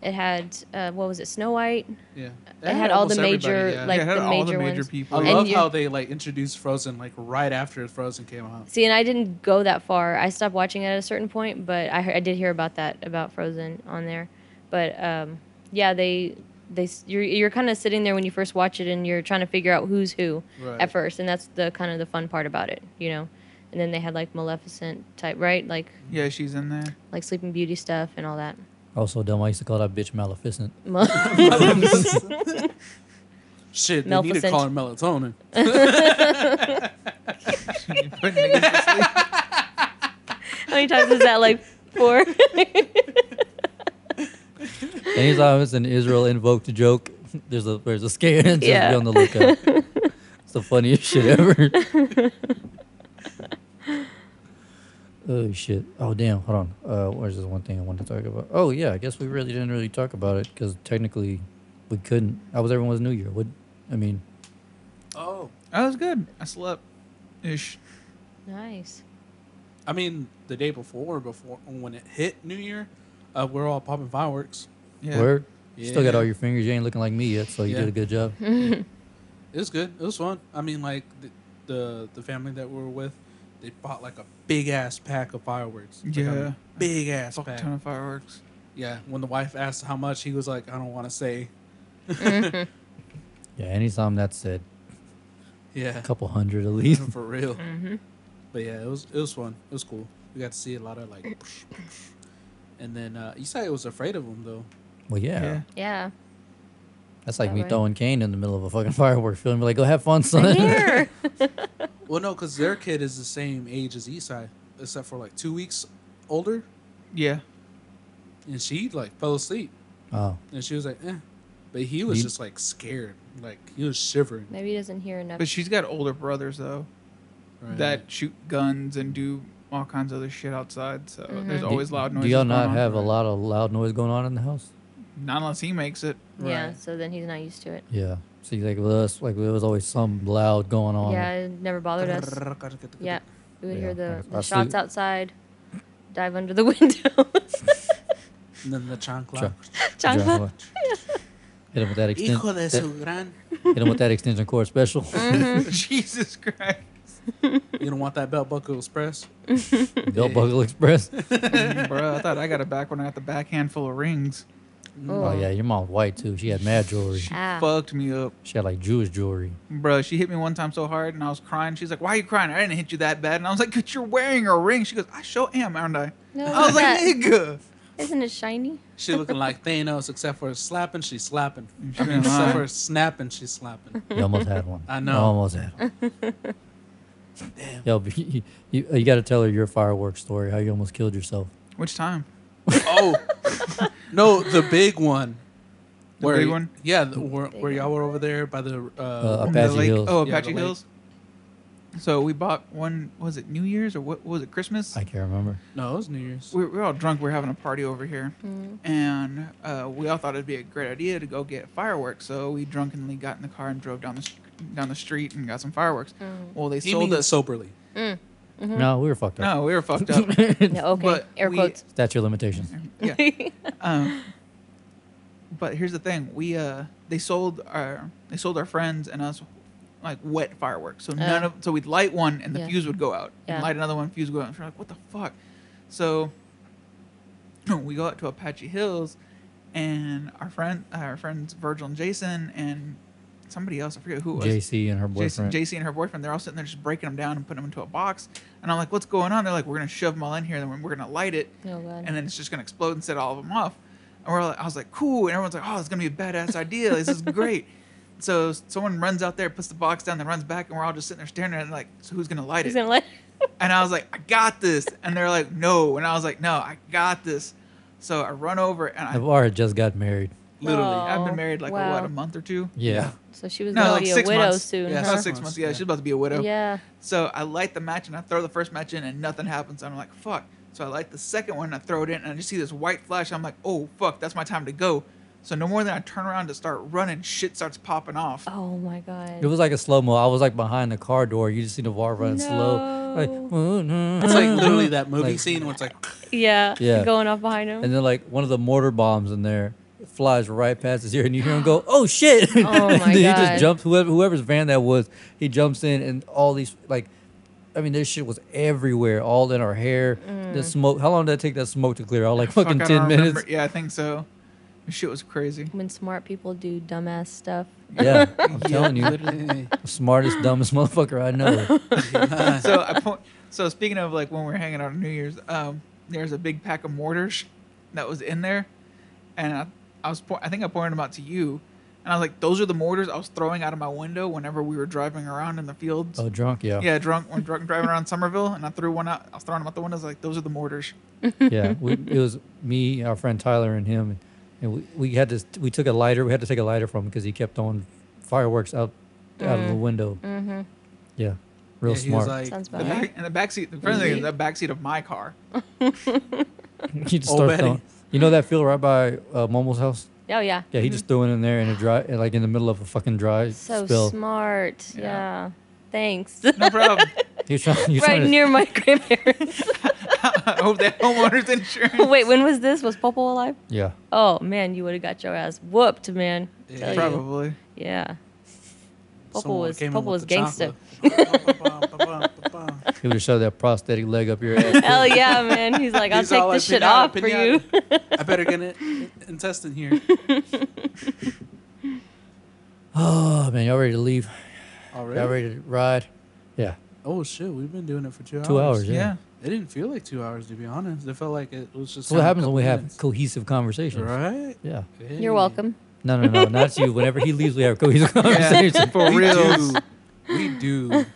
Speaker 5: it had uh, what was it? Snow White.
Speaker 6: yeah.
Speaker 5: It had all the
Speaker 6: almost everybody,
Speaker 5: major
Speaker 6: yeah.
Speaker 5: like
Speaker 4: Yeah, it had
Speaker 5: the
Speaker 4: all
Speaker 5: major,
Speaker 4: the major
Speaker 5: ones.
Speaker 4: people.
Speaker 6: I
Speaker 5: And
Speaker 6: love
Speaker 5: you-
Speaker 6: how they like introduced Frozen like right after Frozen came out.
Speaker 5: See, and I didn't go that far. I stopped watching it at a certain point, but I, he- I did hear about that about Frozen on there. But um, yeah, they they s- you're you're kind of sitting there when you first watch it, and you're trying to figure out who's who
Speaker 6: Right.
Speaker 5: at first, and that's the kind of the fun part about it, you know. And then they had like Maleficent type, right? Like
Speaker 4: yeah she's in
Speaker 5: [LAUGHS]
Speaker 4: there
Speaker 5: like Sleeping Beauty stuff and all that. [LAUGHS]
Speaker 1: I was so dumb. I used to call that bitch Maleficent.
Speaker 5: Mal-
Speaker 6: Shit, they need to
Speaker 5: Maleficent.
Speaker 6: call her melatonin.
Speaker 4: Putting niggas to sleep.
Speaker 5: How many times is that? Like four. [LAUGHS]
Speaker 1: Anytime it's an Israel invoked joke, [LAUGHS] there's a there's a scare [LAUGHS] and just
Speaker 5: Yeah.
Speaker 1: be on the
Speaker 5: [LAUGHS]
Speaker 1: lookout. it's the funniest shit ever. oh shit! Oh damn! Hold on. Uh, where's this one thing I wanted to talk about? Oh yeah, I guess we really didn't really talk about it because technically we couldn't. That was everyone's New Year. What I mean,
Speaker 6: Oh.
Speaker 4: that was good i slept ish
Speaker 5: nice.
Speaker 6: I mean, the day before, before when it hit New Year, uh, we're all popping fireworks.
Speaker 4: yeah
Speaker 1: word. You Still got
Speaker 6: Yeah.
Speaker 1: all your fingers. You ain't looking like me yet, so you
Speaker 6: Yeah.
Speaker 1: did a good job.
Speaker 5: Mm-hmm.
Speaker 6: It was good. It was fun. I mean, like the the, the family that we were with, they bought like a big ass pack of fireworks. Like, I mean,
Speaker 4: Yeah.
Speaker 6: big ass
Speaker 4: fuck
Speaker 6: pack.
Speaker 4: ton of fireworks
Speaker 6: Yeah. When the wife asked how much, he was like, "I don't want to say."
Speaker 1: Yeah. Anytime that's said,
Speaker 6: Yeah.
Speaker 1: a couple hundred at least.
Speaker 6: [LAUGHS] For real.
Speaker 5: Mm-hmm.
Speaker 6: But yeah, it was it was fun. It was cool. We got to see a lot of like, and then uh, Isai was afraid of him though.
Speaker 1: Well, yeah.
Speaker 4: yeah
Speaker 5: Yeah.
Speaker 1: That's like
Speaker 5: That
Speaker 1: me
Speaker 5: way.
Speaker 1: throwing Kane in the middle of a fucking [LAUGHS] firework film. Be like, go have fun, son.
Speaker 5: Here.
Speaker 6: Well, no, because their kid is the same age as Isai, except for like two weeks older,
Speaker 4: yeah
Speaker 6: and she like fell asleep,
Speaker 1: oh,
Speaker 6: and she was like, eh. But he was
Speaker 1: You-
Speaker 6: just like scared, like he was shivering.
Speaker 5: Maybe he doesn't hear enough.
Speaker 4: but she's got older brothers though
Speaker 6: Right.
Speaker 4: that shoot guns and do all kinds of other shit outside so
Speaker 1: Mm-hmm.
Speaker 4: there's always loud noises
Speaker 1: Do y'all
Speaker 4: going
Speaker 1: not
Speaker 4: on.
Speaker 1: have a lot of loud noise going on in the house?
Speaker 4: not unless he makes it
Speaker 5: Yeah.
Speaker 6: Right.
Speaker 5: So then he's not used to it.
Speaker 1: Yeah. See, like with us, like there was always some loud going on.
Speaker 5: Yeah, it never bothered us.
Speaker 6: [LAUGHS]
Speaker 5: Yeah, we would
Speaker 1: Yeah,
Speaker 5: hear the,
Speaker 1: I- I
Speaker 5: the shots
Speaker 1: sleep-
Speaker 5: outside, dive under the [LAUGHS] window.
Speaker 6: And then the chancla.
Speaker 1: Cha-
Speaker 5: Chancla.
Speaker 1: Hit him with that extension.
Speaker 6: Hijo de su gran.
Speaker 1: hit him with that extension cord special.
Speaker 4: [LAUGHS]
Speaker 1: [LAUGHS] Mm-hmm.
Speaker 4: jesus [LAUGHS] christ
Speaker 6: You don't want that belt buckle express?
Speaker 1: Belt Buckle Express.
Speaker 4: Mm, Bro, I thought I got a back when I got the backhand full of rings.
Speaker 1: Oh yeah, your mom's white too. She had mad jewelry.
Speaker 5: Ah.
Speaker 4: Fucked me up.
Speaker 1: She had like Jewish jewelry.
Speaker 4: Bro, she hit me one time so hard and I was crying. She's like, Why are you crying? I didn't hit you that bad. And I was like, Cause you're wearing a ring. She goes, I sure am, aren't I?
Speaker 5: No,
Speaker 1: [LAUGHS]
Speaker 4: I was like,
Speaker 5: that-
Speaker 4: Nigga.
Speaker 5: Isn't it shiny?
Speaker 6: She looking like Thanos, except for slapping, she's slapping.
Speaker 4: Mm, she
Speaker 6: I mean,
Speaker 4: didn't lie.
Speaker 6: except for snapping, she's slapping.
Speaker 1: You almost had one.
Speaker 6: I know.
Speaker 1: You almost had one. Damn. Yo, but you, you, uh, you got to tell her your fireworks story, how you almost killed yourself.
Speaker 4: Which time?
Speaker 6: [LAUGHS] Oh, no, the big one.
Speaker 4: The big one?
Speaker 6: Yeah, the, where, where y'all were over there by the. Uh,
Speaker 1: Uh,
Speaker 4: The
Speaker 1: Apache
Speaker 4: lake-
Speaker 1: Hills.
Speaker 4: Oh,
Speaker 6: Yeah, the
Speaker 4: Apache
Speaker 6: lake.
Speaker 4: Hills. So we bought one. Was it New Year's or what, what was it? Christmas.
Speaker 1: I can't remember.
Speaker 6: no, it was New Year's.
Speaker 4: we we were all drunk. We were having a party over here, and uh, we all thought it'd be a great idea to go get fireworks. So we drunkenly got in the car and drove down the st- down the street and got some fireworks. Well, they
Speaker 6: He
Speaker 4: sold
Speaker 6: means
Speaker 4: us.
Speaker 6: soberly.
Speaker 1: No, we were fucked up.
Speaker 4: No, we were
Speaker 1: [LAUGHS]
Speaker 4: fucked up.
Speaker 5: No, okay.
Speaker 4: But
Speaker 5: Air
Speaker 4: we-
Speaker 5: quotes. Oh,
Speaker 1: Statue of limitations.
Speaker 5: [LAUGHS]
Speaker 4: yeah. Um, but here's the thing: we uh, they sold our they sold our friends and us like wet fireworks. So none
Speaker 5: Uh.
Speaker 4: of so we'd light one and the
Speaker 5: Yeah.
Speaker 4: fuse would go out.
Speaker 5: Yeah.
Speaker 4: And light another one, fuse would go out. And we're like, what the fuck? So [CLEARS THROAT] we go out to Apache Hills, and our friend our friends Virgil and Jason and somebody else I forget who it was.
Speaker 1: JC and her
Speaker 4: Jason,
Speaker 1: boyfriend.
Speaker 4: JC and her boyfriend, they're all sitting there just breaking them down and putting them into a box. And I'm like, what's going on? They're like, we're going to shove them all in here, then we're- we're going to light it.
Speaker 5: Oh, God.
Speaker 4: And then it's just going to explode and set all of them off. And we're like, I was like, cool. And everyone's like, oh, it's going to be a badass idea. This is great. [LAUGHS] So someone runs out there, puts the box down, then runs back, and we're all just sitting there staring at it like, so who's going to light
Speaker 5: He's
Speaker 4: it?
Speaker 5: gonna let.
Speaker 4: And I was like, I got this. And they're like, no. And I was like, no, I got this. So I run over and I,
Speaker 1: Navarre had just got married.
Speaker 6: Literally.
Speaker 5: Aw,
Speaker 4: I've been married like,
Speaker 5: wow.
Speaker 4: what, a month or two?
Speaker 1: Yeah.
Speaker 5: So she was
Speaker 4: No,
Speaker 5: gonna
Speaker 4: like
Speaker 5: be a
Speaker 4: six
Speaker 5: widow
Speaker 4: months.
Speaker 5: soon.
Speaker 6: Yeah,
Speaker 4: No,
Speaker 5: huh?
Speaker 6: six
Speaker 4: six
Speaker 6: months,
Speaker 4: months. Yeah,
Speaker 6: yeah.
Speaker 4: she's about to be a widow.
Speaker 5: Yeah.
Speaker 4: So I light the match and I throw the first match in and nothing happens. I'm like, fuck. So I light the second one and I throw it in and I just see this white flash. I'm like, oh fuck, that's my time to go. So no more than I turn around to start running, shit starts popping off.
Speaker 5: Oh my God.
Speaker 1: It was like a slow mo. I was like behind the car door. You just see Navarre running slow. Like,
Speaker 5: No.
Speaker 1: "Ooh, no."
Speaker 5: mm-hmm.
Speaker 6: It's like literally that movie
Speaker 1: Like-
Speaker 6: scene where it's like,
Speaker 5: yeah.
Speaker 1: Yeah.
Speaker 5: [LAUGHS] Going off behind him.
Speaker 1: and then like one of the mortar bombs in there flies right past his ear, and you hear him go, "Oh
Speaker 5: [GASPS]
Speaker 1: shit!" [LAUGHS] Oh
Speaker 5: my
Speaker 1: He
Speaker 5: God.
Speaker 1: just jumps whoever whoever's van that was. He jumps in, and all these like, I mean, this shit was everywhere, all in our hair.
Speaker 5: Mm.
Speaker 1: The smoke. How long did it take that smoke to clear out? Like
Speaker 4: Fuck,
Speaker 1: fucking
Speaker 4: I don't
Speaker 1: ten
Speaker 4: remember-
Speaker 1: minutes.
Speaker 4: Yeah, I think so. Shit was crazy.
Speaker 5: when smart people do dumbass stuff.
Speaker 1: [LAUGHS] Yeah, I'm telling
Speaker 6: [LAUGHS]
Speaker 1: you,
Speaker 6: literally.
Speaker 1: smartest dumbest [LAUGHS] motherfucker I [LAUGHS] know.
Speaker 4: so
Speaker 1: [LAUGHS]
Speaker 4: I point. So speaking of like when we were hanging out on New Year's, um, there's a big pack of mortars that was in there, and I, I was po- I think I pointed them out to you, and I was like, those are the mortars I was throwing out of my window whenever we were driving around in the fields.
Speaker 1: Oh, drunk. Yeah.
Speaker 4: Yeah, drunk when drunk driving around Somerville, and I threw one out. I was throwing them out the windows like those are the mortars.
Speaker 5: [LAUGHS]
Speaker 1: yeah, we, it was me, our friend Tyler, and him, and we, we had to we took a lighter. We had to take a lighter from him because he kept on fireworks out out
Speaker 5: Mm.
Speaker 1: of the window. Mm-hmm. Yeah, real
Speaker 6: Yeah, he was
Speaker 1: smart.
Speaker 6: like,
Speaker 5: Sounds
Speaker 4: The
Speaker 5: about right.
Speaker 4: back, in the back seat, the front thing is the back seat of my car.
Speaker 1: [LAUGHS] he just
Speaker 6: Oh,
Speaker 1: starts
Speaker 6: Betty.
Speaker 1: throwing. You know that field right by uh, Momo's house?
Speaker 5: Oh yeah.
Speaker 1: Yeah, he just threw it in there in a dry, like in the middle of a fucking dry
Speaker 5: So
Speaker 1: spill.
Speaker 5: smart.
Speaker 4: Yeah.
Speaker 5: Yeah. Thanks. [LAUGHS]
Speaker 4: No problem.
Speaker 1: He was trying, he was
Speaker 5: right
Speaker 1: trying to-
Speaker 5: near my grandparents. [LAUGHS]
Speaker 4: I hope that homeowner's insurance.
Speaker 5: Wait, when was this? Was Popo alive?
Speaker 1: Yeah,
Speaker 5: Oh man, you would have got your ass whooped, man.
Speaker 6: Yeah.
Speaker 5: Tell you.
Speaker 4: Probably.
Speaker 5: Yeah. Popo
Speaker 6: someone
Speaker 5: was
Speaker 6: came in
Speaker 5: Popo
Speaker 6: with
Speaker 5: was
Speaker 6: the
Speaker 5: gangster.
Speaker 6: [LAUGHS] chocolate.
Speaker 1: he would have shoved that prosthetic leg up your
Speaker 5: [LAUGHS]
Speaker 6: [LAUGHS]
Speaker 1: ass.
Speaker 5: Hell yeah, man. He's [LAUGHS] like, I'll
Speaker 6: He's all
Speaker 5: take
Speaker 6: like,
Speaker 5: this shit
Speaker 6: "Pinata,
Speaker 5: off for you.
Speaker 6: pinata." I better get an
Speaker 1: [LAUGHS]
Speaker 6: intestine here.
Speaker 1: oh man, y'all ready to leave? Y'all
Speaker 6: Already?
Speaker 1: ready to ride? Yeah,
Speaker 6: Oh shit, we've been doing it for two hours.
Speaker 1: two hours. yeah.
Speaker 4: Yeah.
Speaker 6: It didn't feel like two hours to be honest. It felt like it was just.
Speaker 1: So what
Speaker 6: kinda a
Speaker 1: happens when
Speaker 6: couple
Speaker 1: we have
Speaker 6: minutes.
Speaker 1: cohesive conversations?
Speaker 6: Right.
Speaker 1: Yeah.
Speaker 6: Hey.
Speaker 5: [LAUGHS] You're
Speaker 6: [LAUGHS]
Speaker 5: welcome.
Speaker 1: No, no, no, not you. Whenever he leaves, we have a cohesive [LAUGHS]
Speaker 4: Yeah,
Speaker 1: conversation.
Speaker 4: for
Speaker 6: We
Speaker 4: real.
Speaker 6: do. We do.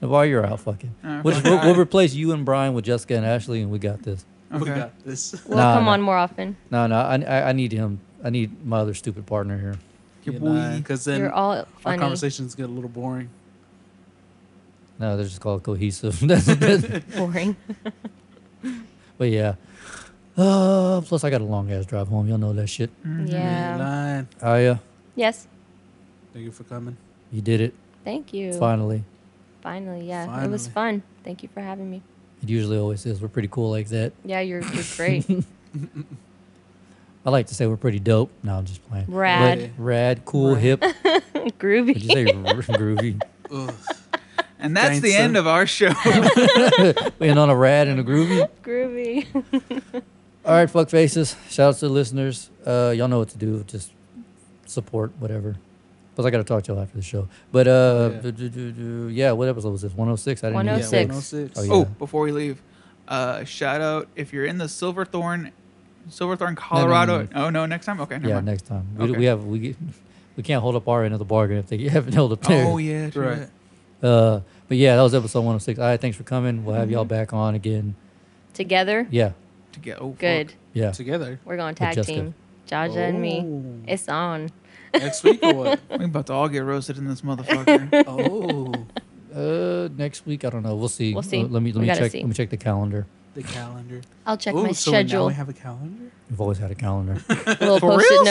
Speaker 1: While you're out, fucking,
Speaker 4: Uh,
Speaker 1: we'll,
Speaker 4: fuck
Speaker 1: we'll,
Speaker 4: it.
Speaker 1: we'll replace you and Brian with Jessica and Ashley, and we got this.
Speaker 6: We
Speaker 4: Okay.
Speaker 6: got this.
Speaker 5: We'll
Speaker 1: Nah,
Speaker 5: come
Speaker 1: nah.
Speaker 5: on more often.
Speaker 1: No, no, I, I, I need him. I need my other stupid partner here.
Speaker 6: [LAUGHS]
Speaker 4: Your boy.
Speaker 6: Because then
Speaker 5: You're all
Speaker 6: our
Speaker 5: funny.
Speaker 6: conversations get a little boring.
Speaker 1: No, they're just called cohesive. [LAUGHS] That's- that's-
Speaker 5: Boring.
Speaker 1: but yeah. Uh, plus, I got a long ass drive home. Y'all know that shit.
Speaker 5: yeah.
Speaker 6: Line.
Speaker 1: Aya,
Speaker 5: Yes.
Speaker 6: Thank you for coming.
Speaker 1: you did it
Speaker 5: Thank you.
Speaker 1: finally.
Speaker 5: Finally, yeah. It was fun. Thank you for having me.
Speaker 1: It usually always is. We're pretty cool like that.
Speaker 5: Yeah, you're, you're great.
Speaker 1: I like to say we're pretty dope. No, I'm just playing. But
Speaker 5: Rad.
Speaker 1: rad, cool, hip. Did you
Speaker 5: Groovy. [LAUGHS]
Speaker 1: say r- groovy?
Speaker 6: Ugh.
Speaker 4: And that's the
Speaker 6: Gangsta.
Speaker 4: end of our show.
Speaker 1: And on a rad and a groovy.
Speaker 5: Groovy.
Speaker 1: All right, fuck faces. Shout out to the listeners. Uh, y'all know what to do. Just support whatever. Plus, I got to talk to y'all after the show. But uh,
Speaker 6: Yeah.
Speaker 1: do- do- do- do- yeah, what episode was this? 106? I didn't
Speaker 6: Yeah,
Speaker 5: 106.
Speaker 4: [LAUGHS]
Speaker 6: 106.
Speaker 1: Oh, yeah.
Speaker 4: Oh, before we leave, uh, shout out if you're in the Silverthorn Silverthorne, Colorado.
Speaker 1: no,
Speaker 4: Oh no, next time. Okay, never
Speaker 1: yeah,
Speaker 4: mind.
Speaker 1: next time. We,
Speaker 4: Okay.
Speaker 1: we have we get, we can't hold up our end of the bargain if they [LAUGHS] haven't held up theirs.
Speaker 4: Oh
Speaker 1: [LAUGHS]
Speaker 4: yeah, true
Speaker 6: Right.
Speaker 4: that.
Speaker 1: Uh, but yeah, that was episode 106. All right, thanks for coming. We'll have y'all back on again.
Speaker 5: Together,
Speaker 1: Yeah,
Speaker 4: To get oh fuck.
Speaker 5: good.
Speaker 1: yeah.
Speaker 6: together
Speaker 5: We're going tag
Speaker 1: Jessica.
Speaker 5: team. Jaja and
Speaker 6: Oh.
Speaker 5: me. It's on.
Speaker 6: next week or
Speaker 5: [LAUGHS]
Speaker 6: what?
Speaker 4: We about to all get roasted in this motherfucker.
Speaker 6: Oh,
Speaker 1: Uh, next week, I don't know. We'll see.
Speaker 5: We'll see.
Speaker 1: Uh, let me let
Speaker 5: We
Speaker 1: me
Speaker 5: gotta
Speaker 1: check.
Speaker 5: see.
Speaker 1: Let me check the calendar.
Speaker 6: the calendar.
Speaker 5: I'll check
Speaker 6: oh,
Speaker 5: my
Speaker 6: so
Speaker 5: schedule.
Speaker 6: now we have a calendar.
Speaker 1: I've always had a calendar.
Speaker 5: [LAUGHS] little
Speaker 4: For
Speaker 5: post-it
Speaker 4: reals?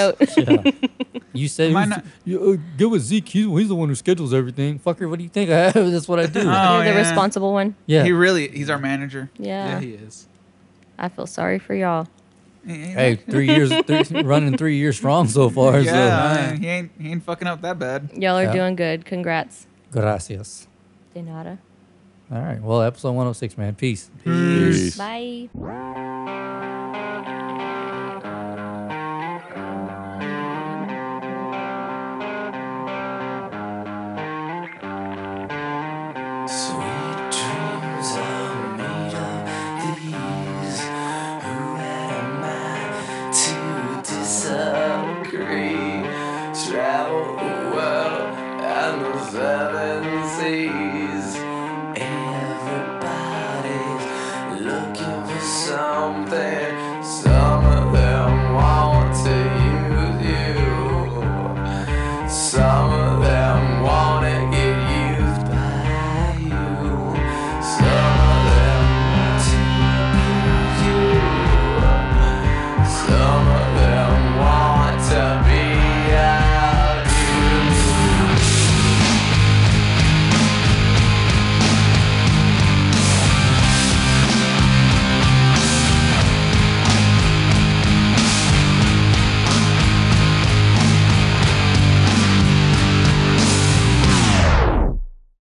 Speaker 5: note.
Speaker 1: yeah. You said
Speaker 4: Mine
Speaker 1: who's-
Speaker 4: not-
Speaker 1: you, uh, get with Zeke. He's, he's the one who schedules everything. Uh, Fucker, what do you think [LAUGHS] I have? That's what I do.
Speaker 4: Oh,
Speaker 5: You're
Speaker 4: yeah.
Speaker 5: the responsible one.
Speaker 1: yeah.
Speaker 4: He really he's our manager.
Speaker 5: Yeah.
Speaker 6: Yeah, he is.
Speaker 5: I feel sorry for y'all.
Speaker 1: hey, three years three, [LAUGHS] running three years strong so far.
Speaker 4: yeah,
Speaker 6: so-
Speaker 4: man, he ain't he ain't fucking up that bad.
Speaker 5: Y'all are
Speaker 1: Yeah.
Speaker 5: doing good. Congrats.
Speaker 1: So gracias.
Speaker 5: De nada.
Speaker 1: All right. Well, episode 106, man. Peace.
Speaker 7: Peace.
Speaker 5: Bye.
Speaker 8: Sweet dreams are made of these Who am I to disagree? Travel the world and the seven seas Everybody's looking for something